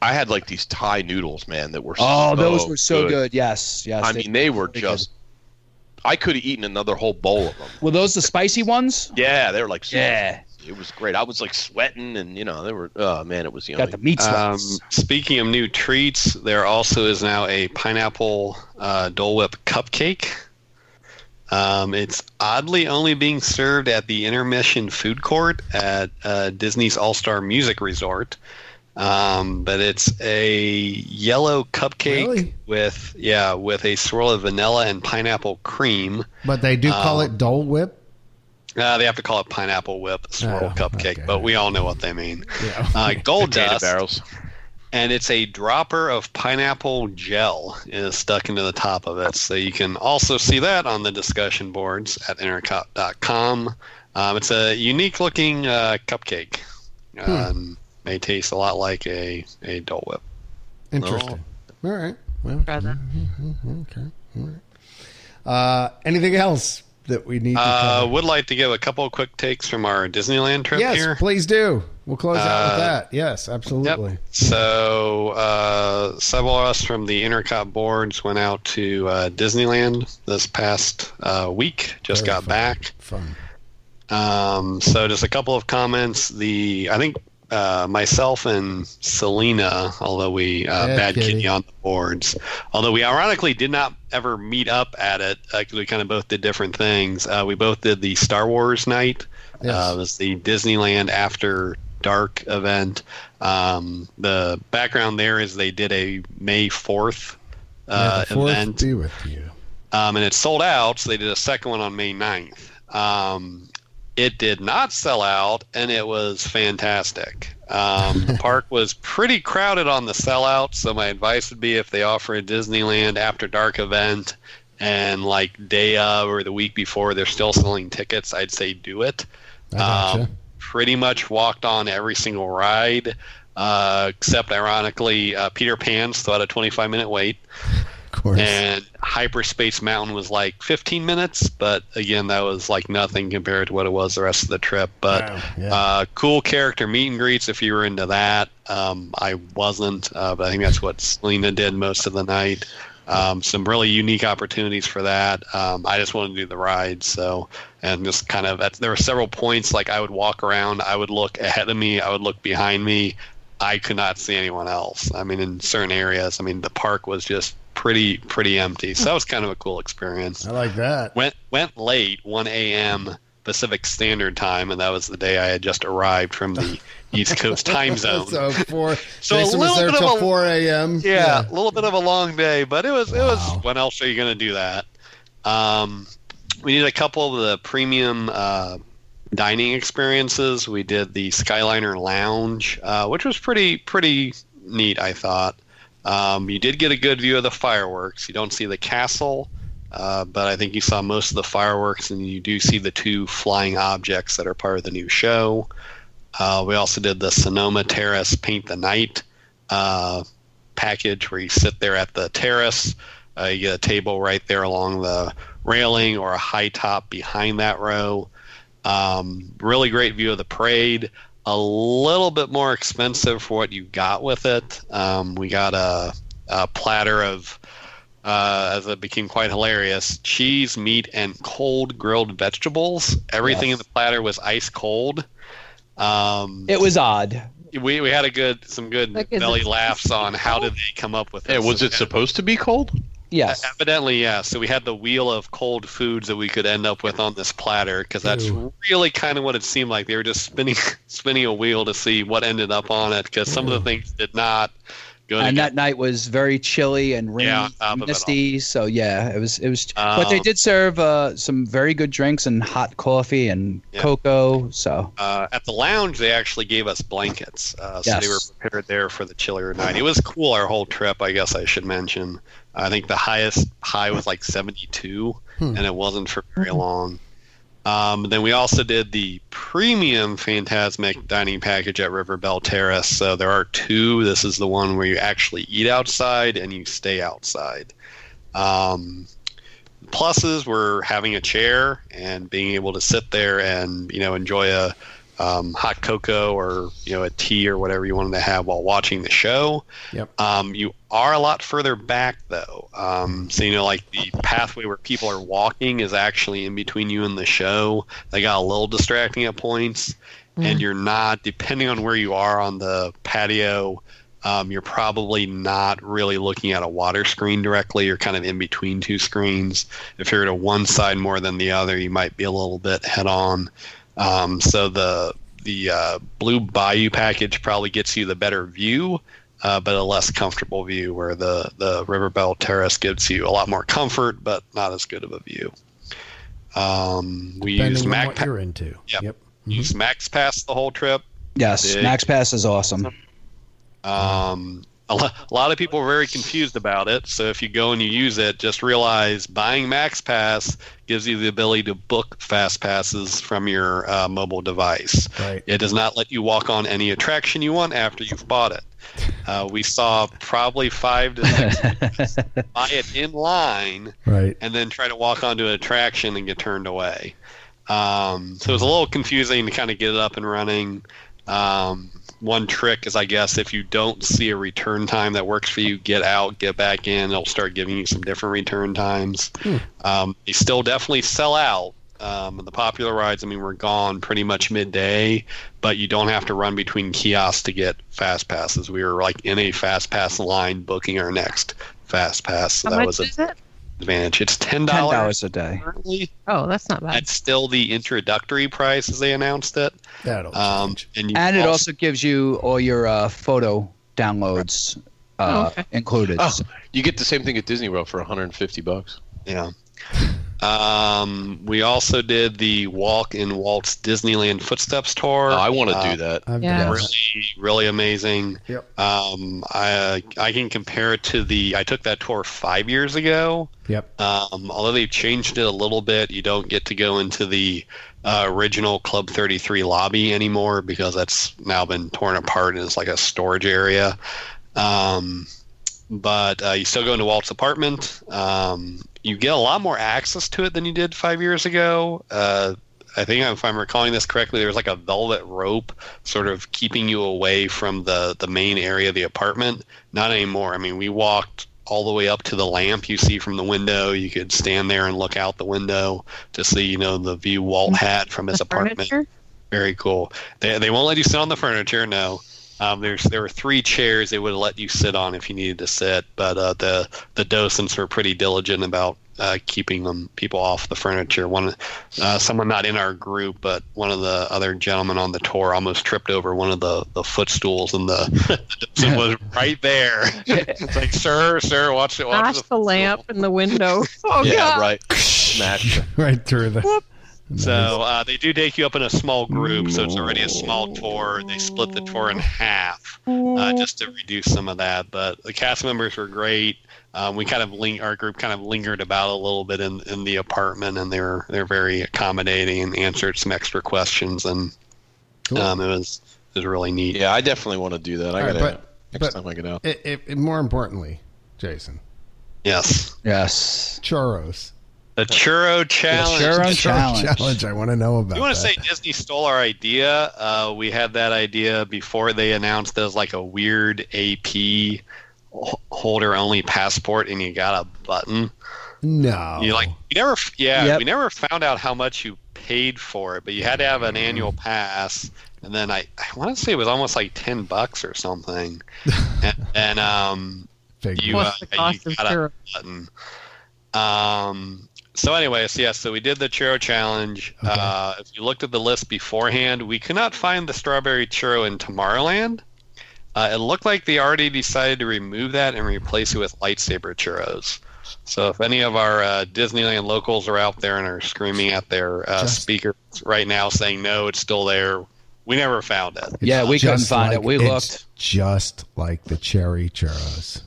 I had like these Thai noodles, man, that were so Oh, those were so good. Yes, yes. I mean, they were just. I could have eaten another whole bowl of them. were those the spicy ones? Yeah, they were like. super- Yeah. it was great. I was like sweating, and you know, they were. Oh man, it was yummy. Got the meat Um, slices. speaking of new treats, there also is now a pineapple uh, Dole Whip cupcake. Um, it's oddly only being served at the intermission food court at uh, Disney's All Star Music Resort. Um, but it's a yellow cupcake Really? with yeah with a swirl of vanilla and pineapple cream. but they do call uh, it Dole Whip. Uh, they have to call it pineapple whip swirl Oh, cupcake, okay. but we all know what they mean. Yeah. Uh, gold Potato dust. barrels. and it's a dropper of pineapple gel is stuck into the top of it. So you can also see that on the discussion boards at intercop.com. Um, it's a unique looking uh, cupcake. Hmm. Um, may taste a lot like a, a Dole Whip. Interesting. All right. Well, rather. mm, okay. All right. Uh, anything else that we need to Uh, cover? would like to give a couple of quick takes from our Disneyland trip Yes, here. please do. We'll close out with Uh, that. Yes, absolutely. Yep. So uh, several of us from the Intercop boards went out to uh, Disneyland this past uh, week. Just Very got fun. back. Fun. Um, so just a couple of comments. The I think uh, myself and Selena, although we uh, Yeah, bad Kitty. kitty. on the boards, although we ironically did not ever meet up at it because we kind of both did different things. Uh, we both did the Star Wars night. Yes. Uh, it was the Disneyland After Dark event. Um, the background there is they did a May Fourth May uh, the fourth event be with you. um, and it sold out. So they did a second one on May 9th. Um, it did not sell out, and it was fantastic. Um, the park was pretty crowded on the sellout, so my advice would be if they offer a Disneyland After Dark event and like day of or the week before they're still selling tickets, I'd say do it I gotcha. um, pretty much walked on every single ride, uh, except ironically, uh, Peter Pan still had a 25 minute wait. Of course. and hyperspace mountain was like 15 minutes but again that was like nothing compared to what it was the rest of the trip but Wow, yeah. uh, cool character meet and greets if you were into that um, i wasn't uh, but i think that's what selena did most of the night um, some really unique opportunities for that um, i just wanted to do the ride so and just kind of at, there were several points like i would walk around i would look ahead of me i would look behind me I could not see anyone else. I mean, in certain areas, I mean, the park was just pretty pretty empty. So that was kind of a cool experience. I like that. Went went late, 1 a.m. Pacific Standard Time, and that was the day I had just arrived from the East Coast time zone. So four. So a Jason was little there bit of till a- four Mm, a.m. yeah, a little bit of a long day, but it was it Wow. was when else are you going to do that? Um, we did a couple of the premium uh, dining experiences. We did the Skyliner Lounge, uh, which was pretty pretty neat, I thought. Um, you did get a good view of the fireworks. You don't see the castle, uh, but I think you saw most of the fireworks, and you do see the two flying objects that are part of the new show. Uh, we also did the Sonoma Terrace Paint the Night uh, package where you sit there at the terrace. Uh, you get a table right there along the railing or a high top behind that row. Um, really great view of the parade. A little bit more expensive for what you got with it. Um, we got a, a platter of, uh, as it became quite hilarious, cheese, meat, and cold grilled vegetables. Everything in the platter was ice cold. Um, It was odd. we, we had a good some good Like, is belly it- laughs on how did they come up with Yeah, this. was it Yeah. supposed to be cold? Yes. Evidently, yeah. So we had the wheel of cold foods that we could end up with on this platter because that's Ew. really kind of what it seemed like. They were just spinning spinning a wheel to see what ended up on it because some of the things did not go. and together. that night was very chilly and rainy, Yeah, on top and of it all. misty. So yeah, it was it was. but they did serve uh, some very good drinks and hot coffee and Yeah. cocoa. So uh, at the lounge, they actually gave us blankets, uh, so they were Yes. prepared there for the chillier night. It was cool our whole trip. I guess I should mention. I think the highest high was like 72, Hmm. and it wasn't for very long. Um, then we also did the premium Phantasmic dining package at Riverbell Terrace. So there are two. This is the one where you actually eat outside and you stay outside. Um, pluses were having a chair and being able to sit there and you know enjoy a um, hot cocoa or you know a tea or whatever you wanted to have while watching the show. Yep. Um, you are a lot further back though, um, so you know like the pathway where people are walking is actually in between you and the show. They got a little distracting at points, and you're not depending on where you are on the patio. Um, you're probably not really looking at a water screen directly. You're kind of in between two screens. If you're to one side more than the other, you might be a little bit head on. Um, so the the uh, blue bayou package probably gets you the better view, uh, but a less comfortable view. Where the the Riverbell Terrace gives you a lot more comfort, but not as good of a view. Um, we Depending used on Mac what you're Mm-hmm. into. Yep. used Max Pass the whole trip. yes, Big. Max Pass is awesome. Um, a, lo- a lot of people are very confused about it. So if you go and you use it, just realize buying Max Pass gives you the ability to book fast passes from your uh, mobile device. Right. It does not let you walk on any attraction you want after you've bought it. Uh, we saw probably five to six people buy it in line Right. and then try to walk onto an attraction and get turned away. Um, so it was a little confusing to kind of get it up and running. Um, one trick is, I guess, if you don't see a return time that works for you, get out, get back in. It'll start giving you some different return times. Um, they still definitely sell out. Um, the popular rides, I mean, we're gone pretty much midday, but you don't have to run between kiosks to get fast passes. We were like in a fast pass line booking our next fast pass. So How that much was a is it? advantage. It's ten Ten dollars dollars a day. currently. Oh, that's not bad. That's still the introductory price as they announced it. That'll. Um, and, you And it also gives you all your uh, photo downloads uh, Oh, okay. included. Oh, you get the same thing at Disney World for 150 bucks. yeah. Um, we also did the Walk in Walt's Disneyland Footsteps tour. Oh, I want to Uh, do that. I've Yeah. done really, really amazing. Yep. Um, I I can compare it to the I took that tour five years ago. that. Yep. Um, although they've changed it a little bit, you don't get to go into the uh, original Club 33 lobby anymore because that's now been torn apart and it's like a storage area. Um, but uh, you still go into Walt's apartment. Um, you get a lot more access to it than you did five years ago. Uh, I think if I'm recalling this correctly, there was like a velvet rope sort of keeping you away from the, the main area of the apartment. Not anymore. I mean, we walked all the way up to the lamp you see from the window. You could stand there and look out the window to see, you know, the view Walt had from his The apartment. furniture? Very cool. They, they won't let you sit on the furniture. No. Um, there's there were three chairs they would have let you sit on if you needed to sit, but uh, the the docents were pretty diligent about uh, keeping them people off the furniture. One uh, someone not in our group, but one of the other gentlemen on the tour almost tripped over one of the, the footstools, and the, the docent was right there. it's like, sir, sir, watch it, watch Smash the lamp in the window. Oh yeah, god. right. Smash. right through the. So uh, they do take you up in a small group, so it's already a small tour. They split the tour in half uh, Mm. just to reduce some of that. But the cast members were great. Um, we kind of ling- our group kind of lingered about a little bit in, in the apartment, and they were they're very accommodating and answered some extra questions, and Cool. um, it was it was really neat. Yeah, I definitely want to do that. I All right, gotta but- next but- time I get out. It, it, it- more importantly, Jason, Yes, Yes. churros. the churro challenge. churro Churro challenge. challenge. I want to know about. you want that. to say Disney stole our idea? Uh, we had that idea before they announced it as like a weird AP holder only passport, and you got a button. no? You like you never, f- yeah, Yep. we never found out how much you paid for it, but you had to have an annual pass, and then I, I want to say it was almost like ten bucks or something, and, and um, Fig- you, uh, What's the you cost of gotta- syrup? button. Um, so, anyways, yes, so we did the churro challenge. Uh, if you looked at the list beforehand, we could not find the strawberry churro in Tomorrowland. Uh, it looked like they already decided to remove that and replace it with lightsaber churros. So, if any of our uh, Disneyland locals are out there and are screaming at their uh, Just- speakers right now saying, no, it's still there, we never found it. Yeah, we couldn't just find like- it. We it's looked. just like the cherry churros.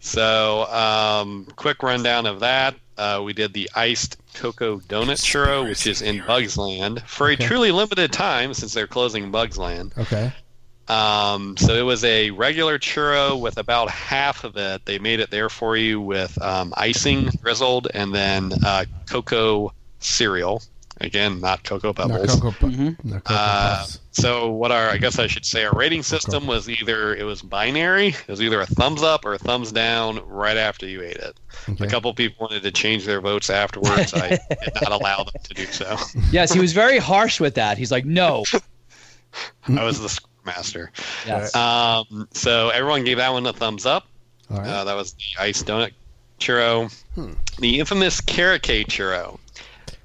So, um, quick rundown of that. Uh, we did the iced cocoa donut churro, which is in Bugs Land for a truly limited time since they're closing Bugs Land. Okay. Um, so it was a regular churro with about half of it. They made it there for you with um, icing drizzled and then uh, cocoa cereal. Again, not cocoa Not bubbles. Cocoa, Pu- Mhm. not Cocoa Uh, Puffs. so what our I guess I should say our rating system was either it was binary, it was either a thumbs up or a thumbs down right after you ate it. Okay. A couple people wanted to change their votes afterwards. I did not allow them to do so. Yes, he was very harsh with that. He's like, no. I was the score master. Yes. Um, so everyone gave that one a thumbs up. All right. Hmm. Uh, that was the ice donut churro, the infamous carrot cake churro.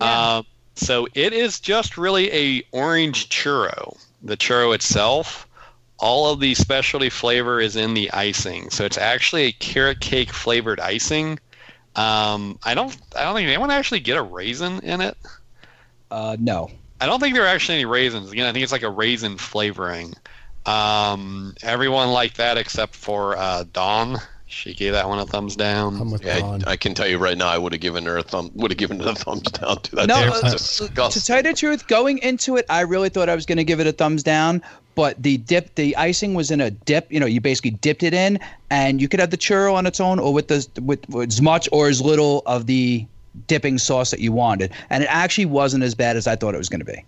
Um, so it is just really a orange churro. The churro itself, all of the specialty flavor is in the icing. So it's actually a carrot cake flavored icing. Um, I don't, I don't think anyone actually get a raisin in it. Uh, no. I don't think there are actually any raisins. Again, I think it's like a raisin flavoring. Um, everyone liked that except for uh, Dawn. She gave that one a thumbs down. I'm with Yeah, Ron. I, I can tell you right now, I would have given her a thumb. Would have given it a thumbs down to that. No, That was uh, To disgusting. tell you the truth, going into it, I really thought I was going to give it a thumbs down. But the dip, the icing was in a dip. You know, you basically dipped it in, and you could have the churro on its own, or with the with, with as much or as little of the dipping sauce that you wanted. And it actually wasn't as bad as I thought it was going to be.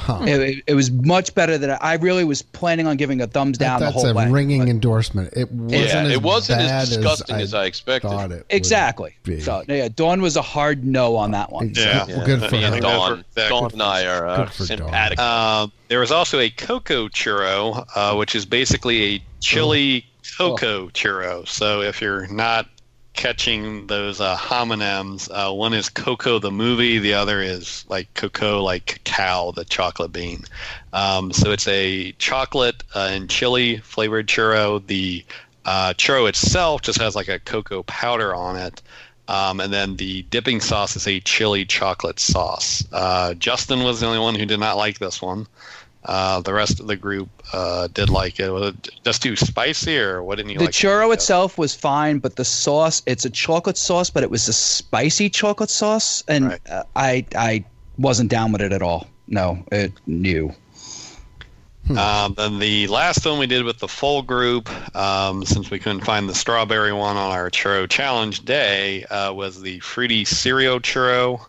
Huh. It, it, it was much better than I, I really was planning on giving a thumbs down the That's whole a way. ringing endorsement. It wasn't Yeah, as it wasn't bad as disgusting as I, expected. thought it. would exactly. be. So yeah, Dawn was a hard no on that one. Yeah. Well, good for yeah, her. Dawn, Good Dawn and I are uh, Good for Dawn. sympathetic. Um, there was also a cocoa churro, uh, which is basically a chili cocoa churro. So if you're not catching those uh, homonyms, uh, one is Coco the movie, the other is like Coco, like cacao, the chocolate bean. Um, so it's a chocolate uh, and chili flavored churro. The uh, churro itself just has like a cocoa powder on it. Um, and then the dipping sauce is a chili chocolate sauce. Uh, Justin was the only one who did not like this one. Uh, the rest of the group uh, did like it. Was it just too spicy, or what didn't you The like? churro Yeah. itself was fine, but the sauce, it's a chocolate sauce, but it was a spicy chocolate sauce. And Right. uh, I I wasn't down with it at all. No, it knew. Um, then the last one we did with the full group, um, since we couldn't find the strawberry one on our churro challenge day, uh, was the fruity cereal churro.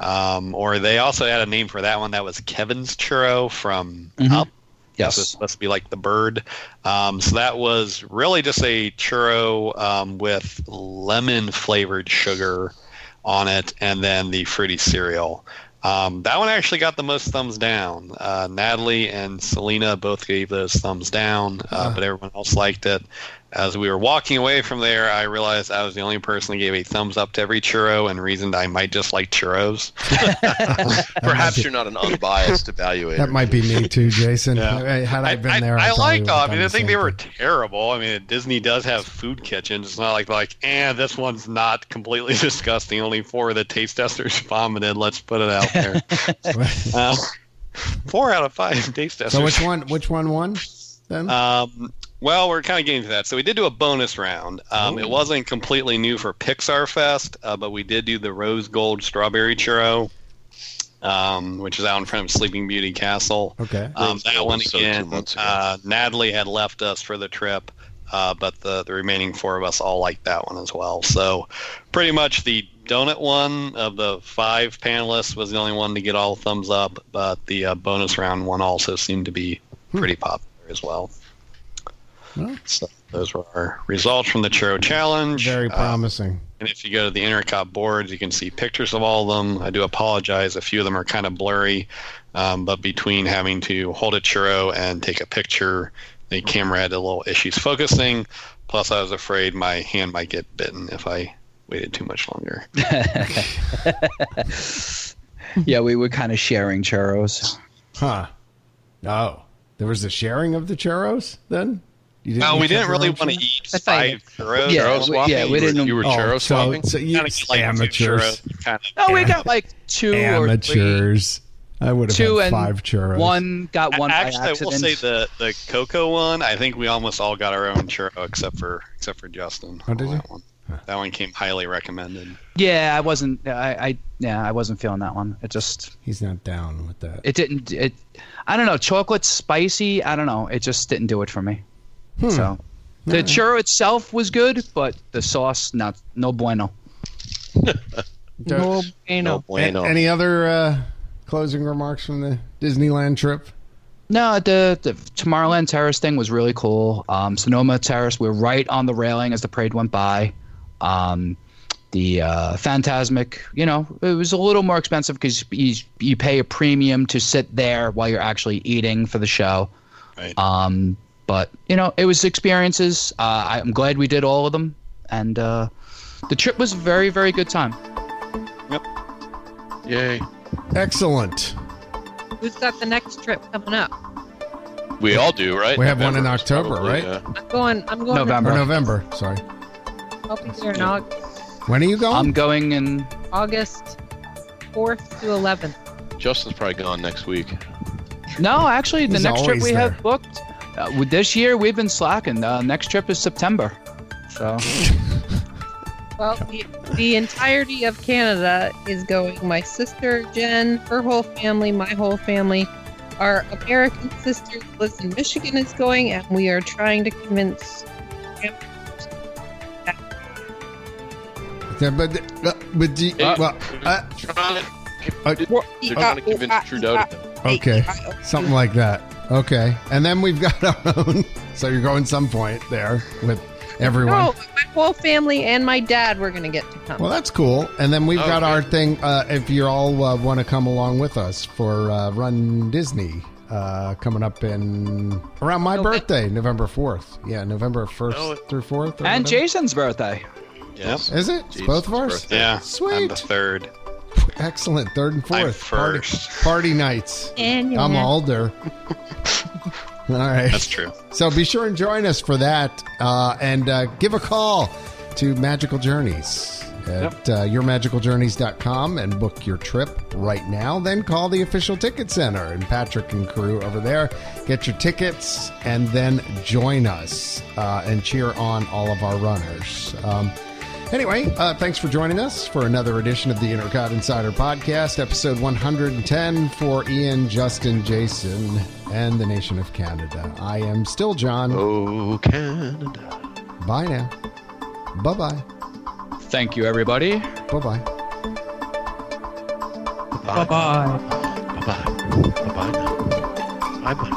Um, or they also had a name for that one. That was Kevin's churro from Mhm. Up. So it's Yes. supposed to be like the bird. Um, so that was really just a churro um, with lemon flavored sugar on it, and then the fruity cereal. Um, that one actually got the most thumbs down. Uh, Natalie and Selena both gave those thumbs down, uh, but everyone else liked it. As we were walking away from there, I realized I was the only person who gave a thumbs up to every churro and reasoned I might just like churros. Perhaps you're not an unbiased evaluator. That might be me too, Jason. Yeah. Had I been there, I, I, probably liked would've them. I done mean, I the think same they were thing. terrible. I mean, Disney does have food kitchens. It's not like like, and this one's not completely disgusting. Only four of the taste testers vomited. Let's put it out there. Uh, four out of five taste testers. so which one? Which one won? Then Um, well, we're kind of getting to that. So we did do a bonus round. Um, it wasn't completely new for Pixar Fest, uh, but we did do the rose gold strawberry churro, um, which is out in front of Sleeping Beauty Castle. okay. Um, that Greensdale one was so two again. months ago. uh, Natalie had left us for the trip, uh, but the, the remaining four of us all liked that one as well. So, pretty much the donut one of the five panelists was the only one to get all thumbs up, but the uh, bonus round one also seemed to be pretty popular as well. Hmm. So, those were our results from the Churro Challenge. Very Uh, promising. and if you go to the Intercop boards, you can see pictures of all of them. I do apologize. A few of them are kind of blurry, um, but between having to hold a churro and take a picture, the camera had a little issues focusing. Plus, I was afraid my hand might get bitten if I waited too much longer. Yeah, we were kind of sharing churros. Huh? No. There was the sharing of the churros. Then you each No, we have didn't your really own want to churro? eat That's fine. five churros. Yeah, churro we- swapping? yeah, we You were- didn't- You were Oh, churro so- swapping? So, you Kind of like amateurs. Two churros, kind of. No, we got like two or three. amateurs. I would have Two had and five churros. One got one Actually, by I will accident. say the the cocoa one. I think we almost all got our own churro except for except for Justin. Oh, did on you? That one. That one came highly recommended. yeah, I wasn't. I, I yeah, I wasn't feeling that one. It just He's not down with that. it didn't. It I don't know. Chocolate's spicy. I don't know. It just didn't do it for me. So the churro itself was good, but the sauce not no bueno. No bueno. No bueno. A- Any other uh, closing remarks from the Disneyland trip? No, the, the Tomorrowland Terrace thing was really cool. Um, Sonoma Terrace, we were right on the railing as the parade went by. Um, the uh, Phantasmic, you know, it was a little more expensive because you, you pay a premium to sit there while you're actually eating for the show. Right. Um, but you know, it was experiences. Uh, I'm glad we did all of them, and uh, the trip was a very, very good time. Yay. Excellent. Who's got the next trip coming up? We all do, right? We have one in November's October, probably, uh, right? yeah. I'm going. I'm going. November. Or November, sorry. I'll be there in August, When are you going? I'm going in August 4th to 11th. Justin's probably gone next week. No, actually, the He's next trip always we there. have booked. Uh, with this year, we've been slacking. Uh, next trip is September. So Well, the, the entirety of Canada is going. My sister Jen, her whole family, my whole family. Our American sister who lives in Michigan is going, and we are trying to convince. Yeah, but uh, but do you- Uh, well, uh, Trying to- Uh, They're trying to convince Trudeau to come. okay, something like that. Okay, and then we've got our own. So you're going some point there with everyone. No, my whole family and my dad were going to get to come. Well, that's cool. And then we've got Okay. our thing. Uh, if you all uh, want to come along with us for uh, Run Disney. Uh, coming up in around my November. birthday, November fourth. Yeah, November first No. through fourth. and Jason's birthday. Yes. is it? It's Jason's both of ours. birthday. Yeah. I'm Sweet. the third. Excellent. Third and I'm fourth. Party- first. Party nights. and I'm older. All right. That's true. So be sure and join us for that uh, and uh, give a call to Magical Journeys at uh, yourmagicaljourneys.com and book your trip right now. Then call the official ticket center and Patrick and crew over there. Get your tickets and then join us uh, and cheer on all of our runners. Um, Anyway, uh, thanks for joining us for another edition of the Intercot Insider Podcast, episode 110 for Ian, Justin, Jason, and the nation of Canada. I am still John. Oh, Canada. Bye now. Bye bye. Thank you, everybody. Bye bye. Bye bye. Bye bye. Bye bye now. Bye bye.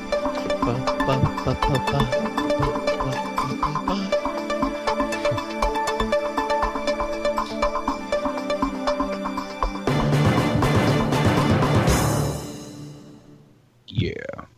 Bye bye. Yeah.